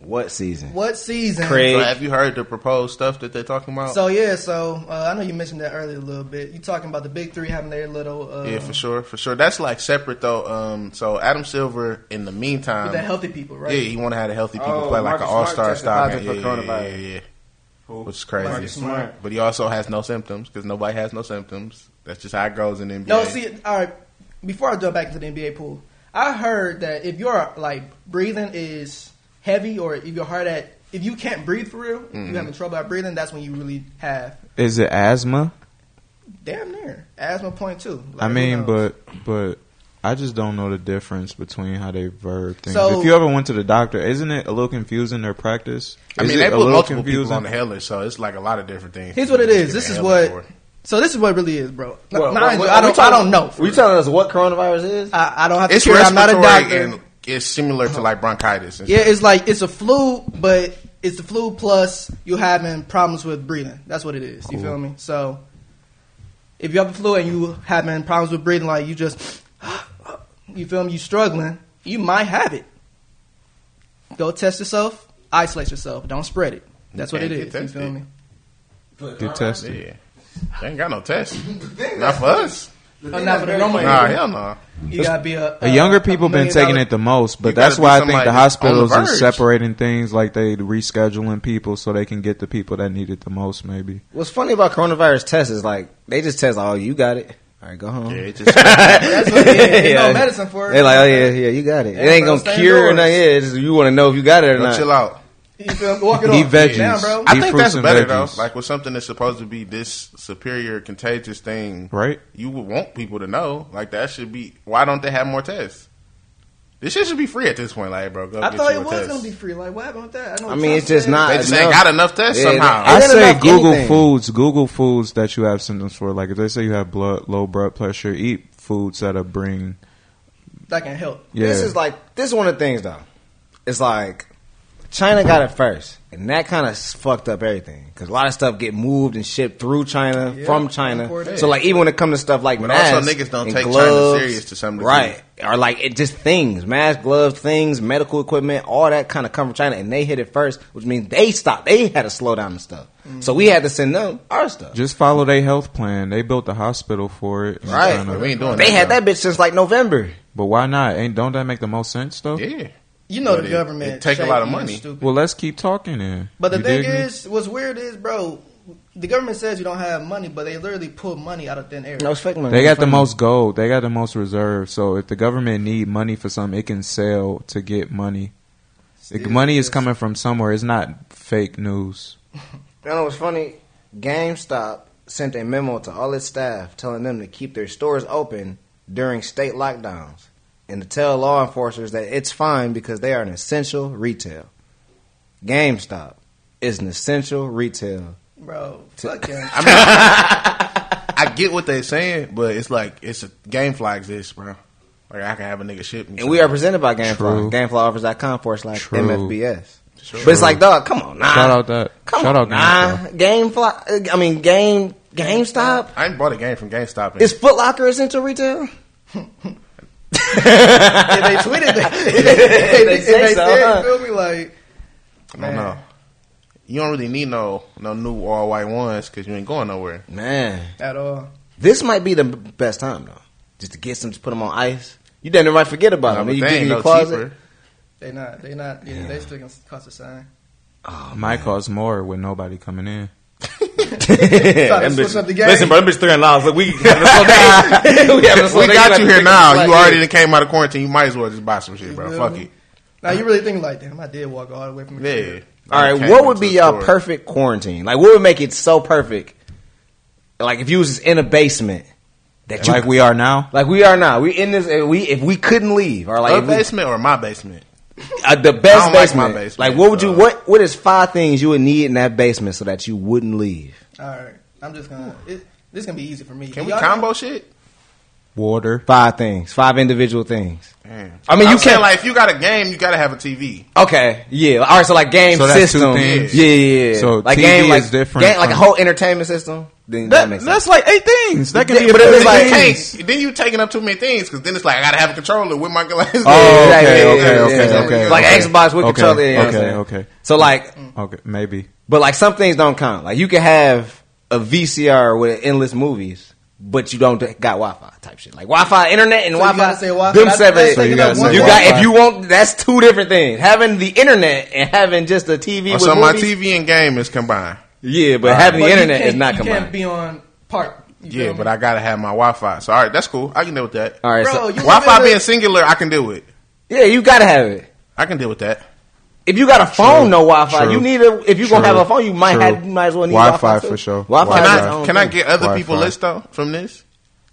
S2: What season?
S6: what season?
S2: Craig.
S4: So have you heard the proposed stuff that they're talking about?
S6: So yeah, so uh, I know you mentioned that earlier a little bit. You talking about the big three having their little uh,
S4: yeah, for sure, for sure. That's like separate though. Um, so Adam Silver, in the meantime,
S6: with the healthy people, right?
S4: yeah, he want to have the healthy people
S2: Oh,
S4: play like an
S2: Marcus
S4: all
S2: Smart
S4: star
S2: tested
S4: style. Yeah,
S2: positive
S4: yeah,
S2: for
S4: yeah, yeah,
S2: coronavirus.
S4: yeah. Which is crazy.
S6: Marcus Smart.
S4: But he also has no symptoms because nobody has no symptoms. That's just how it goes in the NBA.
S6: No, see, all right. Before I jump back into the NBA pool, I heard that if your like breathing is heavy or if your heart at if you can't breathe for real, you having trouble at breathing. That's when you really have
S5: Is it asthma?
S6: damn near asthma point two. Like,
S5: I
S6: who
S5: mean,
S6: knows?
S5: but but I just don't know the difference between how they verb things.
S6: So-
S5: if you ever went to the doctor, isn't it a little confusing their practice?
S4: I
S5: Is
S4: mean,
S5: it
S4: they
S5: a
S4: put
S5: little
S4: multiple people on the heller, so it's like a lot of different things.
S6: Here's what it
S4: Just
S6: is.
S4: get
S6: This
S4: a
S6: is
S4: Heller
S6: what.
S4: for it.
S6: So this is what it really is, bro.
S2: Well,
S6: Mind
S2: well,
S6: you,
S2: well,
S6: I
S2: we
S6: don't.
S2: talking-
S6: I don't know.
S2: Were you telling us what coronavirus is?
S6: I, I don't have to.
S4: It's
S6: care. I'm not a
S4: respiratory
S6: doctor.
S4: and it's similar to like bronchitis. And
S6: yeah, it's like it's a flu, but it's the flu plus you having problems with breathing. That's what it is. You feel me? So if you have a flu and you having problems with breathing, like you just, you feel me? You struggling. You might have it. Go test yourself. Isolate yourself. Don't spread it. That's what it
S4: can't
S6: is.
S4: get
S6: You feel
S4: tested.
S6: me?
S5: Get tested.
S4: Yeah. They ain't got no test. Not for us.
S6: Oh, not for the normal.
S4: Nah, hell no.
S6: You gotta be a,
S5: The younger people been
S6: million
S5: taking
S6: dollar-
S5: it the most,
S4: You
S5: but that's
S4: gotta be
S5: why I think
S4: somebody
S5: the
S4: that's on the
S5: hospitals are
S4: verge.
S5: separating things, like they rescheduling people so they can get the people that need it the most. Maybe
S2: What's funny about coronavirus tests is like they just test, oh, you got it. All right, go home.
S4: Yeah, it just
S6: That's what it is. There's no medicine for it.
S2: They like, oh yeah, yeah, you got it. It
S6: Yeah,
S2: ain't
S6: bro,
S2: gonna
S6: stay
S2: cure or
S6: indoors.
S2: nothing. Yeah, it's just, you want to know if you got it or
S4: Yo,
S2: not.
S4: chill out.
S6: You feel me? Walk it
S5: Eat
S6: off.
S5: veggies.
S6: Down, bro.
S5: Eat
S4: I think
S5: fruits
S4: that's
S5: and
S4: better
S5: veggies.
S4: though. Like with something that's supposed to be this superior contagious thing,
S5: Right.
S4: You would want people to know. Like that should be. Why don't they have more tests? This shit should be free at this point. Like, bro, go
S6: I
S4: get
S6: thought
S4: you
S6: it
S4: a
S6: was
S4: test.
S6: gonna be free. Like, what happened with that? know
S2: I mean,
S6: Trump
S2: it's just
S6: said-
S2: not.
S4: They just ain't got enough tests
S2: Yeah,
S4: somehow.
S2: they-
S5: I
S2: Ain't
S5: say
S2: enough
S5: Google
S2: anything.
S5: foods. Google foods that you have symptoms for. Like if they say you have blood, low blood pressure, eat foods that'll bring.
S6: that can help.
S5: Yeah,
S2: This is like this is one of the things though. It's like China got it first, and that kind of fucked up everything because a lot of stuff get moved and shipped through China
S6: Yeah,
S2: from China.
S6: imported.
S2: So like even when it comes to stuff like
S4: But
S2: masks,
S4: also niggas don't
S2: and
S4: take China
S2: gloves,
S4: serious to some degree.
S2: right? Or like it just things, masks, gloves, things, medical equipment, all that kind of come from China, and they hit it first, which means they stopped. They had to slow down the stuff, so we had to send them our stuff.
S5: Just follow their health plan. They built a hospital for it. in
S2: Right.
S5: China.
S4: But we ain't doing.
S2: they had
S4: though.
S2: that bitch since like November.
S5: But why not? Ain't don't that make the most sense though?
S4: Yeah.
S6: You know
S4: But
S6: the
S4: it-
S6: government
S4: it take a lot of
S6: shady and
S4: money.
S6: Stupid.
S5: Well, let's keep talking then.
S6: but the
S5: You
S6: thing
S5: dig me?
S6: is, what's weird is, bro, the government says you don't have money, but they literally pull money out of thin air.
S2: No, it's fake money.
S5: they got the
S2: Fake
S5: most gold. They got the most reserve. So if the government need money for something, it can sell to get money. The
S6: Still,
S5: money is
S6: yes.
S5: coming from somewhere. It's not fake news.
S2: You know what's funny? GameStop sent a memo to all its staff telling them to keep their stores open during state lockdowns and to tell law enforcers that it's fine because they are an essential retail. GameStop is an essential retail.
S6: bro. Fuck yeah.
S4: I mean, I get what they're saying, but it's like it's a GameFly exists, bro. Like I can have a nigga ship me.
S2: And we are presented by GameFly.
S5: True.
S2: GameFlyOffers.com forward slash
S5: True.
S2: MFBS.
S4: True.
S2: But it's like, dog, come on, nah.
S5: Shout out that.
S2: Come
S5: Shout
S2: on,
S5: out GameStop.
S2: nah. GameFly, I mean, Game, GameStop?
S4: I ain't bought a game from GameStop. in-
S2: Is Foot Locker essential retail?
S6: if they tweeted that, if
S2: They
S6: they, if
S2: say
S6: they
S2: so,
S6: said,
S2: huh?
S6: you feel me? Like,
S4: I don't know. You don't really need no no new all white ones because you ain't going nowhere.
S2: Man.
S6: at all.
S2: This might be the b- best time though, just to get some, just put them on ice. You didn't right forget about
S4: No,
S2: them.
S4: but
S2: you
S4: they
S2: get
S4: ain't
S2: in your
S4: no
S2: closet.
S4: cheaper.
S6: They not. They not. Yeah, They still gonna cost a sign.
S5: Might cost more with nobody coming in.
S2: That
S6: switch up the game.
S2: Listen, bro, that bitch three hundred dollars. Look, we having a slow day. we having a slow
S4: we
S2: day.
S4: got
S2: gotta
S4: you
S2: take
S4: here
S2: a
S4: now.
S2: flight.
S4: You already done came out of quarantine. You might as well just buy some shit, bro.
S6: Yeah.
S4: Fuck it.
S6: Now you really think like, damn, I did walk all the way from the
S4: Yeah.
S6: crib.
S2: All right,
S4: Came
S2: what would
S4: into
S2: be
S4: the
S2: your
S4: store.
S2: perfect quarantine? Like, what would make it so perfect? Like, if you was in a basement that you
S5: Like we are now.
S2: like we are now, we in this. and We if we couldn't leave, or like
S4: Her
S2: if we-
S4: basement or my basement?
S2: uh, the
S4: I
S2: best
S4: don't like
S2: basement.
S4: my
S2: Like,
S4: basement,
S2: what would you?
S4: uh,
S2: What what is five things you would need in that basement so that you wouldn't leave?
S6: All right, I'm just gonna. It, this gonna be easy for me.
S4: Can we
S6: Y'all
S4: combo shit?
S5: Water.
S2: Five things, five individual things.
S4: Damn.
S2: I mean, you
S4: I'm saying,
S2: can't-
S4: like if you got a game, you gotta have a TV.
S2: Okay, yeah. All right, so like game
S5: So that's two
S2: system.
S5: things.
S2: Yeah, yeah, yeah.
S5: So
S2: like
S5: TV
S2: game like
S5: is different
S2: game- like a
S5: from-
S2: whole entertainment system. Then that, makes sense.
S5: like eight things. That
S2: Yeah, but it was
S5: billion
S2: like-
S4: you
S5: things.
S4: can't, then you taking up too many things because then it's like I gotta have a controller with my glasses.
S2: Yeah,
S5: Oh, okay,
S2: yeah,
S5: okay,
S2: yeah, yeah,
S5: okay,
S2: yeah.
S5: okay,
S2: Like
S5: okay.
S2: Xbox with
S5: Okay,
S2: controller. you know what I'm
S5: okay,
S2: saying?
S5: okay.
S2: So like,
S5: Okay, maybe.
S2: but like some things don't count. Like you can have a VCR with endless movies, but you don't got Wi-Fi type shit. Like Wi-Fi, internet, and
S6: So you
S2: Wi-Fi.
S6: gotta say Wi-Fi.
S2: Them
S6: That's-
S2: seven.
S6: that's So you
S5: gotta say
S2: you
S5: Wi-Fi.
S2: got if you want. That's two different things. Having the internet and having just a TV
S4: Or
S2: with
S4: so my
S2: movies.
S4: TV and game is combined.
S2: Yeah, but having
S6: But
S2: the
S6: you
S2: internet
S6: can't-
S2: is not
S6: you
S2: combined.
S6: Can't be on part. You
S4: Yeah,
S6: feel me?
S4: but I gotta have my Wi-Fi. So all right, that's cool. I can deal with that.
S2: All right,
S6: Bro,
S2: so
S6: you
S4: Wi-Fi
S6: live in
S4: being
S6: a-
S4: singular, I can deal with.
S2: yeah, you gotta have it.
S4: I can deal with that.
S2: If you got a phone, no Wi-Fi.
S5: True.
S2: You need a. If you gonna
S5: True.
S2: have a phone, you might
S5: True.
S2: have. You might as well need Wi-Fi,
S5: Wi-Fi
S2: too.
S5: for sure.
S2: Wi-Fi.
S4: Can
S2: is
S5: Wi-Fi.
S2: its
S4: I
S2: own
S4: can I
S2: thing.
S4: get other
S5: Wi-Fi.
S4: people list though from this?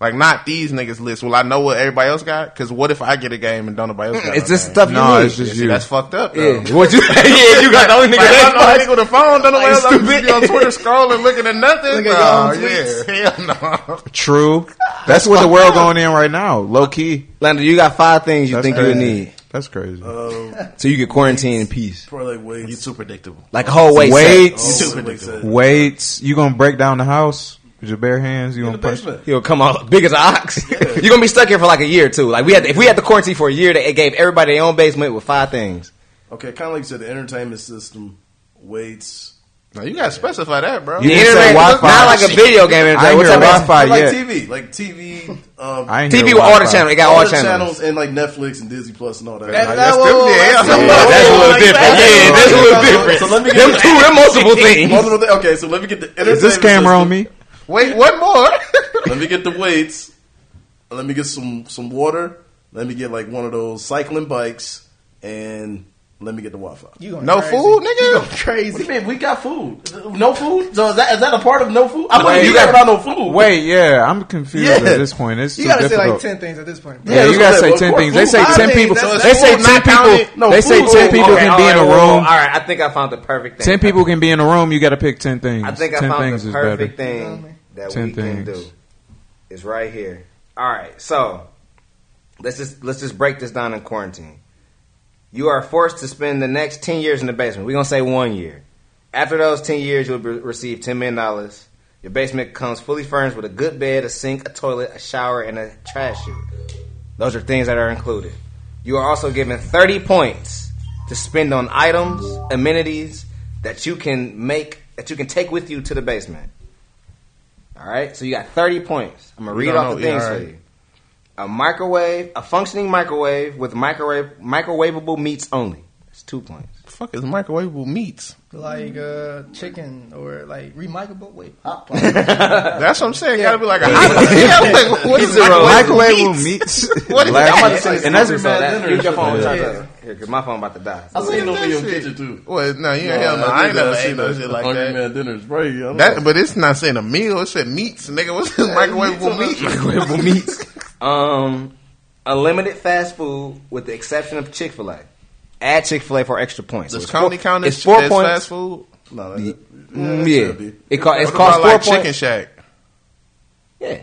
S4: Like not these niggas list. Will I know what everybody else got? Because what if I get a game and don't nobody else? got
S2: It's
S4: no
S2: just
S4: game?
S2: stuff you
S5: No,
S2: need.
S5: it's
S4: Yeah,
S5: just
S4: see,
S5: you.
S4: that's fucked up. Though.
S2: yeah, what you? yeah, you got the only nigga.
S4: Like,
S2: that
S4: I'm the only
S2: knows.
S4: nigga with a phone. Don't know
S2: Like,
S4: what else I just be on
S2: stupid.
S4: Twitter scrolling, looking at nothing.
S6: Look at
S4: Nah,
S6: y'all tweets.
S4: yeah, hell no.
S5: True. That's what the world going in right now. Low key.
S2: Lando, you got five things you
S5: That's
S2: think you would
S5: crazy.
S2: need,
S5: That's crazy.
S2: so you could quarantine in peace,
S3: Probably like wait.
S4: You too predictable.
S2: like a whole way.
S5: Weights.
S3: Too predictable.
S5: Weights. You gonna break down the house with your bare hands? You
S3: In the
S5: gonna punch?
S3: basement.
S2: He'll come out big as an ox. You're gonna be stuck here for like a year too. Like we had, if we had the quarantine for a year, they gave everybody their own basement with five things.
S3: Okay, kind of like you said, the entertainment system, weights.
S4: Now you gotta specify that, bro.
S5: You
S2: The
S5: didn't say
S2: internet, not
S5: Wi-Fi.
S2: like a video game.
S5: I
S2: internet.
S5: ain't
S2: What's
S5: hear
S2: up, man?
S5: Wi-Fi
S3: like
S5: yet.
S3: TV, like TV, um,
S5: I ain't
S2: TV
S5: hear
S2: with all the
S5: Wi-Fi.
S2: channels. They got
S3: all
S2: all
S3: the
S2: channels.
S3: channels, and like Netflix and Disney Plus and all that.
S6: That's
S3: Like,
S6: not
S4: That's
S6: what-
S4: them, yeah,
S6: that's
S4: hell
S6: not
S4: no.
S6: what-
S2: That's a little different. Yeah, that's a little
S3: So-
S2: different.
S3: so let me
S2: them
S3: get-
S2: two, them multiple things.
S3: multiple thi- okay, so let me get the entertainment.
S5: Is this camera on
S3: system.
S5: me?
S4: Wait, one more.
S3: Let me get the weights. Let me get some some water. Let me get like one of those cycling bikes, and let me get the Wi-Fi.
S6: You going
S4: no
S6: crazy.
S4: food,
S6: You
S4: nigga.
S6: going crazy.
S3: Man, we got food. No food? So is that is that a part of no food? I
S5: Wait,
S3: wouldn't do
S5: you
S3: that
S5: got-
S3: without no food.
S5: Wait, yeah, I'm confused
S3: Yeah.
S5: at this point. It's
S6: You
S5: too
S6: gotta say
S5: difficult.
S6: like ten things at this point.
S5: yeah,
S3: Yeah, that's
S5: you gotta
S3: what
S5: say
S3: I'm saying.
S5: ten
S3: Well,
S5: things. They say
S6: food, I
S5: ten
S6: think
S5: people.
S6: that's-
S5: They say
S4: food not
S5: ten people.
S4: counted.
S3: No,
S5: They say
S3: food-
S5: ten people can be in a
S2: All
S5: room.
S2: right, I think I found the perfect thing.
S5: Ten people can be in a room. You got to pick ten things.
S2: I think I
S5: ten
S2: found
S5: things
S2: the
S5: is better.
S2: perfect thing that
S5: Ten
S2: we can
S5: things.
S2: do. It's right here. All right, so let's just let's just break this down in quarantine. You are forced to spend the next ten years in the basement. We're gonna say one year. After those ten years, you'll be, receive ten million dollars. Your basement comes fully furnished with a good bed, a sink, a toilet, a shower, and a trash chute. Those are things that are included. You are also given 30 points to spend on items, amenities that you can make that you can take with you to the basement. All right? So you got 30 points. I'm going
S4: We
S2: to read
S4: don't
S2: off the
S4: know- E
S2: things
S4: yeah, all
S2: for
S4: right.
S2: you. A microwave, a functioning microwave with microwave microwavable meats only. That's 2 points.
S4: Fuck is microwavable meats?
S6: Like uh, chicken or like remicable. Wait, hot
S2: Uh,
S4: That's what I'm saying.
S6: Yeah.
S4: Gotta be like a hot. yeah, I'm like, what is
S2: Pizza roll.
S4: microwavable
S5: Microwave
S4: meats?
S5: meats.
S4: What is
S5: Like-
S4: that? I'm
S3: about to say
S2: And that's
S3: something about dinner
S2: Use
S3: or
S2: your phone.
S6: something.
S2: charge up. Here, cause my phone about to die.
S3: I seen over
S4: Look at
S3: your
S4: that
S3: kitchen too.
S4: Well, no, yeah, hell no. Uh, I ain't never ate no shit like
S3: Hungry
S4: that.
S3: Man dinners, right? I don't
S4: That,
S3: know.
S4: but it's not saying a meal. It said meats, nigga. What's this microwavable meat? Microwavable meats.
S2: Um, unlimited fast food with the exception of Chick Fil A. Add Chick Fil A for extra points. So
S4: Does
S2: it's four-
S4: Coney count as,
S2: It's four
S4: as
S2: points.
S4: fast food?
S2: Yeah,
S3: No, that- yeah, that should
S2: yeah.
S3: be.
S2: it cost it's
S4: What
S2: cost
S4: about,
S2: four
S4: like
S2: points.
S4: Chicken Shack.
S2: Yeah,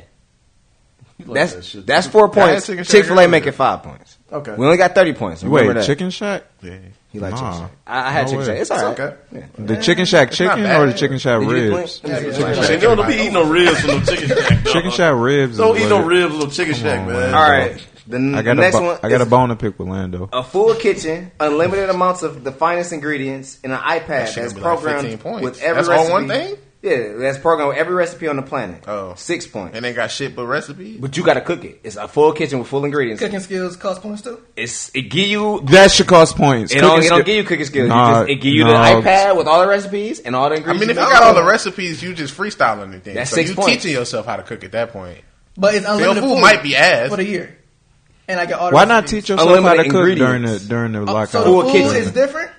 S3: You like that
S2: that's
S3: shit.
S2: that's four
S4: Yeah, I had
S2: points.
S4: Chicken Shack
S2: Chick Fil A
S4: earlier.
S2: make it five points.
S3: Okay.
S2: we only got thirty points. Remember
S5: Wait,
S2: that.
S5: Chicken Shack?
S4: Yeah.
S2: He liked
S5: Nah.
S2: Chicken Shack. I, I had
S5: No
S2: Chicken
S5: way.
S2: Shack. It's all right.
S3: It's okay.
S2: Yeah.
S5: The Chicken Shack chicken
S4: bad.
S5: or the Chicken Shack
S2: Did you get
S5: ribs?
S2: the point?
S6: yeah.
S3: Shit, you don't be eating no ribs from no chicken shack. dog.
S5: Chicken Shack ribs.
S3: Don't
S5: is
S3: eat
S5: what
S3: no
S5: it-
S3: ribs from chicken
S5: Come
S3: shack,
S5: on,
S3: man.
S5: man.
S2: All right. The n-
S5: I got
S2: next
S5: a bo-
S2: one.
S5: I got a
S2: is
S5: bone to pick with Lando.
S2: a full kitchen, unlimited amounts of the finest ingredients, and an iPad
S4: That shit
S2: that's
S4: gonna be like
S2: programmed
S4: 15 points.
S2: with every
S4: That's
S2: recipe
S4: all one thing?
S2: Yeah, that's programmed with every recipe on the planet.
S4: Oh.
S2: Six points.
S4: And they got shit but recipes.
S2: But you gotta cook it. It's a full kitchen with full ingredients.
S6: Cooking skills cost points too.
S2: It's it give you
S5: That should cost points.
S2: it don't,
S5: Cooking
S2: it don't
S5: skill-
S2: give you cooking skills.
S5: Nah,
S2: you just, it give you the
S5: nah.
S2: iPad with all the recipes and all the
S4: I mean,
S2: ingredients.
S4: if you got all the recipes, you just freestyling it. Then.
S2: That's
S4: so
S2: six
S4: you
S2: points.
S4: teaching yourself how to cook at that point.
S6: But it's
S4: Your
S6: unlimited
S4: food might be ass.
S6: for the year, and I get all. the
S5: Why not
S6: recipes.
S5: teach yourself how to
S2: Unlimited
S5: cook during the
S2: ingredients.
S5: during the uh,
S6: Oh,
S5: lockout?
S6: so the food
S2: kitchen.
S6: is different.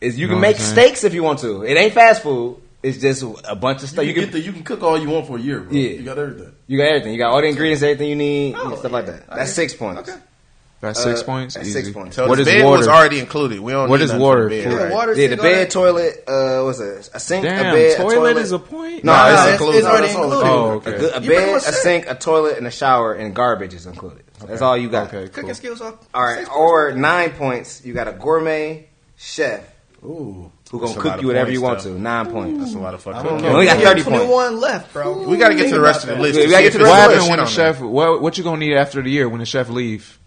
S2: Is you
S5: Know
S2: can
S5: what
S2: make
S5: I'm saying?
S2: steaks if you want to. It ain't fast food. It's just a bunch of
S3: You
S2: stuff.
S3: can,
S2: You can,
S3: get the, you can cook all you want for a year, bro.
S2: Yeah.
S3: You got everything.
S2: you got everything. You got all the ingredients, everything you need,
S6: Oh,
S2: and stuff like that.
S6: yeah.
S2: That's six points.
S6: Okay.
S5: That's six
S2: Uh,
S5: points.
S2: that's
S5: Easy.
S2: six points.
S4: So
S5: What
S4: the
S5: is
S4: bed was
S5: water?
S4: already included. We don't.
S5: What
S4: need
S5: is
S4: nothing
S5: water?
S4: For the bed,
S5: Food.
S6: Yeah,
S4: right?
S6: water.
S2: Yeah, the
S6: seat, all
S2: bed,
S6: that.
S2: toilet, uh, what's it? A sink,
S5: Damn,
S2: a bed,
S5: toilet,
S2: a toilet
S5: is a point.
S2: No,
S4: Nah,
S2: Oh, it's
S4: it's
S2: a-
S6: That's-
S4: included.
S6: It's already
S3: That's all
S6: included.
S5: Oh,
S2: a,
S5: okay.
S2: good- a
S6: You pretty
S2: bed,
S6: much
S2: a
S6: said it.
S2: sink, a toilet, and a shower, and garbage is included. That's all you got.
S5: Okay,
S6: Cooking
S5: cool.
S6: skills up.
S2: All right, or nine points. You got a gourmet chef
S3: Ooh.
S2: who gonna
S4: That's a lot
S2: cook
S4: of
S2: you whatever
S4: points,
S2: you want
S4: though.
S2: to. Nine points.
S4: That's a lot of fucking.
S3: I don't
S2: You
S3: know.
S2: only got thirty points.
S6: Twenty-one left, bro.
S4: We got to get to the
S6: Think
S4: rest of
S6: about
S4: the
S6: that.
S4: list.
S2: We gotta
S4: see
S2: get
S4: if
S2: to the
S4: there's
S2: rest
S4: more
S5: What
S2: of
S5: happened
S4: shit
S5: when the
S4: on there.
S5: chef? What what you gonna need after the year when the chef leave?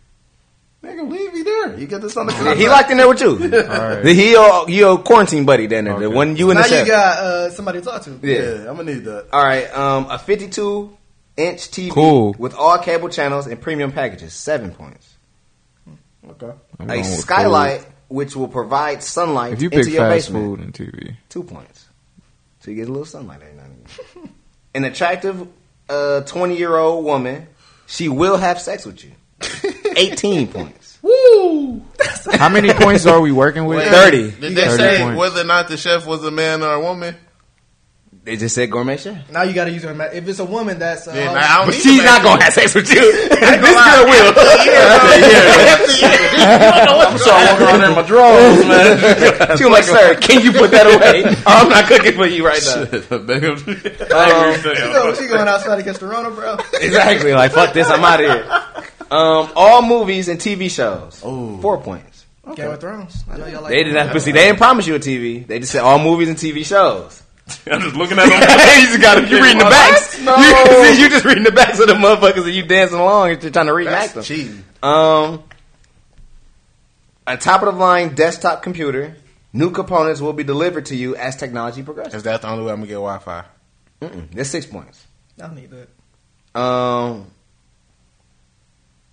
S3: Nigga, leave me there. You get this on the
S2: Yeah,
S3: contract.
S2: he locked in there with you.
S5: right.
S2: The- He your, he your quarantine buddy down there. The
S5: Okay.
S2: one you and
S6: Now
S2: the chef.
S6: you got uh, somebody to talk to.
S2: yeah.
S3: Yeah, I'm gonna need that.
S2: All right. Um, a 52 inch TV
S5: Cool.
S2: with all cable channels and premium packages. Seven points.
S3: Okay.
S5: I'm going
S2: A
S5: with food.
S2: skylight which will provide sunlight
S5: If you
S2: into
S5: pick
S2: your
S5: fast
S2: basement.
S5: food and TV,
S2: Two points. So you get a little sunlight every now and then. An attractive uh, 20 year old woman. She will have sex with you. 18 points.
S5: how many points are we working with?
S4: Wait,
S2: Thirty.
S4: Did they
S5: 30
S4: say
S5: points.
S4: whether or not the chef was a man or a woman?
S2: They just said gourmet chef.
S6: Now you got to use her. ma- If it's a woman, that's uh,
S3: Oh.
S4: Then I don't
S2: But
S4: need
S2: she's
S4: to
S2: not
S4: make-
S2: gonna have sex with you. this
S4: I ain't gonna lie.
S2: girl will.
S3: I'm sorry, I walk around there in my drawers, man.
S2: She was like, sir, can you put that away? I'm not cooking for you right now.
S3: Shit, baby.
S6: she, going, she going outside to catch the Rona, bro.
S2: Exactly. Like, fuck this, I'm out of here. Um, all movies and TV shows. Four points.
S6: Game of Thrones. I know y'all like.
S2: They did not, but see, they didn't promise you a TV. They just said all movies and TV shows.
S3: I'm just looking at him.
S2: you just got you reading the backs.
S3: No.
S2: You, see, you just reading the backs of the motherfuckers and you dancing along and you're trying to reenact them.
S4: That's cheating.
S2: Um, a top of the line desktop computer. New components will be delivered to you as technology progresses.
S4: Is that the only way I'm gonna get Wi-Fi?
S2: Mm-mm, that's six points.
S6: I don't need that.
S2: Um,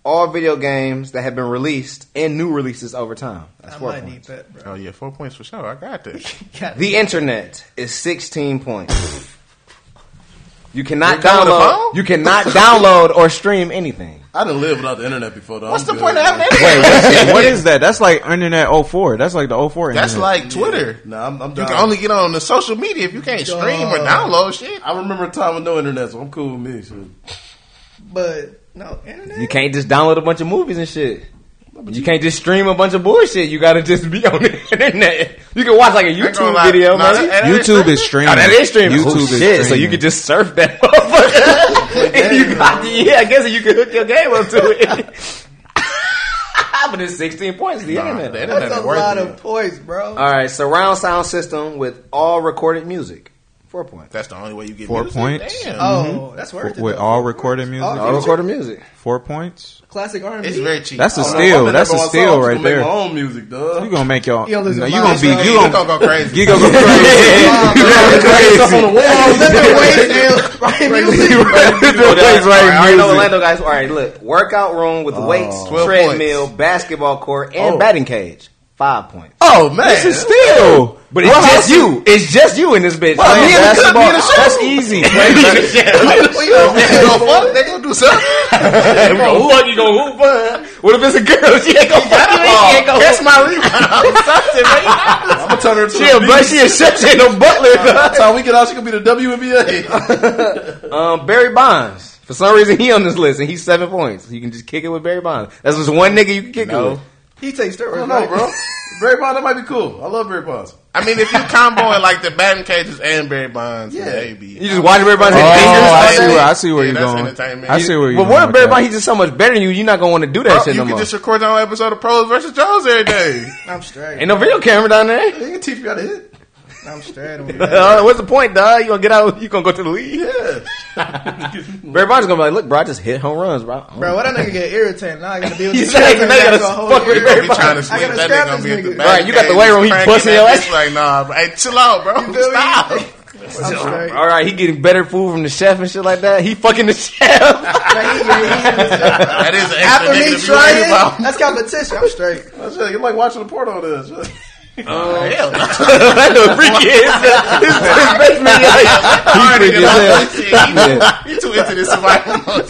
S2: all video games that have been released and new releases over time. That's
S6: I
S2: four
S6: might
S2: points.
S6: need that, bro.
S4: Oh yeah, four points for sure. I got this.
S6: God,
S2: The internet is sixteen points. you cannot
S4: You're
S2: download.
S4: coming to phone?
S2: You cannot download or stream anything.
S3: I didn't live without the internet before, though.
S4: What's
S3: I'm
S4: the
S3: good.
S4: point of having
S5: Wait,
S4: that?
S5: what, what is that? That's like internet 04. That's like the 04 internet.
S4: That's like Twitter.
S3: Nah, I'm, I'm
S4: You
S3: down.
S4: can only get on the social media if you can't stream or
S6: Duh.
S4: download shit.
S3: I remember a time with no internet, so I'm cool with me. So.
S6: but no internet.
S2: You can't just download a bunch of movies and shit. You can't just stream a bunch of bullshit. You gotta just be on the internet. You can watch like a
S4: ain't gonna
S2: YouTube
S4: lie.
S2: video,
S4: Nah,
S2: man.
S4: that- that ain't
S5: YouTube is
S2: Oh,
S5: streaming.
S2: that is streaming.
S5: YouTube
S2: oh,
S5: is
S2: shit. So
S5: streaming.
S2: you could just surf that motherfucker. If you got- yeah, I guess you could hook your game up to it. but it's 16 points to the
S4: Nah,
S2: internet.
S4: the internet
S6: That's a
S4: ain't worth
S6: lot
S4: it.
S6: of points, bro.
S2: All right, surround sound system with all recorded music. Four points.
S4: That's the only way you get
S5: Four
S4: music?
S5: points.
S4: Damn.
S6: oh, that's worth it.
S5: with
S6: though.
S5: all recorded music.
S6: All
S2: All recorded music.
S5: Four points.
S6: classic R and
S4: it's
S6: B.
S4: very cheap.
S5: That's a
S4: Oh, no.
S5: steal. That's a steal right
S3: I'm
S5: there.
S3: gonna make my own music,
S5: You
S3: dog.
S5: gonna make your?
S6: You
S5: You
S6: gonna lose your
S5: gonna
S6: mind,
S5: be?
S6: bro.
S5: You
S4: You
S5: gonna
S4: gonna go crazy?
S5: You gonna go crazy. You gonna go crazy.
S2: Hold on.
S5: Always
S2: All right,
S5: writing
S2: I already know
S5: music. Oh.
S2: Orlando guys. All right, look, workout room with weights,
S4: 12
S2: treadmill, basketball court, and
S3: Oh.
S2: batting cage. Five points.
S4: Oh man,
S5: This is still.
S2: But it's
S5: What
S2: just
S5: else-
S2: you. It's just you in this bitch.
S5: Well,
S2: Playing
S5: me and the cut, me
S2: basketball.
S5: and the
S2: That's
S5: shoe.
S2: easy.
S4: they gonna fuck. They gonna do something.
S2: You gonna hoop, you gonna hoop, huh? What if it's a girl? She ain't gonna fuck you. She ain't gonna That's my
S3: I'm gonna turn her
S2: She a
S3: to
S2: but she a chef. She ain't no butler.
S3: a That's how we get out. She gonna be the WNBA.
S2: Um, Barry Bonds. For some reason, he on this list, and he's seven points. You can just kick it with Barry Bonds. That's just one nigga you can kick it with.
S6: He takes steroids.
S3: I don't
S6: right?
S3: know, bro. Barry Bonds, that might be cool. I love Barry Bonds.
S4: I mean, if you comboing like the batting cages and Barry Bonds, yeah,
S3: Yeah.
S4: they be.
S2: You just watch Barry Bonds.
S5: Oh,
S2: hit fingers
S5: I
S2: like
S5: see
S2: that.
S5: where I see where
S4: Yeah,
S5: you're
S4: that's
S5: going.
S4: entertainment.
S5: I see where you're
S2: But
S5: going.
S2: what if
S5: with
S2: Barry
S5: that.
S2: Bonds? He's just so much better than you. You're not gonna want to do that
S4: Bro,
S2: shit
S4: Oh, you
S2: no
S4: can
S2: more.
S4: just record your own episode of Pros versus Jones every day.
S6: I'm straight.
S2: Ain't no video camera down there.
S3: They can teach you how to hit.
S6: I'm straight. on that.
S2: Uh, what's the point, dog? You gonna get out? You gonna go to the league?
S3: Yeah.
S2: Barry Bonds gonna be like, look, bro, I just hit home runs, bro.
S6: Bro, why that nigga get irritated? Now I gotta be with
S2: You
S6: this
S2: say
S6: guy
S2: you
S6: for the
S2: gotta
S6: next whole
S2: fuck
S6: year.
S2: with
S4: He gonna be
S2: Barry
S4: trying to
S2: Bonds.
S4: swing.
S6: gotta
S4: That
S6: strap
S4: nigga gonna
S6: this
S4: be at the
S6: nigga.
S4: batting
S2: Right, you got the
S4: cage,
S2: weight room, he
S4: cranking
S2: busting
S4: that
S2: your
S4: bitch
S2: ass.
S4: Like, nah, bro. Hey, chill out, bro.
S6: feel me?
S4: Stop.
S6: I'm straight.
S2: All right, he getting better food from the chef and shit like that. He fucking the chef.
S6: Like, he- he- he-
S4: That is an extra
S6: After me
S4: negative you worried about.
S6: trying, that's competition. I'm straight.
S3: That's it. You're like watching a porn on this.
S4: Hell no.
S2: I know, freaky ass. His, his, his basement. He freaky as hell. Yeah.
S4: You too into this survival mode.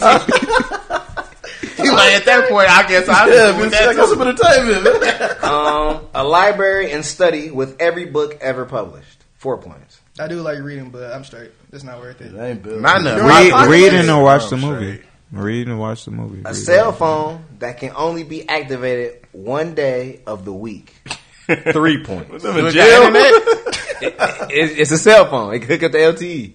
S4: like at that point, I guess I'm
S3: Yeah,
S4: yeah,
S3: man,
S4: with
S3: that
S4: that.
S3: got some entertainment, man.
S2: Um, a library and study with every book ever published. Four points.
S6: I do like reading, but I'm straight. It's not worth it.
S3: That ain't built.
S4: Not enough.
S5: Read,
S6: I-
S5: reading or watch the
S4: I'm
S5: movie. Read and watch the movie.
S2: A
S5: Read
S2: cell
S5: it.
S2: phone that can only be activated one day of the week. Three points.
S3: Them in
S4: Jail?
S3: jail.
S2: It's, it's a cell phone. It can hook up the LTE.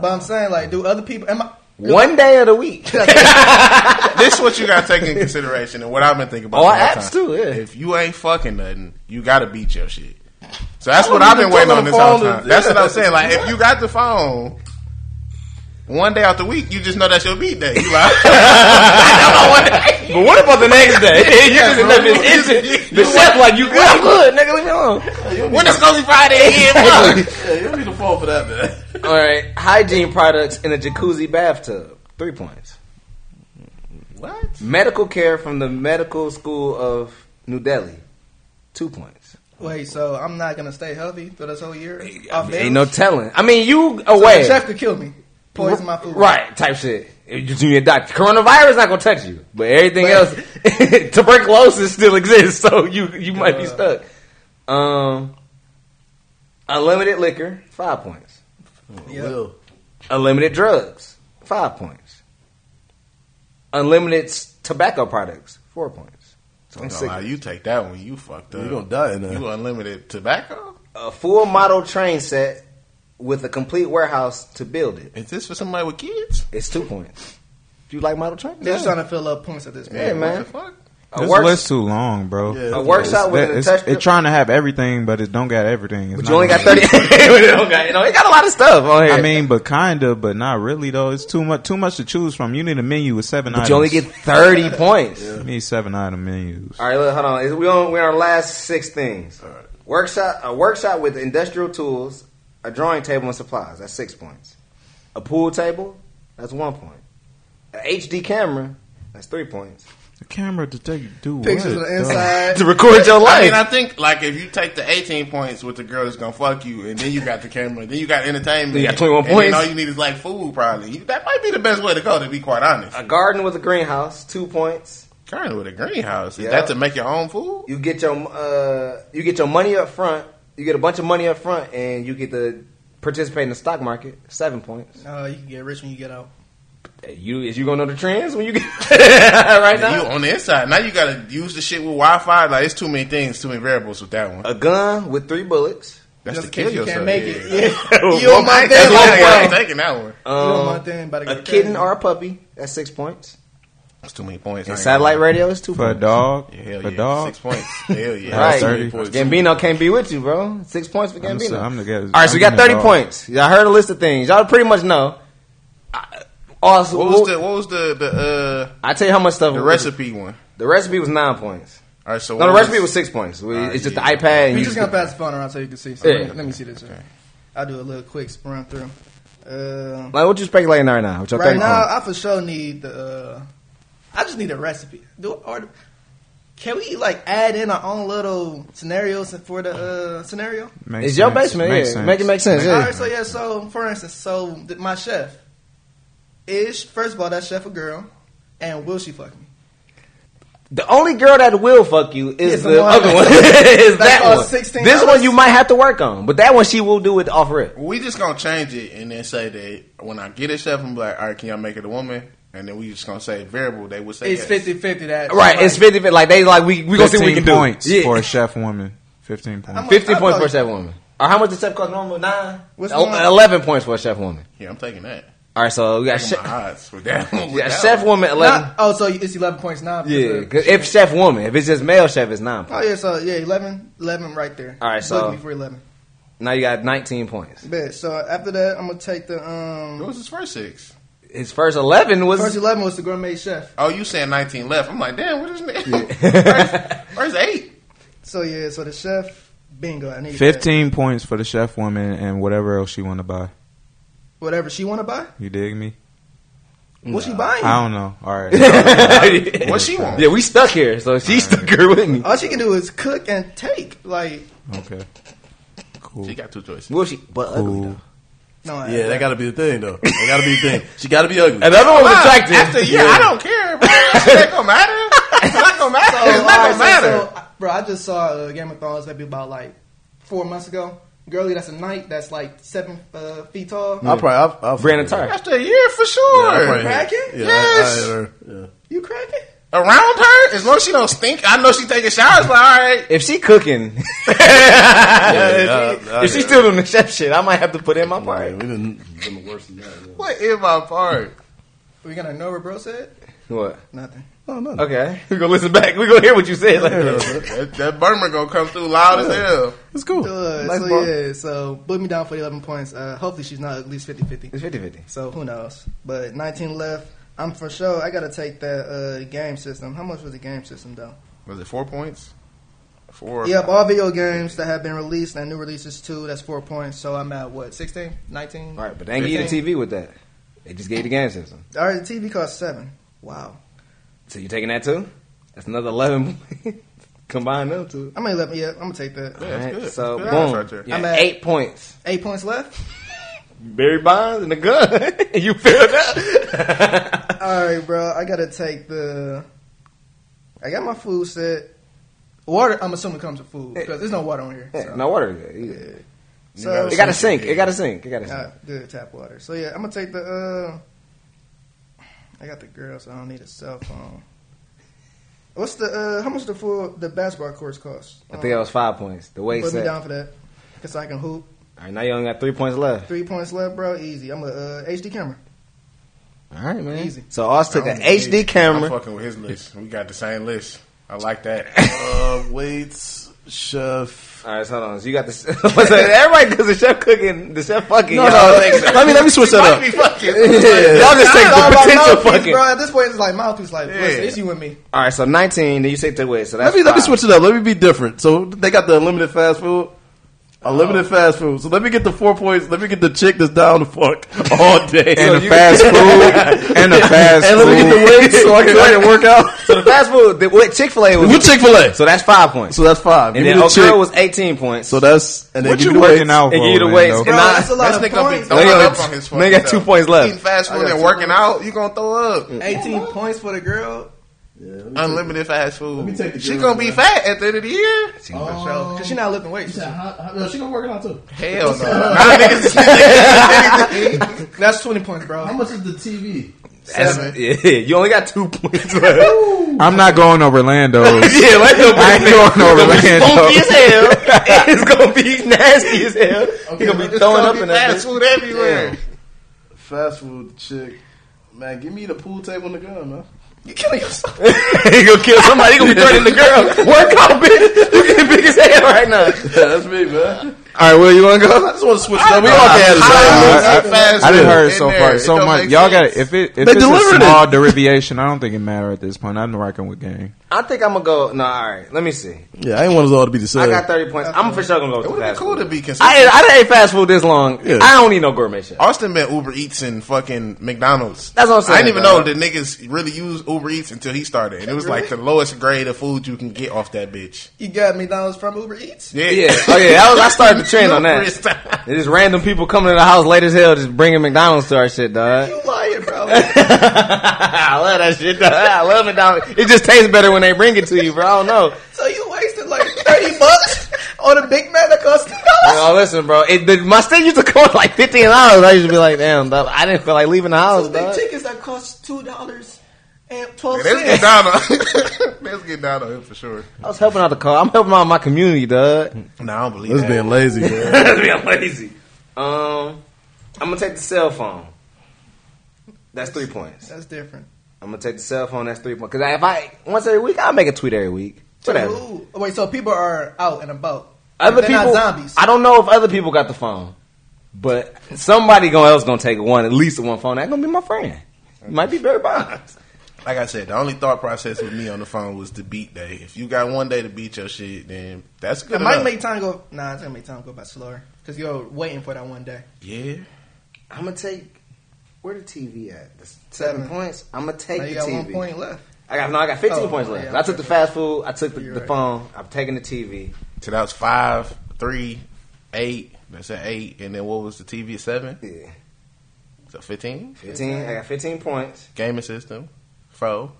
S6: But I'm saying, like, do other people? Am I?
S2: One day of the week.
S4: this is what you got to take in consideration, and what I've been thinking about.
S2: All
S4: the whole
S2: apps
S4: time.
S2: Oh, too, yeah.
S4: If you ain't fucking nothing, you got to beat your shit. So that's what
S3: don't
S4: I've been
S3: even
S4: waiting
S3: talk
S4: on
S3: on
S4: this
S3: the
S4: whole
S3: phone
S4: time.
S3: to-
S4: That's what I'm saying. Like, if you got the phone. One day out the week, you just know that's your beat day. You like,
S2: But what about the next day? you just
S4: bro.
S2: let this instant. The chef like you good. I'm good, nigga. Leave me alone.
S4: when it's gonna be Friday again? Fuck.
S3: Yeah, you don't need to fall for that, man.
S2: All right, hygiene products in a jacuzzi bathtub. Three points.
S4: What?
S2: Medical care from the medical school of New Delhi. Two points.
S6: Wait, so I'm not gonna stay healthy for this whole year?
S2: I
S6: Off
S2: mean,
S6: meals?
S2: ain't no telling. I mean, you
S6: So
S2: away.
S6: The chef could kill me. Poison my food.
S2: Right, type shit. You just need a doctor. Coronavirus not gonna touch you, but everything else, tuberculosis still exists, so you you might be
S6: Uh.
S2: stuck. Um, unlimited liquor, five points.
S6: Yeah.
S3: Will.
S2: Unlimited drugs, five points. Unlimited s- tobacco products, four points.
S4: I'm gonna lie, you take that one, you fucked up.
S3: You gonna die in there.
S4: You unlimited tobacco?
S2: A full model train set with a complete warehouse to build it.
S4: Is this for somebody with kids?
S2: It's two points. Do you like model trains?
S6: They're just trying to fill up points at this point.
S2: Yeah, man.
S4: What the fuck?
S2: A
S5: This
S2: works-
S5: list too long, bro.
S3: Yeah.
S2: a workshop with
S5: That-
S2: an
S5: it's,
S2: attached.
S5: it's trying to have everything, but it don't got everything. It's
S2: But
S5: not
S2: you only got
S5: gonna-
S2: thirty. it don't got, you know, it got a lot of stuff on here.
S5: I mean, but kinda, but not really though. It's too much, too much to choose from. You need a menu with seven.
S2: but
S5: items.
S2: you only get thirty points.
S5: You need seven item menus.
S2: All right, look, hold on. Is- We on we're on our last six things.
S3: All right.
S2: Workshop a workshop with industrial tools, a drawing table and supplies. That's six points. A pool table. That's one point. A HD camera. That's three points.
S5: The camera to take do
S6: Pictures
S5: what,
S6: of the
S5: dog?
S6: inside.
S2: To record your
S4: I
S2: life.
S4: mean, I think like if you take the 18 points with the girl that's gonna fuck you, and then you got the camera, then you got entertainment,
S2: You got 21
S4: and then
S2: points.
S4: all you need is like food, probably. You, that might be the best way to go, to be quite honest.
S2: a garden with a greenhouse. Two points.
S4: Kind of with a greenhouse. Is
S2: Yeah.
S4: that to make your own food?
S2: You get your uh, you get your money up front. You get a bunch of money up front, and you get to participate in the stock market. Seven points.
S6: Uh, you can get rich when you get out.
S2: You is you gonna know the trends when you get right
S4: And
S2: now?
S4: You on the inside now. You gotta use the shit with Wi-Fi. Like it's too many things, too many variables with that
S8: Uh,
S4: one.
S2: A gun with three bullets.
S4: That's
S6: Just
S4: to
S6: in
S4: kill
S6: case you
S4: yourself.
S6: can't make
S4: yeah.
S6: it. Yeah. you on my
S4: That's
S6: thing.
S4: one point.
S6: Like,
S4: I'm
S6: bro.
S4: taking that one.
S6: You on my
S2: Um,
S6: thing. About to
S2: a
S6: get
S2: kitten
S6: crazy.
S2: or a puppy. That's six points.
S4: That's too many points. I
S2: And
S4: ain't
S2: satellite
S4: gonna-
S2: radio is two
S5: for a
S2: points.
S5: dog.
S4: Yeah, hell
S5: for
S4: yeah.
S5: dog.
S4: Six points. Hell yeah.
S2: Right.
S4: That's thirty points.
S2: Gambino can't be with you, bro. Six points for
S5: I'm
S2: Gambino.
S5: so- I'm the guy-
S2: All right, so we
S5: I'm
S2: got
S5: the
S2: thirty
S5: dog.
S2: points. Y'all heard a list of things. Y'all pretty much know. I- Also,
S4: What was the what was the the uh,
S2: I tell you how much stuff.
S4: the recipe one?
S2: The recipe was nine points.
S4: All right, so
S2: No,
S4: what
S2: the recipe was six points. We-
S4: Alright,
S2: it's just
S4: yeah.
S2: the iPad. And
S6: We
S2: you
S6: just
S2: just-
S6: gonna pass the phone around so you can see. So
S2: Yeah.
S6: let, me, let me see this. I'll do a little quick run through. Uh,
S2: like what you speculating right now? What y'all
S6: right
S2: think?
S6: now, I for sure need the. Uh, I just need a recipe. Do or can we like add in our own little scenarios for the uh, scenario?
S5: Makes
S2: it's your
S5: sense.
S2: basement.
S5: Makes
S2: yeah,
S5: sense.
S2: make it make sense.
S6: All
S2: Yeah.
S6: right, so yeah, so for instance, so th- my chef is first of all that chef a girl, and will she fuck me?
S2: The only girl that will fuck you is
S6: Is the
S2: the
S6: one-
S2: other one. is
S6: That's
S2: that
S6: all
S2: one?
S6: 16
S2: This one
S6: dollars?
S2: you might have to work on, but that one she will do it off rip.
S4: We just gonna change it and then say that when I get a chef, I'm like, all right, can y'all make it a woman? And then we just gonna say variable. They would say
S6: It's
S4: yes.
S6: 50-50 That
S2: Right? It's fifty. Like they like we we gonna see what we
S5: 15
S2: can
S5: points
S2: do. Yeah.
S5: for a chef woman. Fifteen
S6: I'm
S5: points.
S6: a-
S2: Fifteen
S6: I
S2: points for a
S6: probably-
S2: chef woman. Or how much does chef cost normal? Nine.
S6: What's
S2: El-
S6: normal?
S2: Eleven points for a chef woman.
S4: Yeah, I'm taking that.
S2: All right, so we got
S4: Taking my
S2: chef,
S4: odds with that. With
S2: we got
S4: that
S2: chef
S4: one.
S2: woman eleven.
S6: Not, oh, so it's eleven points now. because
S2: yeah,
S6: of-
S2: 'cause if chef woman, if it's just male chef, it's nine.
S6: Oh
S2: Points.
S6: yeah, so yeah, 11, 11 right there.
S2: All right, so-
S6: Book me for eleven.
S2: Now you got nineteen points.
S6: Bet. So after that, I'm gonna take the
S4: What
S6: um.
S4: was his first six?
S2: His first eleven was
S6: First eleven was the gourmet chef.
S4: Oh, you saying 19 left? I'm like, damn, what is that? Where's, where's eight?
S6: So yeah, so the chef Bingo. I need that.
S5: Fifteen points for the chef woman and whatever else she want to buy.
S6: Whatever she want to buy.
S5: You dig me?
S6: What she buying?
S5: I don't know. All right.
S4: What she want?
S2: Yeah, we stuck here, so she stuck here with me.
S6: All she can do is cook and take. Like
S5: okay. Cool.
S4: She got two choices.
S2: Well, she but ugly
S5: Cool.
S2: though.
S6: no. I-
S3: Yeah, that got to be the thing, though. That got to be the thing. She got to be ugly.
S2: Another one was attractive.
S4: After a year, I don't care. Bro. It's not gonna matter. It's not gonna matter.
S6: Oh,
S4: It's not
S6: alright,
S4: gonna
S6: so-
S4: matter.
S6: so, uh, bro, I just saw uh, Game of Thrones maybe about like four months ago. Girlie, that's a knight that's like seven uh, feet tall.
S3: I'll probably. I'll, I'll
S2: Brandon Tarr.
S4: After a year, for
S3: Yeah, I'll
S4: sure.
S3: probably-
S6: Cracking?
S3: Yeah,
S4: Yes.
S3: I, I, yeah.
S6: You cracking?
S4: Around her, as long as she don't stink, I know she taking showers. Like, all right,
S2: If she cooking,
S3: yeah,
S2: if, she,
S3: yeah,
S2: if she
S3: yeah.
S2: still doing the chef shit, I might have to put in my
S3: Yeah,
S2: part.
S3: we done done worse than that. Yeah.
S4: what in my part?
S6: We gonna know what bro said?
S2: What?
S6: Nothing.
S3: Oh, No, no, no.
S2: Okay, we gonna listen back. We gonna hear what you said.
S3: Yeah,
S2: Like,
S4: That, that Burma gonna come through loud as hell.
S3: It's cool.
S6: Uh,
S3: Nice
S6: so
S3: bar.
S6: yeah, so put me down for the eleven points. Uh, hopefully she's not at least 50-50.
S2: it's 50-50.
S6: So who knows? But nineteen left. I'm for sure. I gotta take that uh, game system. How much was the game system though?
S4: Was it four points? Four.
S6: Yep, all video games that have been released and new releases too. That's four points. So I'm at what 16, 19?
S2: All right, but they ain't give you the TV with that. They just gave you the game system.
S6: All right, the TV cost seven. Wow.
S2: So you taking that too? That's another eleven. Combine them two.
S6: I'm gonna let me. Yeah, I'm gonna take that.
S4: that's
S2: All right,
S4: good.
S2: So
S4: That's good
S2: boom,
S4: right there.
S2: Yeah,
S6: I'm at-
S2: eight points.
S6: Eight points left.
S2: Barry Bonds and a gun. you filled up.
S6: All right, bro. I gotta take the. I got my food set. Water. I'm assuming comes with food because there's no water on here.
S2: Yeah,
S6: So.
S2: no water. either.
S6: So,
S2: It got a sink. It got a sink. It got a sink.
S6: Uh, good tap water. So yeah, I'm gonna take the. uh I got the girl, so I don't need a cell phone. What's the uh how much the full the basketball course cost? Um,
S2: I think that was five points. The way
S6: Put me
S2: set. All
S6: down for that, cause I can hoop.
S2: right, now you only got three points left.
S6: Three points left, bro. Easy. I'm a uh, HD camera.
S2: All right, man.
S6: Easy.
S2: So Oz took an
S4: I'm-
S2: HD
S4: I'm
S2: camera.
S4: fucking with his list. We got the same list. I like that.
S3: Uh, weights, chef.
S2: All right, so hold on. So you got this. so everybody does the chef cooking, the chef fucking.
S3: No,
S2: y'all.
S3: no, let me let me switch that
S4: Might be
S3: up.
S4: fucking.
S2: Y'all just take
S6: It's
S2: the
S6: all about
S2: potential
S6: mouthpiece,
S2: fucking.
S6: bro. At this point, it's like mouthpiece. Like, listen,
S4: Yeah.
S6: it's you and me.
S2: All right, so 19. Then you take the way. So that's
S3: Let me let me
S2: five.
S3: switch it up. Let me be different. So they got the unlimited fast food.
S4: Oh.
S3: Unlimited fast food. So let me get the four points. Let me get the chick that's down the fuck all day.
S5: and the
S2: you-
S5: fast food. and the fast
S3: And let me get
S5: food.
S3: the weights so I can, I can work out.
S2: So the fast food, the, what Chick Fil A was.
S3: With Chick Fil A.
S2: so that's five points.
S3: So that's five.
S2: and
S3: Give
S2: then
S3: me the
S2: Old
S3: chick.
S2: Girl was 18 points.
S3: so that's and then
S5: What
S3: give
S5: you
S3: me the weights.
S5: working out for?
S2: And you the
S5: Orlando?
S2: weights.
S6: Bro,
S2: Nah,
S6: that's a
S4: This
S6: lot of
S4: nigga gonna be
S6: points.
S4: throwing
S2: They got-
S4: up on his
S2: they
S4: fucking
S2: got
S4: self.
S2: two points left.
S4: Eating fast
S3: I
S4: food
S3: got
S4: and
S3: two
S4: working out, you gonna throw up.
S6: Eighteen points for the girl.
S4: Unlimited fast food.
S3: me take the
S4: She
S3: good
S4: gonna
S3: one,
S4: be
S3: man.
S4: fat at the end of the year.
S6: Cause she not lifting weights.
S3: No, she gonna work out too.
S4: Oh. Hell no. Nah, niggas.
S6: That's twenty points, bro.
S3: much is the TV?
S2: That's- yeah, you only got two points left.
S5: I'm not going to Orlando.
S2: Yeah, let them
S5: I ain't going to
S2: funky as
S5: Orlando.
S2: hell. it's gonna be nasty as hell. He gonna be
S4: It's
S2: throwing
S4: gonna
S2: up
S4: be
S2: in that.
S4: fast
S2: bitch.
S4: food everywhere.
S3: Fast food chick. Man, give me the pool table and the gun, man.
S6: You killing yourself.
S2: he gonna kill somebody. He gonna be threatening the girl. Work out, bitch. You getting big as hell right now.
S3: Yeah, that's me, man.
S5: All right, Will, you want to go?
S3: I just want to switch it up. We all
S4: I-
S3: can have the
S4: I-
S3: same.
S5: I,
S4: Fast food
S5: I, didn't heard
S4: in
S5: so
S4: there.
S5: far
S4: It
S5: so
S4: don't
S5: much.
S4: make
S5: Y'all
S4: sense.
S5: got it. If it if
S3: They
S5: it's a
S3: delivered
S5: small derivation, I don't think it matter at this point. I'm rocking with gang.
S2: I think I'm gonna go. No, all right. Let me see.
S3: Yeah, I ain't want us all to be the same.
S2: I got 30 points. I'm for sure gonna go with
S4: It
S2: the
S4: would have
S2: fast
S4: been cool to
S2: food.
S4: be consistent.
S2: I ate- I done ate fast food this long.
S3: Yeah.
S2: I don't need no gourmet shit.
S4: Austin met Uber Eats and fucking McDonald's.
S2: That's what I'm saying,
S4: I didn't even
S2: though.
S4: know that niggas really use Uber Eats until he started. And it was like the lowest grade of food you can get off that bitch.
S6: You got McDonald's from Uber Eats.
S4: Yeah.
S2: Yeah. Oh yeah. That was, I started the trend on that.
S4: First time.
S2: It's just random people coming to the house late as hell, just bringing McDonald's to our shit, dog.
S6: You lying, bro.
S2: I love that shit. Though. I love it. Dog. It just tastes better when they bring it to you, bro. I don't know.
S6: so you wasted like thirty bucks on a Big Mac that cost two dollars.
S2: Oh, listen, bro. It, the, my steak used to cost like fifteen dollars. I used to be like, damn, dog, I didn't feel like leaving the house,
S6: Those big
S2: dog.
S6: chickens that cost two dollars and twelve
S4: Let's get
S6: cents.
S4: down on Let's get down on him for sure.
S2: I was helping out the car. I'm helping out my community, dog.
S4: No, I don't believe
S3: This
S4: that.
S3: being lazy, man.
S2: I'm lazy. Um, I'm gonna take the cell phone. That's three points.
S6: That's different.
S2: I'm gonna take the cell phone. That's three points. Cause I, if I once every week, I'll make a tweet every week. Whatever.
S6: Ooh. Wait, so people are out and about.
S2: Other
S6: They're not
S2: people,
S6: zombies.
S2: I don't know if other people got the phone, but somebody gonna else gonna take one, at least one phone. That gonna be my friend. It might be Barry Bonds.
S4: like I said, the only thought process with me on the phone was the beat day. If you got one day to beat your shit, then that's good.
S6: It might
S4: enough.
S6: make time go. Nah, it's gonna make time go by slower because you're waiting for that one day.
S4: yeah.
S2: I'm gonna take where the TV at? The seven points. I'm gonna take
S6: Mm-hmm. now you
S2: the
S6: got
S2: TV.
S6: one point left.
S2: I got no. I got 15
S6: Oh,
S2: points left.
S6: yeah,
S2: I took the fast food. I took the,
S6: You're
S2: the
S6: right.
S2: phone. I'm taking the TV.
S4: So that was five, three, eight. That's an eight, and then what was the TV seven?
S2: Yeah,
S4: So fifteen.
S2: 15. I got 15 points.
S4: Gaming system, four.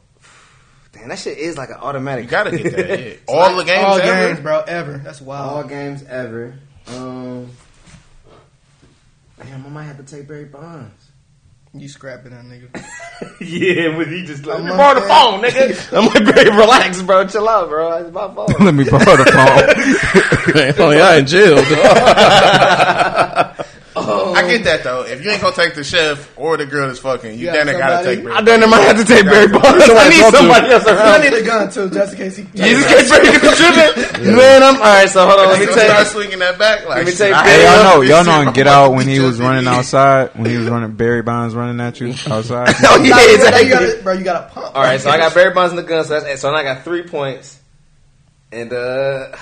S2: Damn, that shit is like an automatic.
S4: You gotta get that. Yeah. All the games
S6: All
S4: ever.
S6: games, bro. Ever. That's
S2: All
S6: wild.
S2: games ever. Um, damn, I might have to take Barry Bonds.
S6: You scrapping that nigga.
S2: yeah, but he just
S6: Let me borrow the phone,
S2: nigga. I'm like, Barry, relax, bro. Chill out, bro. It's my phone.
S5: Let me borrow the phone.
S3: oh yeah, in jail.
S4: I get that though. If you ain't gonna take the chef or the girl that's fucking, you
S6: Yeah,
S4: then gotta
S6: somebody-
S4: take.
S2: I damn near might have to take Barry Bonds. I
S3: Somebody
S2: need
S3: talk to
S2: somebody else
S6: I
S2: around.
S6: need a gun too, just in case he.
S2: You just can't break the tripping. Man, I'm all right. So hold on. Let me
S4: Gonna
S2: tell
S4: start
S2: you.
S4: swinging that back. Like,
S2: Let me
S4: shit,
S2: take
S4: I
S2: Barry
S5: Hey,
S4: hate
S5: y'all know,
S4: this
S5: y'all
S4: shit.
S5: know him get out when he was running
S4: Just-
S5: outside. When he was running, Barry Bonds running at you outside.
S2: Oh yeah,
S6: Exactly. You
S2: exactly.
S6: gotta, bro, you got to pump.
S2: All right, so I got Barry Bonds in the gun, so that's eight. So now I got three points, and uh,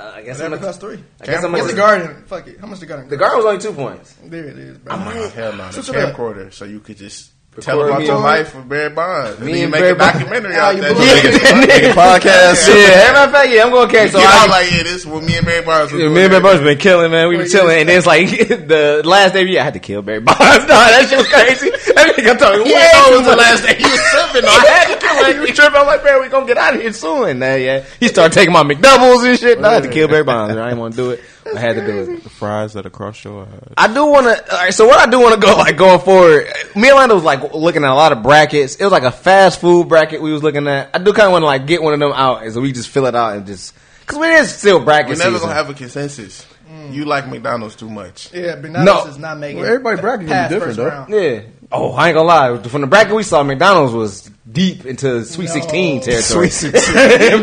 S2: I guess I'm
S6: Whatever
S2: gonna,
S6: costs three.
S2: I guess I'm
S4: Camcorder.
S2: gonna
S6: It's the garden. Fuck it. How much the garden?
S2: The guard was only two points.
S6: There it is, bro.
S4: Nah, hell no, the
S6: Switch it up.
S4: camcorder, so you could just tell
S2: Record
S4: about
S2: me
S4: your
S2: on-
S4: life with Barry Bonds.
S2: Me
S4: Me
S2: and
S4: and then you
S2: Barry
S4: make a
S2: Bonds.
S4: documentary
S6: Oh,
S4: out
S6: you
S4: that.
S6: blew
S4: shit.
S2: it.
S3: Nigga, podcast.
S2: Yeah, as a matter of fact, yeah, I'm going to catch. So
S4: You
S2: I,
S4: know, like, yeah, this is what me and Barry Bonds. was
S2: Yeah,
S4: doing.
S2: me and Barry Bonds been killing, man. We
S6: Four
S2: been chilling,
S6: years.
S2: and then it's like the last day. Yeah, I had to kill Barry Bonds. Nah, that shit was crazy. That nigga talking way
S4: Oh, it
S2: too
S4: was the
S2: much.
S4: last day you was tripping.
S2: I
S4: on.
S2: had to kill him. He was tripping. I'm like, man, we gonna get out of here soon. And then, yeah, he started taking my McDoubles and shit. Nah, I had to kill Barry Bonds. I didn't want to do it. I had to do it.
S5: the fries that Uh, across your eyes.
S2: I do want to. All right, so what I do want to go like going forward. Me and Lando was like looking at a lot of brackets. It was like a fast food bracket we was looking at. I do kind of want to like get one of them out, and so we just fill it out and just because it is still bracket
S4: We're
S2: season.
S4: never
S2: Mm.
S4: gonna have a consensus. You like McDonald's too much.
S6: Yeah, Bernardo's
S2: No.
S6: is not making.
S3: Well, everybody bracket gonna be
S6: past
S3: different,
S6: first
S3: though.
S6: round.
S2: yeah. Oh, I ain't gonna lie. From the bracket we saw, McDonald's was deep into Sweet
S6: No.
S2: Sixteen territory.
S5: Sweet
S3: it,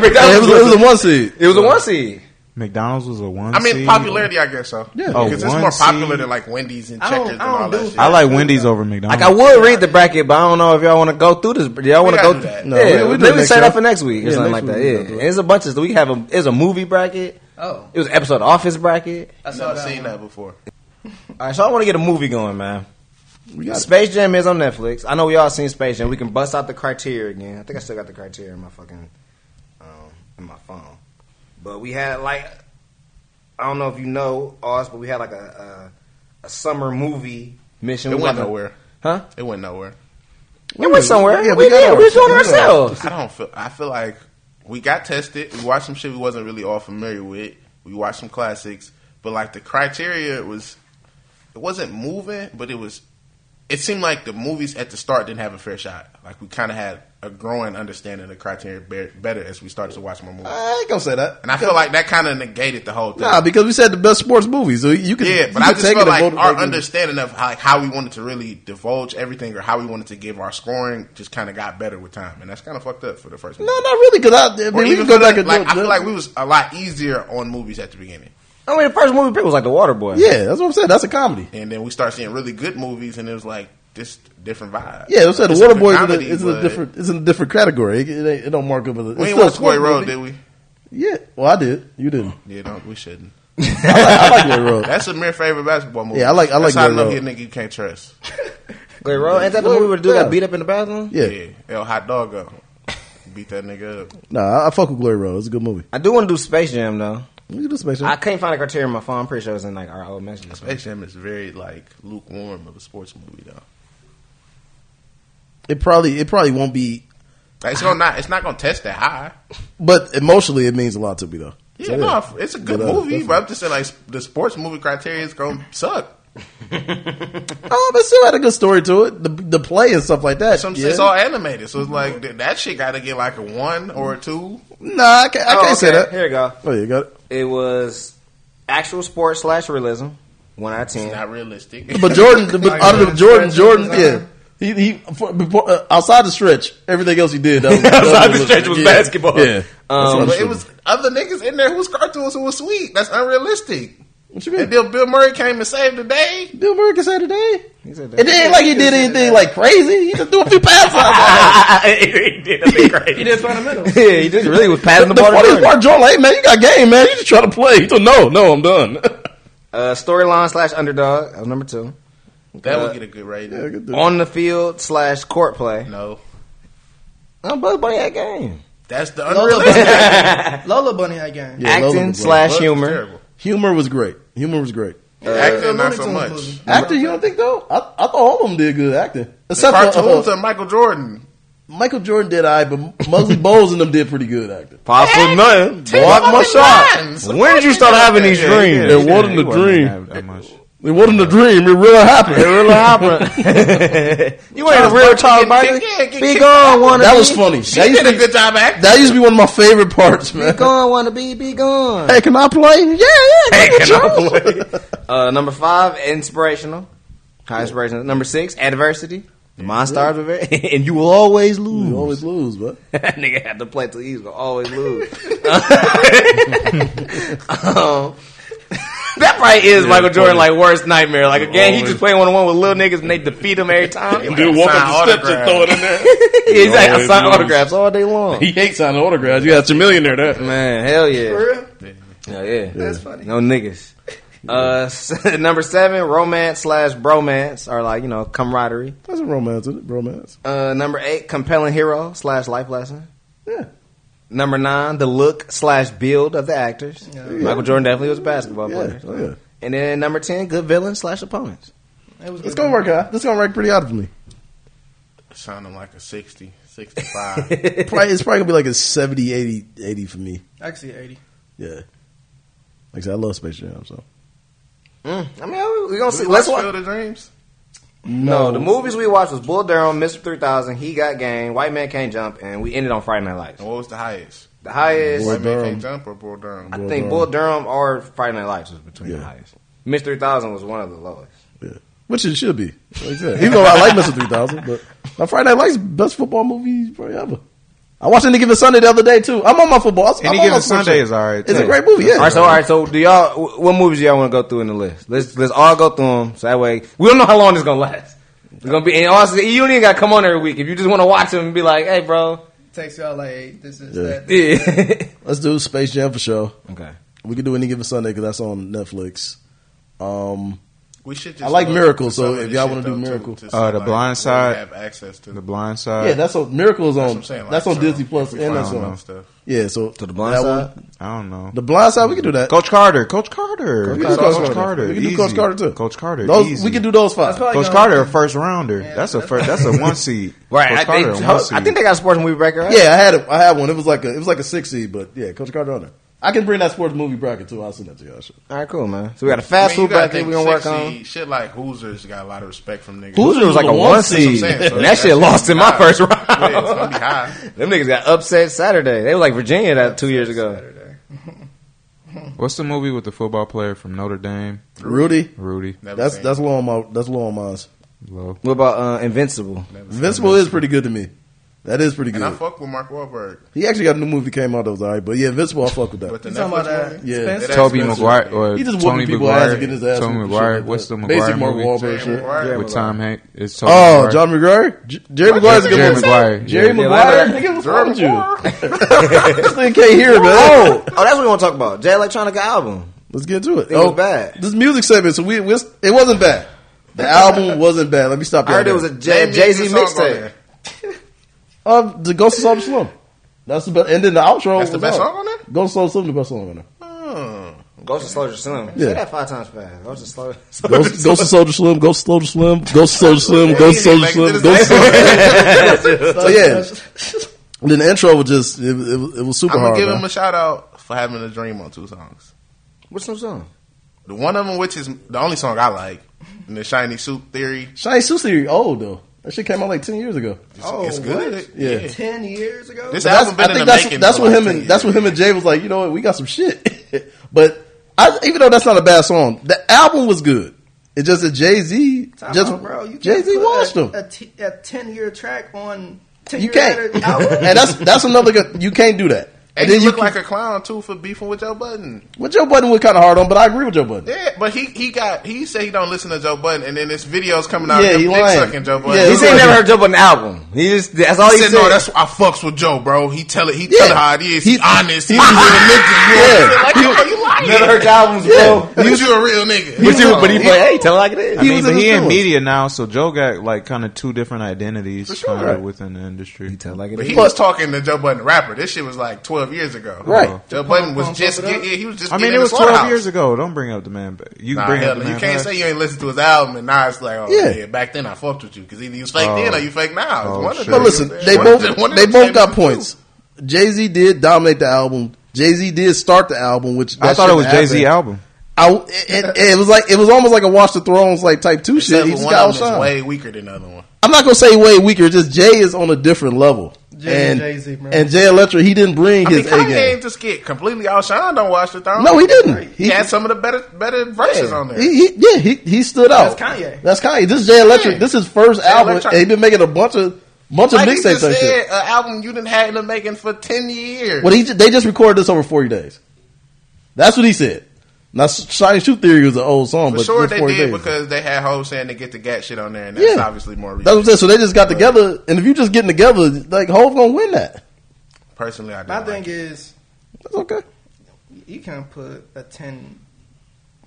S2: McDonald's
S3: was, it was
S2: was
S3: a one seed.
S2: it was a one seed.
S5: McDonald's was a one.
S4: I mean,
S5: seed.
S4: popularity, I guess so.
S3: Yeah.
S5: Oh,
S4: because it's
S5: one
S4: more popular
S5: seed.
S4: than like Wendy's and
S6: I don't-
S4: Checkers and
S6: I don't
S4: all
S6: do
S4: that shit.
S5: I like Wendy's over McDonald's.
S2: Like I would read the bracket, but I don't know if y'all want to go through this. Y'all want to go?
S4: gotta do
S2: Yeah,
S4: that.
S3: No, we- we do
S2: maybe
S3: next
S2: set
S3: show.
S2: up for next week or
S3: Yeah,
S2: something
S3: next
S2: like that.
S3: week we
S2: Yeah,
S3: gotta do it.
S2: And it's a bunch of. We have a. It's a movie bracket.
S6: Oh,
S2: It was an episode of Office bracket.
S6: I saw
S4: Never
S6: that.
S4: seen
S6: one.
S4: that before.
S2: All right, so I want to get a movie going, man.
S3: We got it.
S2: Space Jam is on Netflix. I know we all seen Space Jam. We can bust out the criteria again. I think I still got the criteria in my fucking um, in my phone. But we had like I don't know if you know us, but we had like a a, a summer movie mission.
S4: It
S2: We
S4: went
S2: about to-
S4: nowhere.
S2: Huh?
S4: It went nowhere.
S2: It went somewhere.
S3: Yeah,
S2: we,
S3: we got
S2: did. We was
S3: ours.
S2: doing
S3: We got
S2: ourselves.
S4: I don't feel. I feel like we got tested. We watched some shit we wasn't really all familiar with. We watched some classics, but like the criteria was, it wasn't moving, but it was. It seemed like the movies at the start didn't have a fair shot. Like we kind of had a growing understanding of the criteria be- better as we started to watch more movies.
S3: I ain't gonna say that.
S4: And I feel like that kind of negated the whole thing.
S3: Nah, because we said the best sports movies, so you can
S4: yeah,
S3: you
S4: but I
S3: can
S4: just
S3: take
S4: felt
S3: it and
S4: like
S3: vote it
S4: our
S3: back in.
S4: understanding of how, like, how we wanted to really divulge everything or how we wanted to give our scoring just kind of got better with time, and that's kind of fucked up for the first.
S3: No, not really. Because I, I mean,
S4: Or
S3: we can
S4: even
S3: go
S4: for
S3: back
S4: the-
S3: and
S4: like,
S3: do
S4: I feel
S3: it.
S4: like we was a lot easier on movies at the beginning,
S2: I mean, the first movie we picked was like The Water Boy.
S3: yeah, that's what I'm saying. That's a comedy.
S4: and then we start seeing really good movies, and it was like this different vibe.
S3: Yeah, that's what I'm
S4: It's
S3: saying. The
S4: a
S3: Waterboy is, in
S4: comedy,
S3: a- is in a
S4: but
S3: different. It's in a different category. It, it, ain't- it don't mark up. as a- It's
S4: We
S3: still
S4: ain't
S3: a
S4: watch
S3: sports
S4: Boy Road,
S3: movie.
S4: did we?
S3: Yeah, well, I did. You didn't.
S4: Yeah, don't, we shouldn't.
S3: I like Boy Road.
S4: That's a mere favorite basketball movie.
S3: Yeah, I like- I like
S4: That's how I
S3: Boy
S4: know
S3: Road.
S4: he a nigga you can't trust.
S2: Great role. Ain't that the movie where the dude got beat up in the bathroom?
S3: Yeah,
S4: Yeah, El Hot Doggo beat that nigga up.
S3: nah, I, I fuck with Glory Road. It's a good movie.
S2: I do want to do Space Jam though.
S3: We can do Space Jam.
S2: I can't find the criteria in my phone. I'm pretty sure it was in like our old messages.
S4: Space Jam is very like lukewarm of a sports movie though.
S3: It probably it probably won't be,
S4: Like, it's gonna not it's not gonna test that high.
S3: but emotionally it means a lot to me though.
S4: Yeah,
S3: So,
S4: no, it's a good
S3: But, uh,
S4: movie,
S3: that's-
S4: but I'm just saying like the sports movie criteria is gonna suck.
S3: Oh, but it still had a good story to it. The the play and stuff like that.
S4: Some
S3: yeah.
S4: it's all animated, so it's like th- that shit got to get like a one or a two.
S3: nah, I can't, I
S2: Oh,
S3: can't say
S2: okay.
S3: that.
S2: Here you go.
S3: Oh, you got it.
S2: It was actual sports slash realism. One out of
S4: It's
S2: ten.
S4: not realistic.
S3: But Jordan, but
S6: Like,
S3: out of
S6: uh,
S3: Jordan,
S6: stretch
S3: Jordan,
S6: was
S3: yeah.
S6: on.
S3: He, he for, before, uh, outside the stretch, everything else he did that was,
S2: Outside the stretch was
S3: yeah.
S2: basketball.
S3: Yeah,
S2: Um,
S3: Outside the
S4: But it
S3: stretch.
S4: was other niggas in there who was cartoons who was sweet. That's unrealistic.
S3: What you
S4: And
S3: mean?
S4: Bill, Bill Murray came and saved the day.
S3: Bill Murray can say today.
S2: He said
S3: It ain't like he did anything like crazy. He just threw a few passes out
S4: he did a big
S6: He
S4: crazy.
S6: did fundamentals.
S2: Yeah, he just really was
S3: there.
S2: passing
S3: The
S2: the ball. to
S3: funniest
S2: Jordan.
S3: part, Jordan, hey man, you got game, man. You just try to play. He told no, no, I'm done.
S2: Uh, Storyline slash underdog. That was number two.
S4: That would get a good rating.
S3: Yeah, good dude.
S2: On the field slash court play.
S4: No,
S2: I'm Buzz Bunny that game.
S4: that's the
S6: Lola
S4: unreal.
S6: Bunny had game. Lola Bunny had game.
S3: Yeah, Lola was
S2: Acting
S3: great.
S2: slash
S4: Buzz was
S2: humor.
S4: terrible.
S3: Humor was great. Humor was great.
S4: Uh, Acting not
S6: Looney
S4: so
S6: Tunes
S4: much.
S6: movie.
S3: Acting, you don't think though? I, I thought all of them did good acting, except for
S4: Cartoons
S3: uh,
S4: and Michael Jordan.
S3: Michael Jordan did I, but Muggsy Bogues and them did pretty good acting.
S2: Possible nothing. Walk my
S4: fucking
S2: shot.
S4: lines.
S2: When did you start having these
S4: Yeah,
S2: dreams?
S3: It wasn't
S5: He
S3: a
S5: wasn't
S3: dream.
S5: have that much.
S3: It wasn't a dream. It really happened. It really happened.
S2: you ain't a real child
S4: Get-
S2: biter.
S4: get- get-
S2: Be
S4: get-
S2: gone, wanna
S3: That
S2: be.
S3: was funny.
S4: She
S3: That used,
S4: did
S3: to
S4: a
S3: be,
S4: good job acting.
S3: that used to be one of my favorite parts,
S2: Be
S3: man.
S2: gone, wanna be, be gone.
S3: Hey, can I play? Yeah, yeah. Hey,
S2: can I Uh, number five, inspirational. High inspirational. Number six, adversity. The Monstars are very, and you will always lose.
S3: You always lose, but
S2: Nigga had to play till he's gonna always lose. um, that probably is Michael Jordan like worst nightmare. Like again, he just playing one on one with little niggas and they defeat him every time. He's like,
S3: dude walk
S4: sign
S3: up the steps and
S4: autographs.
S3: throw it in there.
S2: he's like I
S3: always
S2: sign
S3: lose.
S2: autographs all day long.
S3: He hates signing autographs. You got your millionaire there.
S2: Man, hell
S6: For
S2: yeah,
S6: real?
S2: yeah, yeah.
S6: That's funny.
S2: No niggas. Uh, number seven, romance slash bromance, or like you know camaraderie.
S3: That's a romance, isn't it? Romance.
S2: Uh, number eight, compelling hero slash life lesson.
S3: Yeah.
S2: Number nine, the look slash build of the actors.
S6: Yeah.
S2: Michael Jordan definitely was a basketball
S3: Yeah.
S2: player.
S3: Oh, yeah.
S2: And then number ten, good villain slash opponents.
S6: It was
S3: It's
S6: good.
S3: gonna work out. It's gonna work pretty out for me.
S4: Sounding like a 60, 65.
S3: Probably, it's probably gonna be like a 70, 80, 80 for me.
S6: I can see 80.
S3: Yeah. Like I said, I love Space Jam, so.
S2: Mm. I mean, we gonna see.
S4: We
S2: Let's
S4: watch
S2: watch.
S4: Field of Dreams.
S2: No, the movies we watched was Bull Durham, Mister Three Thousand, He Got Game, White Man Can't Jump, and we ended on Friday Night Lights.
S4: And what was the highest?
S2: The highest,
S3: Bull
S4: White man
S3: Durham.
S4: can't jump or Bull Durham.
S2: I
S3: Bull
S2: think,
S3: Durham.
S2: Bull Durham or Friday Night Lights was between the
S3: Yeah.
S2: highest. Mister Three Thousand was one of the lowest.
S3: Which it should be. Like I said. Even though I like Mr. 3000, but now Friday Night Lights, best football movie probably ever. I watched Any Given Sunday the other day, too. I'm on my football. I'm
S5: Any
S3: on my
S5: Given
S3: sports
S5: Sunday
S3: shit.
S5: is alright.
S3: It's a
S5: too.
S3: great movie, yeah.
S2: All right, so all right, so do y'all? wh- What movies do y'all want to go through in the list? Let's let's all go through them. So that way we don't know how long this gonna last. It's gonna be and honestly, you don't even gotta come on every week if you just want to watch them and be like, hey, bro.
S6: Takes y'all like, hey, this is
S3: Yeah.
S6: that. this
S2: Yeah.
S6: is that.
S3: Let's do Space Jam for sure.
S2: okay.
S3: We can do Any Given Sunday because that's on Netflix. Um,
S4: We should just
S3: I like
S4: look
S3: Miracle,
S4: some
S3: so
S4: of
S3: if
S4: this
S3: y'all
S4: shit,
S3: wanna do
S4: though,
S3: Miracle.
S4: to-
S5: Uh, The
S4: like,
S5: Blind
S4: really
S5: Side.
S4: Have access to
S5: The Blind Side.
S3: yeah, that's on Miracles
S4: That's
S3: on
S4: what I'm
S3: that's,
S4: saying, like,
S3: on
S4: so
S3: Disney Plus
S4: we
S3: and
S4: find
S3: that's
S4: all
S3: on
S4: that stuff.
S3: yeah. So to
S2: the blind side?
S5: I don't know.
S3: the Blind Side, we can do that.
S5: Coach Carter. Coach Carter.
S3: We can
S5: Coach,
S3: do
S5: Carter.
S3: We can do
S5: Easy.
S3: Coach Carter too.
S5: Coach Carter.
S3: Those-
S5: easy.
S3: we can do uh, those
S6: That's
S3: five.
S6: probably
S5: Coach
S6: gonna-
S5: Carter, a first rounder.
S6: Yeah,
S5: that's a
S6: that's
S5: first. That's a one seed.
S2: Right. I,
S5: Coach Carter,
S2: they-
S5: a one seed.
S2: I think they got a sports movie breaker. Right?
S3: Yeah, I had it. I had one. It was like a it was like a six seed, but yeah, Coach Carter on there. I can bring that sports movie bracket too. I'll send that to y'all. Shit.
S2: All right, cool, man. So we got a fast food bracket we're gonna work on.
S4: Shit like Hoosers got a lot of respect from niggas.
S2: Hoosier was like a
S3: the
S2: one
S3: one
S2: seed,
S3: seed.
S4: That's what I'm saying. So
S2: and that
S4: that's-
S2: shit lost in my
S4: high.
S2: first
S4: Yeah, it's gonna
S2: round.
S4: be high.
S2: Them niggas got upset Saturday. They were like Virginia that two years ago.
S6: Saturday.
S5: What's the movie with the football player from Notre Dame?
S3: Rudy,
S5: Rudy.
S4: Never
S3: that's
S4: seen
S3: that's low on my that's low on mine.
S5: Low.
S2: What about uh, Invincible?
S4: it. Never seen
S3: Invincible is pretty good to me. That is pretty
S4: it. And I
S3: good.
S4: fuck with Mark Wahlberg.
S3: He actually got a new movie came out that was alright, but yeah, Invincible, I fuck with that.
S4: But the
S6: You
S4: Netflix
S6: talking about that?
S4: movie?
S3: Yeah.
S6: Spencer?
S4: That
S5: Toby
S4: expensive.
S5: McGuire or
S3: He just
S5: Uh, Tony
S3: whooping people ass
S5: McGuire.
S3: and getting his ass.
S5: Tony
S3: whooped and shit
S5: McGuire.
S3: like
S5: What's the
S3: that.
S5: McGuire
S3: Basic Mark
S5: movie?
S3: Wahlberg
S4: Jerry
S3: shit.
S4: Maguire.
S5: with Tom Hanks. It's Tony
S3: Oh,
S5: McGuire.
S3: John McGuire? J- Jerry McGuire's a good
S5: Jerry
S3: one.
S5: Maguire.
S3: Jerry
S5: Yeah.
S3: Maguire?
S2: Yeah,
S3: Nigga, what's
S4: Jerry
S3: wrong with you? this nigga can't hear, man.
S2: Oh, oh, that's what we want to talk about. Jay Electronica album.
S3: Let's get to it. Oh,
S2: It was bad.
S3: This music segment, so we, we it wasn't bad. The album wasn't bad. Let me stop
S2: I
S3: you.
S2: heard it was a Jay Z
S4: Jay-Z song on
S2: mixtape.
S4: there.
S3: um, the Ghost of Soul Slim. That's the best. And then the outro.
S4: That's the
S3: was
S4: best
S3: out.
S4: song on there? Hmm.
S3: Ghost of Soul Slim, the best song on there.
S2: Ghost of Soldier Slim.
S3: Yeah.
S2: Say that five times fast. Ghost of Soldier.
S3: Ghost, Ghost of Soldier Slim, Ghost of Soldier Slim, Ghost of Soldier Slim, Ghost of Soldier Slim, Ghost of Soldier Slim. So yeah, And then the intro was just it, was- it, was- it was super
S4: I'm gonna
S3: hard.
S4: give
S3: man.
S4: him a shout out for having a dream on two songs.
S2: What's some song?
S4: The one of them, which is the only song I like, and the Shiny Suit Theory.
S3: Shiny Susie old though. That shit came out like ten years ago.
S4: It's, it's good.
S3: Yeah.
S6: oh, Ten years ago?
S4: This
S3: But that's,
S4: album
S3: I
S4: been in the
S3: think that's
S4: making
S3: that's
S4: for
S3: what
S4: like
S3: him
S4: 10
S3: and that's
S4: years.
S3: what him and Jay was like. You know what? We got some shit. but I, even though that's not a bad song, the album was good. It's just that Jay Z
S6: Time out, bro. You
S3: just
S6: can't
S3: Jay Z
S6: put
S3: watched
S6: a,
S3: them.
S6: A, t- a ten year track on ten
S3: You
S6: year
S3: can't.
S6: Album?
S3: and that's that's another good. You can't do that.
S4: And,
S3: And
S4: then
S3: then
S4: you
S3: you
S4: look
S3: can-
S4: like a clown too for beefing with Joe Budden.
S3: Well, Joe Budden was kind of hard on, but I agree with Joe Budden.
S4: Yeah, but he he got he said he don't listen to Joe Budden, and then this video's coming out.
S3: Yeah,
S4: of
S3: he
S4: him dick
S3: lying.
S4: sucking Joe
S3: Yeah,
S4: Budden.
S2: He
S3: He's
S2: said he
S3: like-
S2: never heard Joe Budden album. He just that's all he,
S4: He said,
S2: said.
S4: no, that's why I fucks with Joe, bro. He tell it, he
S3: Yeah.
S4: tell it how it is. He,
S3: He-
S4: honest. He,
S3: was a real nigga, yeah.
S4: like, yo, you lying?
S2: never heard the albums, bro.
S4: But you a real nigga.
S2: But, you, but he played, hey, tell it like it is.
S5: I
S3: He
S5: mean,
S3: was
S5: but
S3: in
S5: he
S3: the
S5: in
S3: store.
S5: media now, so Joe got like kind of two different identities
S3: sure.
S5: kinda within the industry.
S2: He tell it like it
S4: But
S2: is.
S4: he was talking to Joe Budden, the rapper. This shit was like twelve years ago.
S3: Right.
S4: Joe Budden was
S6: Pump,
S4: just
S6: pump it
S4: get,
S6: up.
S4: yeah, he was just.
S5: I mean,
S4: getting
S5: it
S4: in
S5: was
S4: the
S5: 12
S4: slaughterhouse.
S5: years ago. Don't bring up the man. back. You
S4: Nah,
S5: bring
S4: hell,
S5: up the
S4: you
S5: man.
S4: can't
S5: back.
S4: say you ain't listened to his album, and now it's like, oh yeah,
S3: Yeah.
S4: back then I fucked with you because either you fake then
S5: Oh.
S4: or you fake now. It's
S5: Oh,
S4: one of
S5: shit.
S4: them.
S3: But listen,
S4: One
S3: they
S4: of
S3: both
S4: them- one of
S3: they
S4: them
S3: both
S4: same
S3: got
S4: people.
S3: points. Jay Z did dominate the album. Jay Z did start the album, which
S5: I
S3: that
S5: thought it
S3: shouldn't
S5: was Jay Z
S3: happen.
S5: album.
S3: I it, it, it was like it was almost like a Watch the Thrones like type two shit.
S4: Except
S3: He
S4: for
S3: just
S4: one
S3: got
S4: of them is
S3: outshined.
S4: way weaker than the other one.
S3: I'm not gonna say way weaker. Just Jay is on a different level.
S6: Jay
S3: and
S6: is Jay-Z, bro.
S3: and Jay Electra, he didn't bring
S4: I mean,
S3: his A
S4: Kanye
S3: game.
S4: didn't just get completely outshined on Watch the Throne.
S3: No, he didn't.
S4: He,
S3: He-
S4: had some of the better better verses on there.
S3: He, he, yeah, he, he stood out.
S6: That's Kanye.
S3: That's Kanye. This is Jay Electra.
S4: Yeah.
S3: This is his first
S4: Jay
S3: album.
S4: Electra-
S3: And he been making a bunch of bunch of
S4: like he
S3: mixtapes
S4: just
S3: and shit.
S4: said, an album you didn't had in the making for ten years.
S3: Well, he ju- they just recorded this over forty days. That's what he said. Now, Shiny Shoe Theory was an old song,
S4: for
S3: but
S4: sure
S3: it's
S4: they
S3: 40
S4: did
S3: days.
S4: because they had hoes saying they get the gat shit on there, and that's
S3: Yeah.
S4: obviously more.
S3: That's what
S4: Reason.
S3: I'm saying. So they just got together, and if you just getting together, like Hov gonna win that.
S4: Personally, I didn't
S6: My
S4: like
S6: thing
S4: it.
S6: is,
S3: That's okay.
S6: you can't put a 10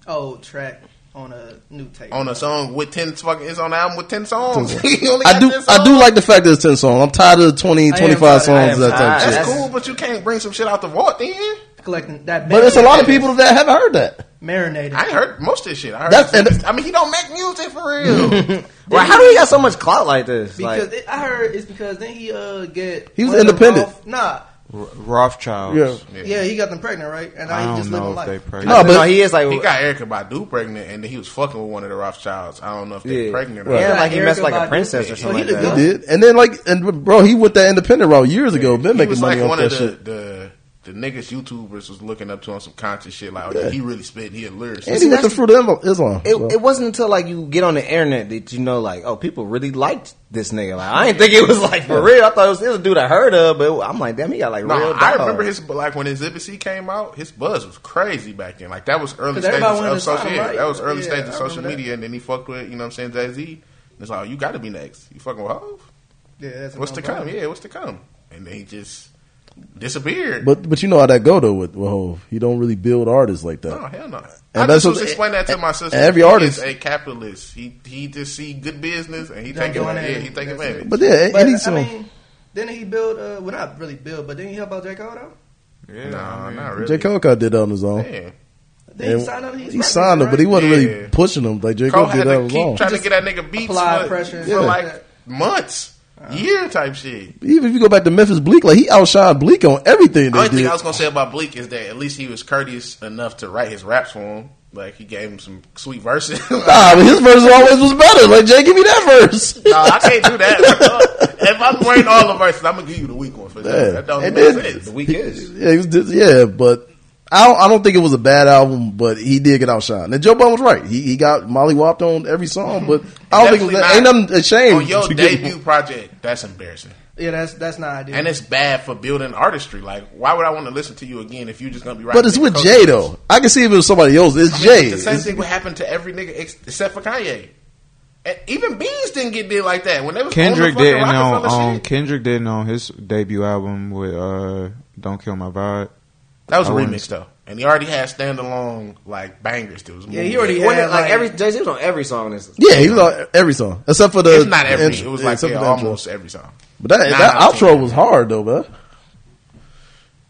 S6: old track on a new tape.
S4: on a song with ten fucking it's on the album with ten songs. He only
S3: I
S4: got
S3: do.
S4: 10 songs.
S3: I do like the fact that it's ten songs. I'm tired of the 20,
S6: am
S3: 25
S6: tired. I
S3: songs
S6: am
S3: that type
S2: tired.
S3: of
S4: That's
S3: shit.
S2: That's-
S4: cool, but you can't bring some shit out the vault then.
S6: collecting that.
S3: But it's a lot of
S6: marinated-
S3: people that haven't heard that.
S6: marinated.
S4: I ain't heard most of this shit. I heard.
S3: That's-
S4: this-
S3: and-
S4: I mean, he don't make music for real.
S2: Well, how do he got so much clout like this?
S6: because
S2: like,
S6: it, I heard it's because then he uh get
S3: He was
S6: one of the
S3: independent.
S6: Roth- nah,
S5: R- Rothschilds.
S3: Yeah.
S6: yeah. he got them pregnant, right? And
S5: I
S6: now he
S5: don't
S6: just
S5: know
S6: living
S5: if they
S6: life.
S5: pregnant.
S2: no,
S3: No,
S2: but
S3: but-
S2: no, he is like,
S4: he got Erica Badu pregnant, and he was fucking with one of the Rothschilds. I don't know if they're
S2: Yeah.
S4: pregnant.
S2: Right.
S4: Or
S2: Yeah,
S4: not.
S2: like he messed like a
S6: Erica Badu.
S2: princess
S6: So
S2: or
S6: he
S2: something
S6: the
S2: like
S3: He
S6: Yeah.
S2: that.
S6: goat.
S3: did, and then like, and bro, he went that independent route years ago. Been
S4: He
S3: making
S4: was
S3: money
S4: like
S3: off
S4: one of
S3: that
S4: the,
S3: shit.
S4: the the niggas YouTubers was looking up to on some conscious shit. Like, oh, yeah, he really spit. He a
S3: And
S4: lyricist.
S3: he
S2: See,
S3: went to
S2: that's-
S3: Fruit of Islam.
S2: It,
S3: so.
S2: it wasn't until like you get on the internet that you know like oh people really liked this nigga like I didn't think it was like for real I thought it was, it was a dude I heard of but it- I'm like damn he got like
S4: No,
S2: real
S4: I
S2: dogs.
S4: remember his like when Exhibit C came out, his buzz was crazy back then. Like that was early
S6: 'Cause
S4: stages
S6: everybody wanted
S4: of
S6: to
S4: social.
S6: sign him,
S4: Yeah,
S6: right?
S4: that was early
S6: Yeah,
S4: stages of
S6: I
S4: social
S6: remember that.
S4: media, and then he fucked with you know what I'm saying Jay Z. It's like oh, you got to be next. You fucking with Hov.
S6: Yeah, that's
S4: What's to come? Yeah, what's to come? And then he just disappeared.
S3: But but you know how that go though with, with Hov. He don't really build artists like that.
S4: no, hell no. I
S3: And
S4: just
S3: that's
S4: was
S3: what-
S4: explaining that to my sister.
S3: and every
S4: He
S3: artist-
S4: is a capitalist. He he just see good business and he
S6: Don't
S4: take
S6: go in
S4: advantage.
S6: there.
S4: Yeah, he take
S6: That's
S4: advantage.
S3: But yeah,
S6: But
S3: any
S6: I
S3: song.
S6: mean, didn't he build? Uh, well, not really build, but didn't he help out J Cole though?
S5: Yeah,
S4: no,
S5: I mean,
S4: not really.
S3: J Cole kinda did that on his own.
S4: Yeah.
S6: Then
S3: And
S6: he signed up. He's
S3: he signed him, but he wasn't
S4: Yeah.
S3: really pushing him. Like J
S4: Cole
S3: Cole
S4: had
S3: did that on
S4: to
S3: his
S4: keep
S3: own.
S4: trying to get that nigga beats
S6: apply
S4: for,
S6: pressure.
S4: for
S6: Yeah.
S4: like months,
S5: Uh-huh.
S4: year type shit.
S3: Even if you go back to Memphis Bleak, like he outshined Bleak on everything
S4: The
S3: they
S4: only thing
S3: did.
S4: I was gonna say about Bleak is that at least he was courteous enough to write his raps for him. Like he gave him some sweet verses. nah,
S3: Nah, but his verse always was better. Like Jay, give me that verse.
S4: I can't do that. if I'm writing all the verses, I'm gonna give you the weak one for sure.
S3: Yeah.
S4: That don't
S3: And
S4: make
S3: then-
S4: sense. The weak is.
S3: Yeah, he was dis- yeah, but I don't, I don't think it was a bad album, but he did get outshined. And Joe Budden was right; he, he got Molly whopped on every song, but I don't think it was that, ain't
S4: Definitely
S3: nothing ashamed.
S4: On your
S3: to get-
S4: debut project, that's embarrassing.
S6: Yeah, that's that's not ideal.
S4: And it's bad for building artistry. Like, why would I want to listen to you again if you're just gonna be writing?
S3: but it's
S4: to
S3: with
S4: coaches?
S3: Jay though. I can see if it was somebody else. It's
S4: I mean,
S3: Jay.
S4: The same
S3: It's-
S4: thing would happen to every nigga ex- except for Kanye. And even Beans didn't get did like that. When they was
S5: Kendrick
S4: on the fucking
S5: didn't on,
S4: Rockefeller
S5: on
S4: shit.
S5: Kendrick didn't on his debut album with uh "Don't Kill My Vibe."
S4: That was a
S5: I wouldn't-
S4: remix though, and he already had standalone like bangers. That was
S6: yeah, he already
S2: When
S6: had
S2: it- like,
S6: like
S2: every Jay Z was on every song in this
S3: yeah, he was on every song except for the.
S4: It's not every.
S3: intro-
S4: it was like
S3: except
S4: yeah,
S3: for the intro.
S4: almost every song.
S3: But that,
S4: Nah,
S3: that
S4: I'm
S3: outro
S4: saying-
S3: was hard though, man.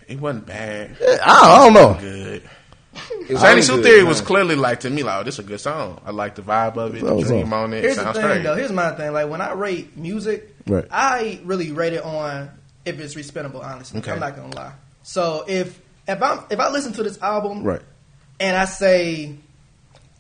S4: It wasn't bad.
S3: I, I don't know.
S4: Good.
S2: It was
S4: Shiny
S2: really
S4: Suit
S2: good,
S4: Theory
S2: man.
S4: was clearly like to me like, oh, this is a good song. I like the vibe of it,
S3: That
S4: the
S3: was
S4: dream
S3: awesome.
S4: on it.
S6: Here's the
S4: Sounds
S6: thing,
S4: great.
S6: though. Here's my thing. Like when I rate music,
S3: Right.
S6: I really rate it on if it's respectable. Honestly,
S4: Okay.
S6: I'm not gonna lie. So if if I'm if I listen to this album,
S3: Right.
S6: and I say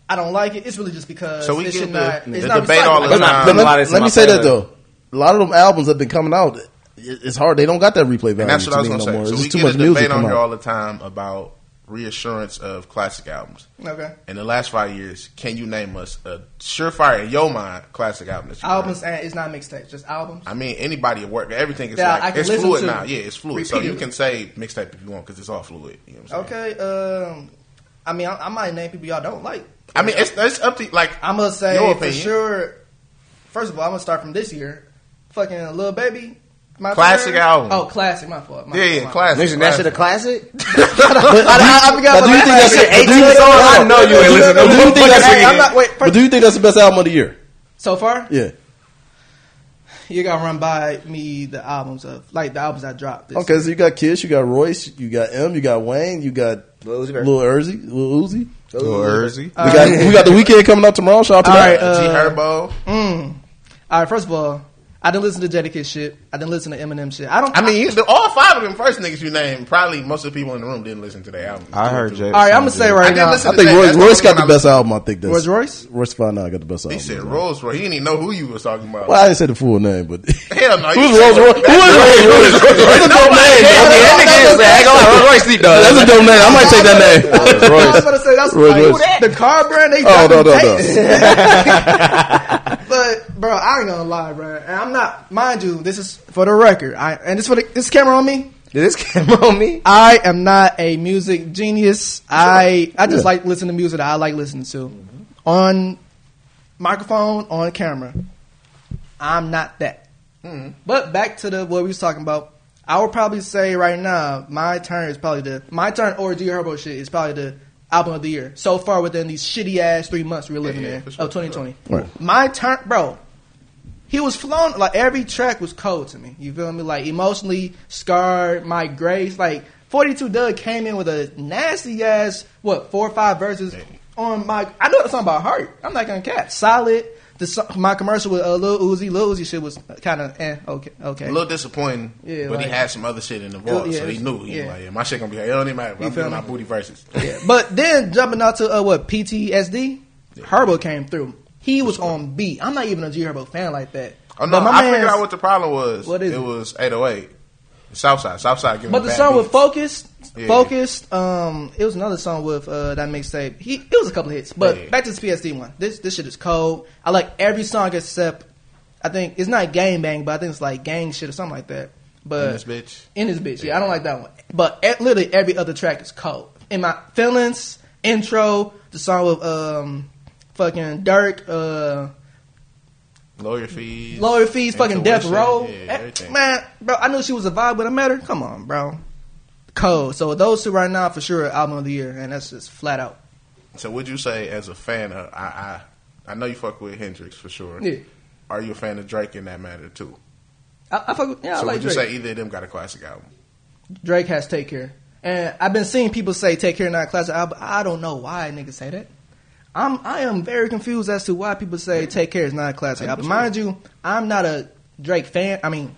S6: I don't like it, it's really just because
S4: So we
S6: it
S4: get
S6: should
S4: the-
S6: not,
S4: the
S6: it's not
S4: debate all the
S6: recyclable.
S2: But
S4: time.
S2: not
S3: But
S2: putting a
S3: let,
S2: lot of this in
S3: let
S2: my
S3: me say that
S2: playlist.
S3: though. A lot of them albums have been coming out. it- It's hard. They don't got that replay value.
S4: And that's what
S3: to
S4: I was
S3: me
S4: gonna
S3: no
S4: say.
S3: more.
S4: So
S3: There's
S4: we
S3: too
S4: get a
S3: much music
S4: debate
S3: come
S4: on here
S3: out.
S4: all the time about reassurance of classic albums.
S6: Okay.
S4: In the last five years, can you name us a surefire in your mind classic album? That you
S6: Albums
S4: heard?
S6: and it's not mixtapes, just albums.
S4: I mean, anybody at work, everything is
S6: That I
S4: like
S6: can
S4: it's
S6: listen
S4: fluid
S6: to
S4: now. Yeah, it's fluid. So you
S6: repeatedly.
S4: can say mixtape if you want because it's all fluid. You know what I'm saying?
S6: Okay. Um, I mean, I, I might name people y'all don't like.
S4: I mean, it's, it's up to like
S6: I'm gonna say
S4: Your
S6: for
S4: opinion.
S6: sure. First of all, I'm gonna start from this year. Fucking little baby. My
S4: Classic
S6: Career.
S4: album.
S6: Oh, classic. My fault. My
S4: yeah,
S6: fault,
S4: yeah,
S6: my
S4: classic.
S2: Listen, that shit a
S4: classic.
S2: classic?
S6: I, I forgot
S2: But do you
S6: about
S2: think that shit ate you?
S6: that.
S4: I know you ain't listening.
S3: But do you think that's
S6: Hey, I'm not- wait,
S3: but do you think that's the best album of the year?
S6: So far,
S3: Yeah.
S6: you gotta run by me the albums of like the albums I dropped. This
S3: Okay, so you got Kiss, you got Royce, you got M, you got Wayne, you got
S2: Lil Uzi Vert.
S3: Lil Uzi, Lil Uzi.
S5: Lil Urzy.
S3: we got we got the weekend coming up tomorrow. Shout out to
S6: All
S3: that.
S6: right, uh,
S4: G Herbo.
S6: Mm. All right. First of all, I didn't listen to Jadakiss shit. I didn't listen to Eminem shit. I don't.
S4: I mean, the, all five of them first niggas you named, probably most of the people in the room didn't listen to their album.
S5: I heard
S4: Jay.
S5: Jay.
S6: all right. I'm gonna
S4: I
S6: say
S4: didn't
S6: right now.
S4: listen
S3: I
S4: to
S3: think
S4: Jay.
S3: Royce,
S4: That's the
S3: Royce
S4: only
S3: got the
S4: one I-
S3: best album. I think
S6: Was
S3: that's
S6: Royce?
S3: Royce Fana got the best
S4: He
S3: album.
S4: said Rolls Royce. He didn't even know who you was talking about.
S3: Well, I didn't say the full name, but
S4: Hell no. you
S3: who's
S4: said
S3: Rolls Royce? Who is Rolls Royce? That's a dope name.
S4: cares.
S3: though. That's a dope name. I might take that name.
S6: I was gonna say that's
S3: Royce,
S6: like,
S3: Royce.
S6: who that? the car brand. They
S3: Oh, no, no, no.
S6: but bro, I ain't gonna lie, bro. And I'm not, mind you. This is for the record. I and this for the, this camera on me.
S2: Did this camera on me?
S6: I am not a music genius. I I just
S3: Yeah.
S6: like listening to music that I like listening to on microphone on camera. I'm not that.
S3: Mm-hmm.
S6: But back to the what we was talking about. I would probably say right now, my turn is probably the my turn or G Herbo shit is probably the album of the year so far within these shitty ass three months we're living
S4: yeah,
S6: in
S4: for sure,
S6: of 2020.
S3: Right.
S6: My turn, bro. He was flown like every track was cold to me. You feel me? Like emotionally scarred, my grace. Like 42 Doug came in with a nasty ass what four or five verses on my. I know it's something about heart. I'm not gonna cap. Solid. The so- my commercial with uh, Lil Uzi, Lil Uzi shit was kind of eh, okay, okay.
S4: A little disappointing,
S6: Yeah,
S4: but he
S6: like-
S4: had some other shit in the voice,
S6: Yeah,
S4: so he knew. He was
S6: yeah.
S4: like, yeah, my shit gonna be. It don't even matter. But I'm
S6: feel
S4: doing
S6: me?
S4: my booty verses.
S6: But then jumping out to uh, what PTSD, Herbo came through. He was on beat. I'm not even a G Herbo fan like that.
S4: Oh no,
S6: But my
S4: I figured
S6: man's-
S4: out what the problem was.
S6: What is
S4: it?
S6: it?
S4: was 808. Southside, Southside. giving
S6: But the
S4: bad
S6: song with
S4: beats.
S6: Focused,
S4: Yeah.
S6: Focused, um, it was another song with uh, that mixtape. He it was a couple of hits, but
S4: Yeah.
S6: back to this PSD one. This this shit is cold. I like every song except I think it's not gang bang, but I think it's like gang shit or something like that. But
S4: In This Bitch?
S6: in this bitch, yeah, I don't like that one. But e- literally every other track is cold. In my feelings, intro, the song with um, fucking Dirk, uh.
S4: Lawyer fees,
S6: Lower fees, fucking death
S4: Intuition,
S6: row.
S4: yeah, everything.
S6: man, bro, I knew she was a vibe when I met her. Come on, bro. Cold. So those two right now for sure are album of the year, and that's just flat out.
S4: So would you say, as a fan, of, I, I, I know you fuck with Hendrix for sure.
S6: Yeah.
S4: Are you a fan of Drake in that matter too?
S6: I, I fuck with, yeah,
S4: so
S6: I like
S4: would you
S6: Drake.
S4: say either of them got a classic album?
S6: Drake has Take Care. And I've been seeing people say Take Care not a classic album. I don't know why niggas say that. I'm I am very confused as to why people say Take Care is not a classic album. Mind you, I'm not a Drake fan. I mean,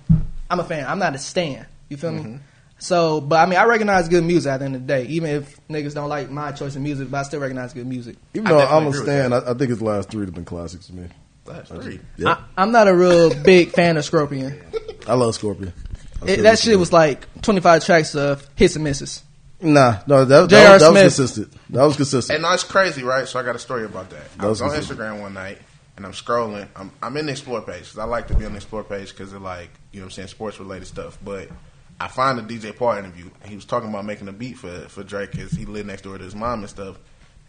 S6: I'm a fan. I'm not a stan. You feel
S3: Mm-hmm.
S6: me? So, but I mean, I recognize good music at the end of the day, even if niggas don't like my choice of music, but I still recognize good music.
S3: Even
S4: I
S3: though
S4: definitely
S3: I'm a
S4: agree with
S3: stand, I, I think his last three have been classics to me.
S4: Last three.
S3: Yeah,
S6: I, I'm not a real big fan of Scorpion.
S3: I, love Scorpion. I
S6: It,
S3: still
S6: that
S3: listen to
S6: shit was like 25 tracks of hits and misses.
S3: Nah, no, that, that,
S6: J.R.
S3: that was
S6: Smith.
S3: consistent. That was consistent.
S4: And that's crazy, right? So I got a story about that. I
S3: That
S4: was
S3: was
S4: on
S3: consistent.
S4: Instagram one night and I'm scrolling. I'm, I'm in the explore page 'cause I like to be on the explore page because they're like, you know what I'm saying, sports related stuff. But I find a DJ Paul interview and he was talking about making a beat for, for Drake because he lived next door to his mom and stuff.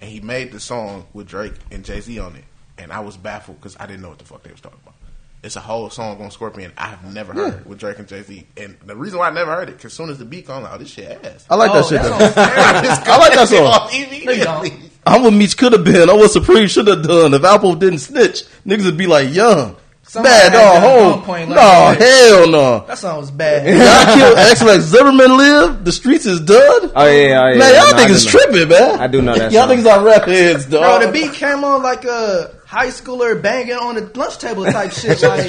S4: And he made the song with Drake and Jay Z on it. And I was baffled because I didn't know what the fuck they was talking about. It's a whole song on Scorpion I've never heard with Drake and Jay Z. And the reason why I never heard it, because soon as the beat comes out, this shit ass.
S3: I like
S6: Oh,
S3: that shit.
S6: that
S3: though.
S6: song-
S4: I
S3: like that song.
S4: Immediately.
S3: I'm what Meech could have been. I'm what Supreme should have done. If Apple didn't snitch, niggas would be like, young.
S6: Somebody
S3: Bad
S6: had
S3: dog,
S6: done
S3: home.
S6: gunpoint
S3: no,
S6: like that.
S3: hell no.
S6: That song was bad.
S3: Y'all killed X like Zimmerman live. The streets is done.
S2: Oh, yeah, yeah, yeah.
S3: man, y'all
S2: No, I do
S3: niggas
S2: know.
S3: tripping, man.
S2: I do know that
S3: Y'all
S2: song.
S3: niggas are rap heads, dog.
S6: Bro, the beat came on like a high schooler banging on the lunch table type shit. Like,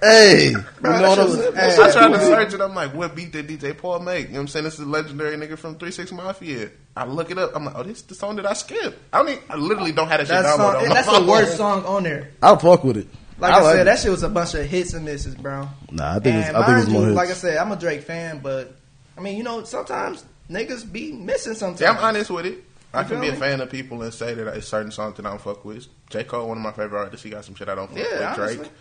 S3: Hey, you
S6: Bro, that
S3: know what
S6: shit
S3: I'm
S6: was
S3: saying?
S6: ass.
S4: I tried to search it. I'm like, what beat did DJ Paul make? You know what I'm saying? This is a legendary nigga from 3 6 Mafia. I look it up. I'm like, oh, this is the song that I skipped. I don't even, I literally don't have that shit
S6: that
S4: downloaded
S6: song,
S4: on my
S6: that's the
S4: phone.
S6: worst song on there.
S3: I'll fuck with it.
S6: Like
S3: I
S6: I,
S3: like
S6: said,
S3: it.
S6: that shit was a bunch of hits and misses, bro.
S3: Nah, I think it's-
S6: And
S3: I think it's
S6: mind
S3: more
S6: you,
S3: hits.
S6: Like I said, I'm a Drake fan, but I mean, you know, sometimes niggas be missing sometimes.
S4: See, I'm honest with it. I can
S6: You feel
S4: be a
S6: me?
S4: fan of people and say that it's certain songs that I don't fuck with. J. Cole, one of my favorite artists, he got some shit I don't fuck
S6: Yeah,
S4: with. Drake,
S6: honestly.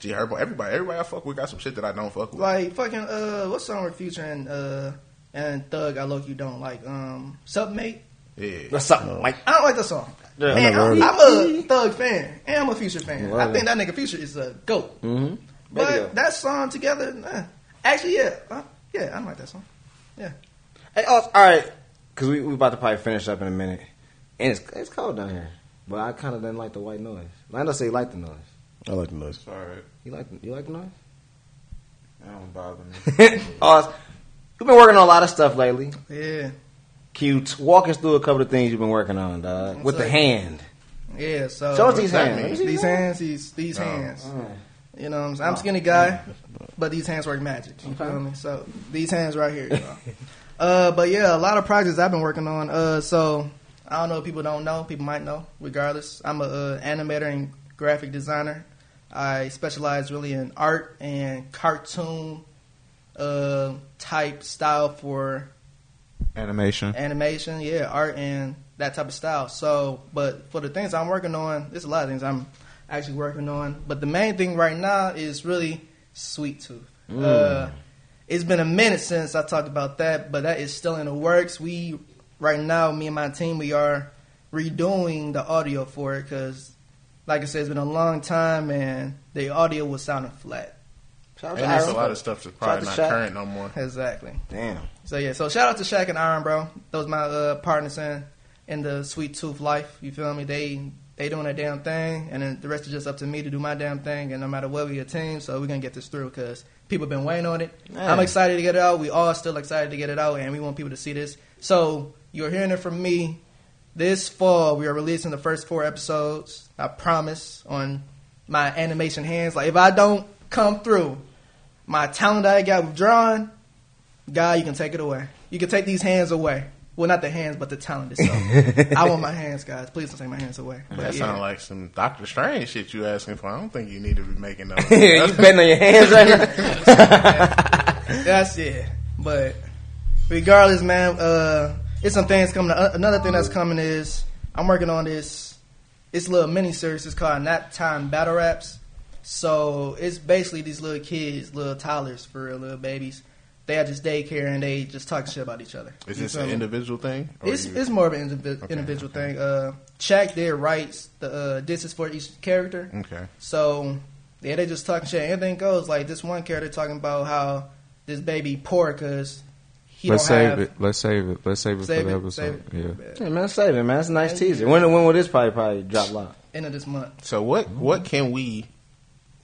S4: G. Herbo, everybody, everybody I fuck with got some shit that I don't fuck with.
S6: Like fucking uh, what song with Future and uh and Thug? I look you don't like um Submate.
S4: yeah,
S3: That's something like
S6: I don't like the song.
S3: Yeah.
S6: Man,
S2: never
S6: I'm,
S2: heard
S6: I'm a Thug fan and I'm a Future fan.
S2: Wow.
S6: I think that nigga Future is a goat.
S2: Mm-hmm.
S6: But
S2: Video.
S6: that song together, nah. actually, yeah, uh, yeah, I don't like that song.
S2: Hey, oh, all right, because we we about to probably finish up in a minute, and it's it's cold down here. But I kind of didn't like the white noise. Lando said he liked the noise.
S3: I like the noise.
S5: Sorry,
S2: You like you like the noise?
S5: that don't bother me.
S2: Oz, you've been working on a lot of stuff lately.
S6: Yeah,
S2: Cute. Walk us through a couple of things you've been working on, dog.
S6: What's
S2: With the
S6: up?
S2: hand.
S6: yeah. So
S2: Show us these
S4: that
S2: hands.
S6: these hands, Oh, these these hands. You know, what I'm, saying? I'm a skinny guy, but these hands work magic. You feel me? So these hands right here. y'all. uh, but yeah, a lot of projects I've been working on. Uh, so I don't know. if People don't know. People might know. Regardless, I'm a uh, animator and graphic designer. I specialize really in art and cartoon uh, type style for
S5: Animation.
S6: animation, yeah, art and that type of style. So, but for the things I'm working on, there's a lot of things I'm actually working on. But the main thing right now is really Sweet Tooth. Uh, it's been a minute since I talked about that, but that is still in the works. We right now, me and my team, we are redoing the audio for it because, like I said, it's been a long time and the audio was sounding flat.
S2: Shout out
S4: and
S2: to
S4: there's a
S2: Aaron.
S4: lot of stuff that's
S2: Shout out
S4: probably
S2: to
S4: not
S2: Shaq.
S4: current no more.
S6: Exactly.
S2: Damn.
S6: So yeah, so shout out to Shaq and Iron, bro. Those my uh, partners in in the Sweet Tooth life. You feel me? They they doing their damn thing, and then the rest is just up to me to do my damn thing. And no matter what, we a team, so we're gonna get this through because people been waiting on it. I'm excited to get it out. We all still excited to get it out, and we want people to see this. So you're hearing it from me. This fall, we are releasing the first four episodes. I promise on my animation hands. Like if I don't come through, my talent that I got with drawing, God, you can take it away. You can take these hands away. Well, not the hands, but the talent itself. I want my hands, guys. Please don't take my hands away. But
S4: That
S6: yeah.
S4: sound like some Doctor Strange shit you asking for. I don't think you need to be making those.
S2: you betting on your hands right now?
S6: That's it. But regardless, man, uh, it's some things coming. Uh, another thing that's coming is I'm working on this. This little mini series It's called Nap Time Battle Raps. So it's basically these little kids, little toddlers, for real, little babies. They are just daycare and they just talk shit about each other.
S4: Is
S6: You
S4: this
S6: feel
S4: an
S6: me?
S4: individual thing? Or
S6: It's,
S4: you-
S6: it's more of an indivi- individual thing. Uh, Shaq there writes the uh, distance for each character.
S4: okay.
S6: So yeah, they just talking shit. Anything goes. Like this one character talking about how this baby poor because he
S5: Let's
S6: don't
S5: save
S6: have.
S5: it. Let's save it. Let's save it
S6: Save
S5: for the
S6: it,
S5: episode.
S6: save
S5: Yeah.
S2: Hey, man, save it, man. That's a nice teaser. When when will this probably probably drop live?
S6: End of this month.
S4: So what what can we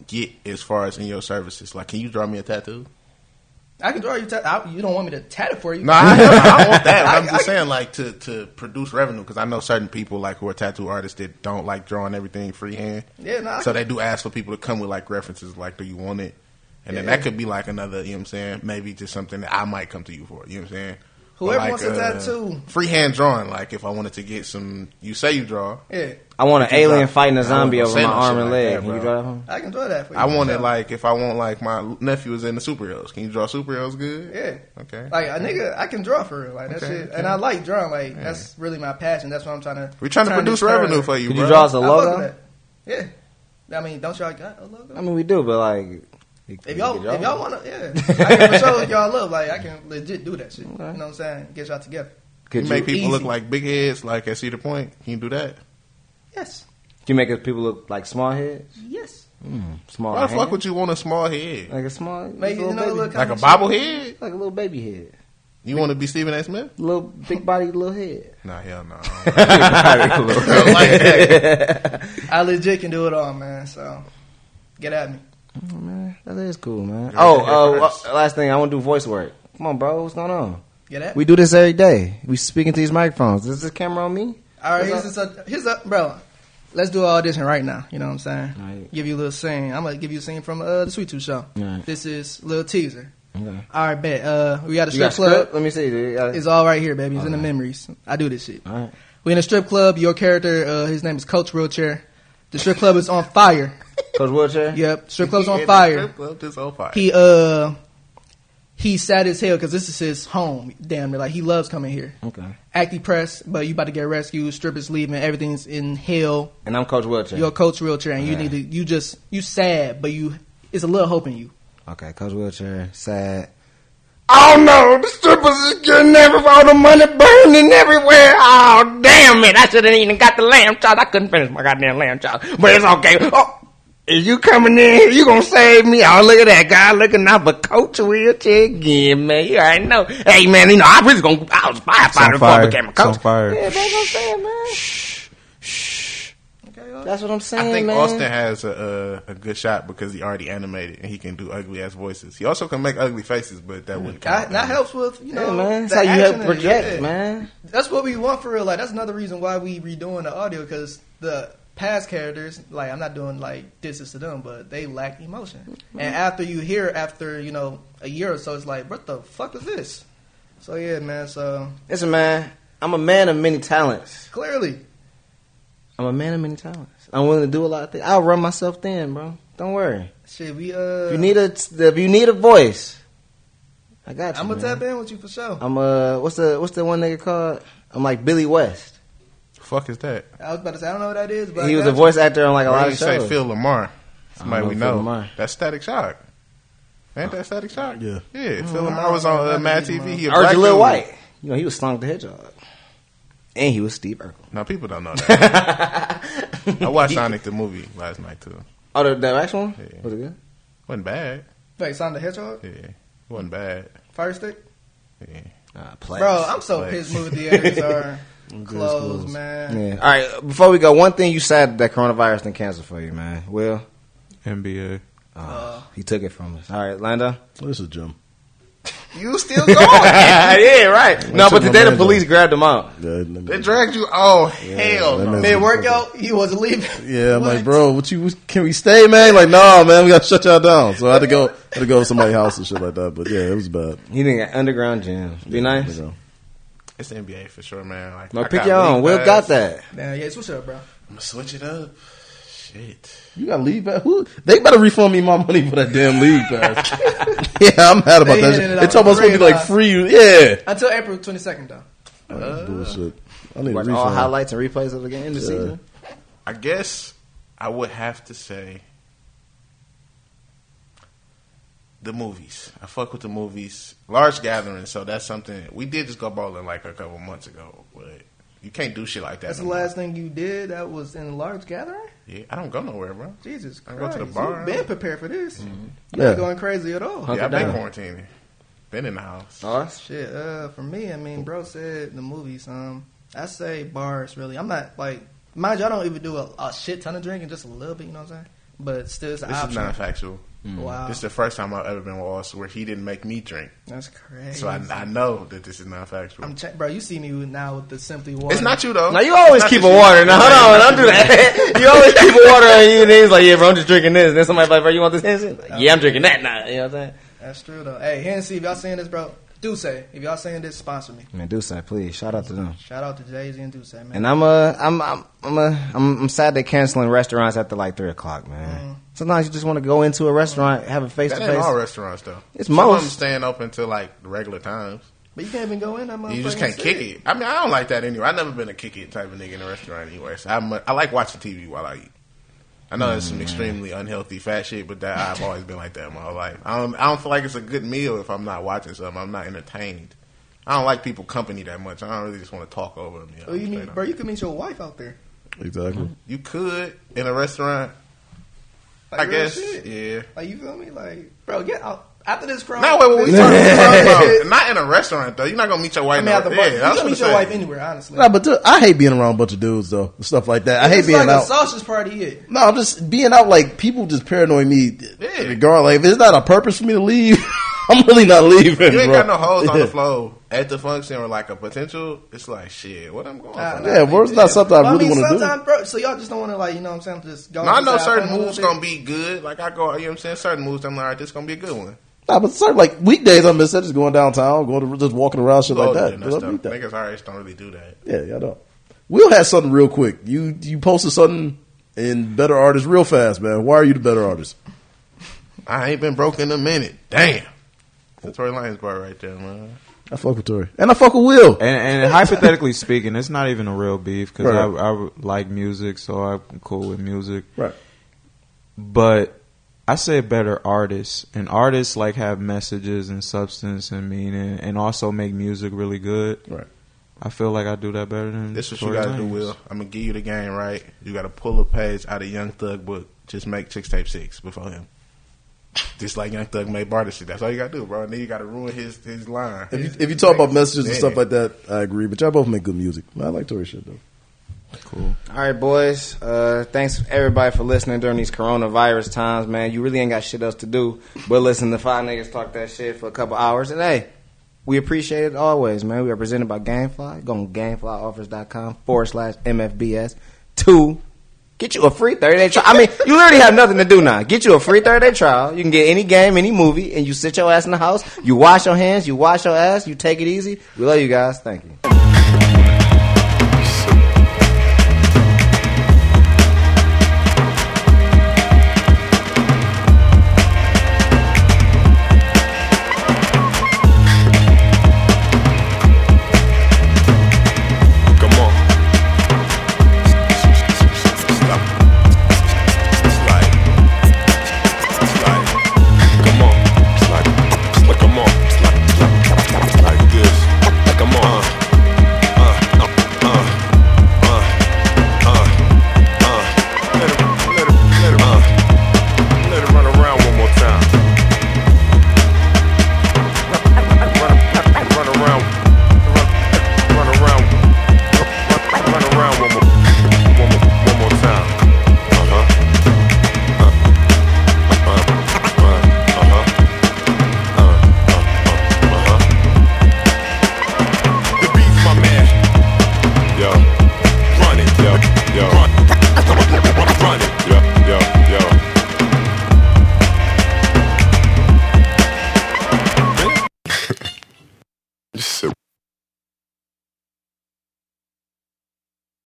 S4: get as far as in your services? Like, can you draw me a tattoo?
S6: I can draw you. Ta- I, you don't want me to tat it for you.
S4: No, I, I want that. but I'm just saying, like, to, to produce revenue because I know certain people like who are tattoo artists that don't like drawing everything freehand.
S6: Yeah, no. I
S4: So they do ask for people to come with like references, like, do you want it? And then
S6: Yeah.
S4: that could be like another, you know what I'm saying? Maybe just something that I might come to you for, you know what I'm saying? Or,
S6: Whoever
S4: like,
S6: wants a
S4: uh,
S6: tattoo.
S4: Freehand drawing, like if I wanted to get some, you say you draw.
S6: Yeah,
S2: I want an
S4: you
S2: alien
S4: drop-
S2: fighting a
S4: I don't
S2: zombie
S4: wanna
S2: over
S4: say
S2: my
S4: no
S2: arm
S4: shit
S2: and
S4: like
S2: leg.
S4: that,
S2: Can you
S4: bro.
S2: drive home?
S6: I can draw that for you.
S4: I want
S6: So,
S4: it like if I want like my nephew is into superheroes. Can you draw superheroes good?
S6: Yeah.
S4: Okay.
S6: Like a nigga, I can draw for real, like that
S4: Okay,
S6: shit,
S4: okay.
S6: and I like drawing. Like that's really my passion. That's what I'm trying to.
S4: We're trying to
S6: turn
S4: produce
S6: this turn.
S4: revenue for you,
S2: Could
S4: bro.
S2: you draw us a
S6: I fuck
S2: logo?
S6: with that. Yeah, I mean, don't y'all got a logo?
S2: I mean, we do, but like,
S6: If y'all,
S2: Could
S6: if y'all want to, yeah, I can for sure if y'all love, like I can legit do that shit. You know what I'm saying? Get y'all together.
S2: could you,
S4: you make people look
S6: easy.
S4: like big heads, like at Cedar Point. Can you do that?
S6: Yes,
S2: could you make us people look like small heads,
S6: yes.
S2: small.
S4: Why the fuck
S2: hands?
S4: would you want a small head?
S2: like a small,
S6: Make
S2: little
S6: you know,
S2: baby,
S6: look
S4: Like a bobblehead?
S2: like a little baby head,
S4: You want to be Stephen A. Smith?
S2: little big body, little head.
S4: Nah, hell no.
S2: Probably a little-
S4: like that.
S6: I legit can do it all, man. So get at me.
S2: Man, that is cool, man.
S4: You're
S2: Oh,
S4: right
S2: uh,
S4: there first.
S2: wa- last thing, I want to do voice work. Come on, bro, what's going on?
S6: Get at me.
S2: We do this every day. We speaking to these microphones. Is this camera on me?
S6: All right, here's a here's a bro. Let's do an audition right now. You know what I'm saying?
S2: Right.
S6: Give you a little scene. I'm gonna give you a scene from uh, the Sweet Tooth show.
S2: Right.
S6: This is little teaser.
S2: Okay.
S6: All right, bet. Uh, we got a
S2: You got
S6: strip club.
S2: script? Let me see. dude. You got-
S6: It's all right here, baby. It's in the
S2: Alright.
S6: memories. I do this shit.
S2: Alright.
S6: We in a strip club. Your character, uh, his name is Coach Wheelchair. The strip club is on fire.
S2: Coach Wheelchair?
S6: Yep, strip club's
S4: Yeah,
S6: on
S4: the
S6: fire.
S4: Strip club is on fire.
S6: He uh he's sad as hell because this is his home. Damn it, like he loves coming here.
S2: Okay.
S6: Act depressed, but you about to get rescued. Strippers leaving, everything's in hell.
S2: And I'm Coach Wilcher.
S6: Your coach wheelchair, and you
S2: Right.
S6: need to. You just you sad, but you it's a little hope in you.
S2: Okay, Coach Wilcher sad. Oh no, the strippers is getting every all the money burning everywhere. Oh damn it, I should have even got the lamb chop. I couldn't finish my goddamn lamb chop, but it's okay. Oh, is you coming in here? You gonna save me? Oh look at that guy looking out for Coach Wilcher again, man. You already know. Hey man, you know I was gonna I was a firefighter
S5: Some
S2: before I
S5: fire.
S2: became a
S5: Some
S2: coach.
S5: fire.
S2: Yeah, that's what I'm saying, man. That's what I'm saying,
S4: I think
S2: man.
S4: Austin has a, a a good shot because he already animated and he can do ugly ass voices. He also can make ugly faces, but that wouldn't count.
S6: That, that helps with you know
S2: Yeah, man. That's
S6: the
S2: how you
S6: action
S2: help
S6: and-
S2: project,
S6: yeah.
S2: man.
S6: That's what we want for real. Like that's another reason why we redoing the audio because the past characters, like I'm not doing like this is to them, but they lack emotion.
S2: Mm-hmm.
S6: And after you hear after you know a year or so, it's like what the fuck is this? So yeah, man. So
S2: Listen, man. I'm a man of many talents.
S6: clearly,
S2: I'm a man of many talents. I'm willing to do a lot of things. I'll run myself thin, bro. Don't worry.
S6: shit, we uh,
S2: If you need a if you need a voice, I got you.
S6: I'm gonna
S2: man.
S6: tap in with you for sure.
S2: I'm uh what's the what's the one nigga called? I'm like Billy West.
S4: fuck is that?
S6: I was about to say I don't know what that is, but I
S2: he was
S6: got
S2: a voice actor on like a
S4: Why
S2: lot
S4: did
S2: of
S4: you say
S2: shows.
S4: Phil Lamar? Somebody
S2: know
S4: we
S2: Phil
S4: know.
S2: Lamar.
S4: That's Static Shock. Ain't that Static Shock?
S3: Yeah.
S4: Yeah. Phil Lamar was on uh, Mad TV. He a
S2: Mm-hmm. Or
S4: black
S2: Jaleel
S4: dude.
S2: White. You know he was Sonic the Hedgehog, and he was Steve Urkel.
S4: No, people don't know that. I watched Sonic the movie last night too.
S2: Oh, the, the actual one
S4: Yeah.
S2: was it good?
S4: Wasn't bad.
S6: you. Like Sonic the Hedgehog,
S4: Yeah. Wasn't bad.
S6: Fire Stick.
S4: Yeah.
S2: Uh, play.
S6: Bro, I'm so
S4: Like-
S6: pissed. Movie theaters are closed, man.
S2: Yeah. All right. Before we go, one thing you said that coronavirus didn't cancel for you, man. Will
S5: NBA.
S2: uh, he took it from us. All right, Lando.
S3: This is Jim.
S2: You still going? yeah, right. No, but
S3: took my
S2: today the
S3: man
S2: police grabbed him out.
S3: Yeah, let me-
S4: They dragged you. Oh hell
S3: that
S4: no!
S3: makes
S6: Mid workout, he wasn't leaving.
S3: Yeah, I'm
S6: What?
S3: like, bro, what you? Can we stay, man? Like, no, man, we gotta shut y'all down. So I had to go, had to go to somebody's house and shit like that. But yeah, it was bad.
S2: He didn't get underground gym. Be nice.
S3: You
S4: It's NBA for sure, man. Like,
S2: No,
S4: I
S2: pick
S4: got
S2: your own.
S4: league
S2: Will
S4: pass.
S2: got that.
S6: Damn, yeah, switch up, bro.
S4: I'ma switch it up. Shit.
S3: gotta leave that. Who? They better refund me my money for that damn league pass. yeah, I'm mad about
S6: They
S3: that.
S6: hit it
S3: Shit. They told
S6: out
S3: me I was supposed to be like free. Yeah,
S6: Until April 22nd, though.
S3: Like,
S6: Uh.
S3: bullshit. I need a
S2: Watch
S3: refund.
S2: all highlights and replays of the game this
S3: Yeah.
S2: season.
S4: I guess I would have to say the movies. I fuck with the movies. Large gatherings, so that's something we did just go bowling like a couple months ago, but you can't do shit like that.
S6: That's the
S4: no more.
S6: last thing you did that was in a large gathering?
S4: Yeah, I don't go nowhere, bro.
S6: Jesus
S4: I
S6: Christ.
S4: go to the bar. Mm-hmm.
S6: You've been prepared for this. You
S3: Yeah.
S6: ain't going crazy at all.
S2: Hunker
S4: yeah, I've been
S2: down.
S4: quarantining. Been in the house.
S2: Oh, that's-
S6: Shit, uh, for me, I mean, bro said the movies. Um, I say bars, really. I'm not, like, mind you, I don't even do a, a shit ton of drinking, just a little bit, you know what I'm saying? But still, it's an
S4: This is
S6: option.
S4: non factual.
S2: Mm.
S6: Wow.
S4: This is the first time I've ever been with Austin where he didn't make me drink.
S6: That's crazy.
S4: So I, I know that this is non factual.
S6: I'm check, bro. You see me now with the simply water.
S4: It's not you though.
S2: Now you always keep a water. Now hold on, don't do that. you always keep a water on you, and he's like, "Yeah, bro, I'm just drinking this." And then somebody's like, "Bro, you want this?" Hennessy?" Like, yeah, I'm drinking that now. You know what I'm saying?
S6: That's true though. Hey, Hennessy, if y'all seeing this, bro, do say. If y'all seeing this, sponsor me.
S2: Man, do something, please. Shout out to them.
S6: Shout out to Jay Z and Duce, man.
S2: And I'm uh, I'm I'm I'm, uh, I'm I'm sad they're canceling restaurants after like three o'clock, man. Sometimes you just want to go into a restaurant, have a face to
S4: That ain't all
S2: face.
S4: restaurants though.
S2: It's
S4: Some of
S2: most.
S4: them staying open till like the regular times.
S6: but you can't even go in that motherfucker.
S4: You just can't
S6: and
S4: kick
S6: sit.
S4: it. I mean, I don't like that anyway. I never been a kick it type of nigga in a restaurant anyway. So I'm a, I like watching TV while I eat. I know it's some extremely unhealthy fat shit, but that I've always been like that my whole life. I don't I don't feel like it's a good meal if I'm not watching something. I'm not entertained. I don't like people company that much. I don't really just want to talk over them. You, know,
S6: Oh, you
S4: straight
S6: mean,
S4: up.
S6: bro? You could meet your wife out there.
S3: Exactly.
S4: You could in a restaurant,
S6: Like,
S4: I
S6: real
S4: guess.
S6: shit.
S4: Yeah.
S6: Like you feel me? Like, bro, get out after this crime.
S4: No, wait, wait, we
S6: this-
S4: talking about not in a restaurant though. You're not gonna meet your wife.
S6: I mean, at the bar,
S4: yeah,
S6: you
S4: I was gonna
S6: can meet your
S4: say.
S6: wife anywhere, honestly.
S3: Nah, but dude, I hate being around a bunch of dudes though, and stuff like that. I hate
S6: it's
S3: being
S6: like
S3: out.
S6: a sausage party. Yeah.
S3: No, I'm just being out. Like people just paranoid me.
S4: Yeah.
S3: Regardless, like, if it's not a purpose for me to leave, I'm really not leaving.
S4: You ain't
S3: bro.
S4: got no hoes on
S3: yeah.
S4: the floor at the function or like a potential. It's like shit. What I'm going
S6: Nah,
S5: Uh,
S4: for?
S6: nah.
S3: Yeah, bro, it's not something I
S6: But
S3: really
S6: I mean,
S3: want to do.
S6: sometimes, bro. So y'all just don't want to, like, you know, what I'm saying, just go.
S4: Now, I know
S6: outside,
S4: certain
S6: fun a little
S4: moves
S6: bit.
S4: gonna be good. Like I go, you know what I'm saying? Certain moves, I'm like, all right, this gonna be a good one.
S3: Nah, but certain like weekdays, I'm instead just going downtown, going to just walking around, shit
S4: Go
S3: like that.
S4: and
S3: But I
S4: stuff.
S3: beat that.
S4: Niggas our age don't really do that.
S3: Yeah, y'all don't. Will had something real quick. You you posted something in Better Artist real fast, man. Why are you the better artist?
S4: I ain't been broke in a minute. Damn. The Tory Lanez part right there, man.
S3: I fuck with Tory, and I fuck with Will.
S5: And, and hypothetically speaking, it's not even a real beef because
S3: Right.
S5: I, I like music, so I'm cool with music.
S3: Right.
S5: But I say better artists, and artists like have messages and substance and meaning, and also make music really good.
S3: Right.
S5: I feel like I do that better than
S4: This is what
S5: Tory
S4: you gotta do,
S5: Lanez.
S4: Will. I'm gonna give you the game right. You gotta pull a page out of Young Thug book. Just make Chicks Tape Six before him. Just like Young Thug made Barter shit. That's all you gotta do, bro. And then you gotta ruin his his line.
S3: If you, if you talk about messages and
S4: Yeah.
S3: stuff like that, I agree. But y'all both make good music. I like Tory shit though.
S5: Cool.
S8: All right, boys. Uh, thanks everybody for listening during these coronavirus times, man. You really ain't got shit else to do but listen to five niggas talk that shit for a couple hours. And hey, we appreciate it always, man. We are presented by Gamefly. Go on gameflyoffers.com forward slash MFBS two. Get you a free 30 day trial. I mean, you literally have nothing to do now. Get you a free 30 day trial. You can get any game, any movie, and you sit your ass in the house. You wash your hands, you wash your ass, you take it easy. We love you guys. Thank you.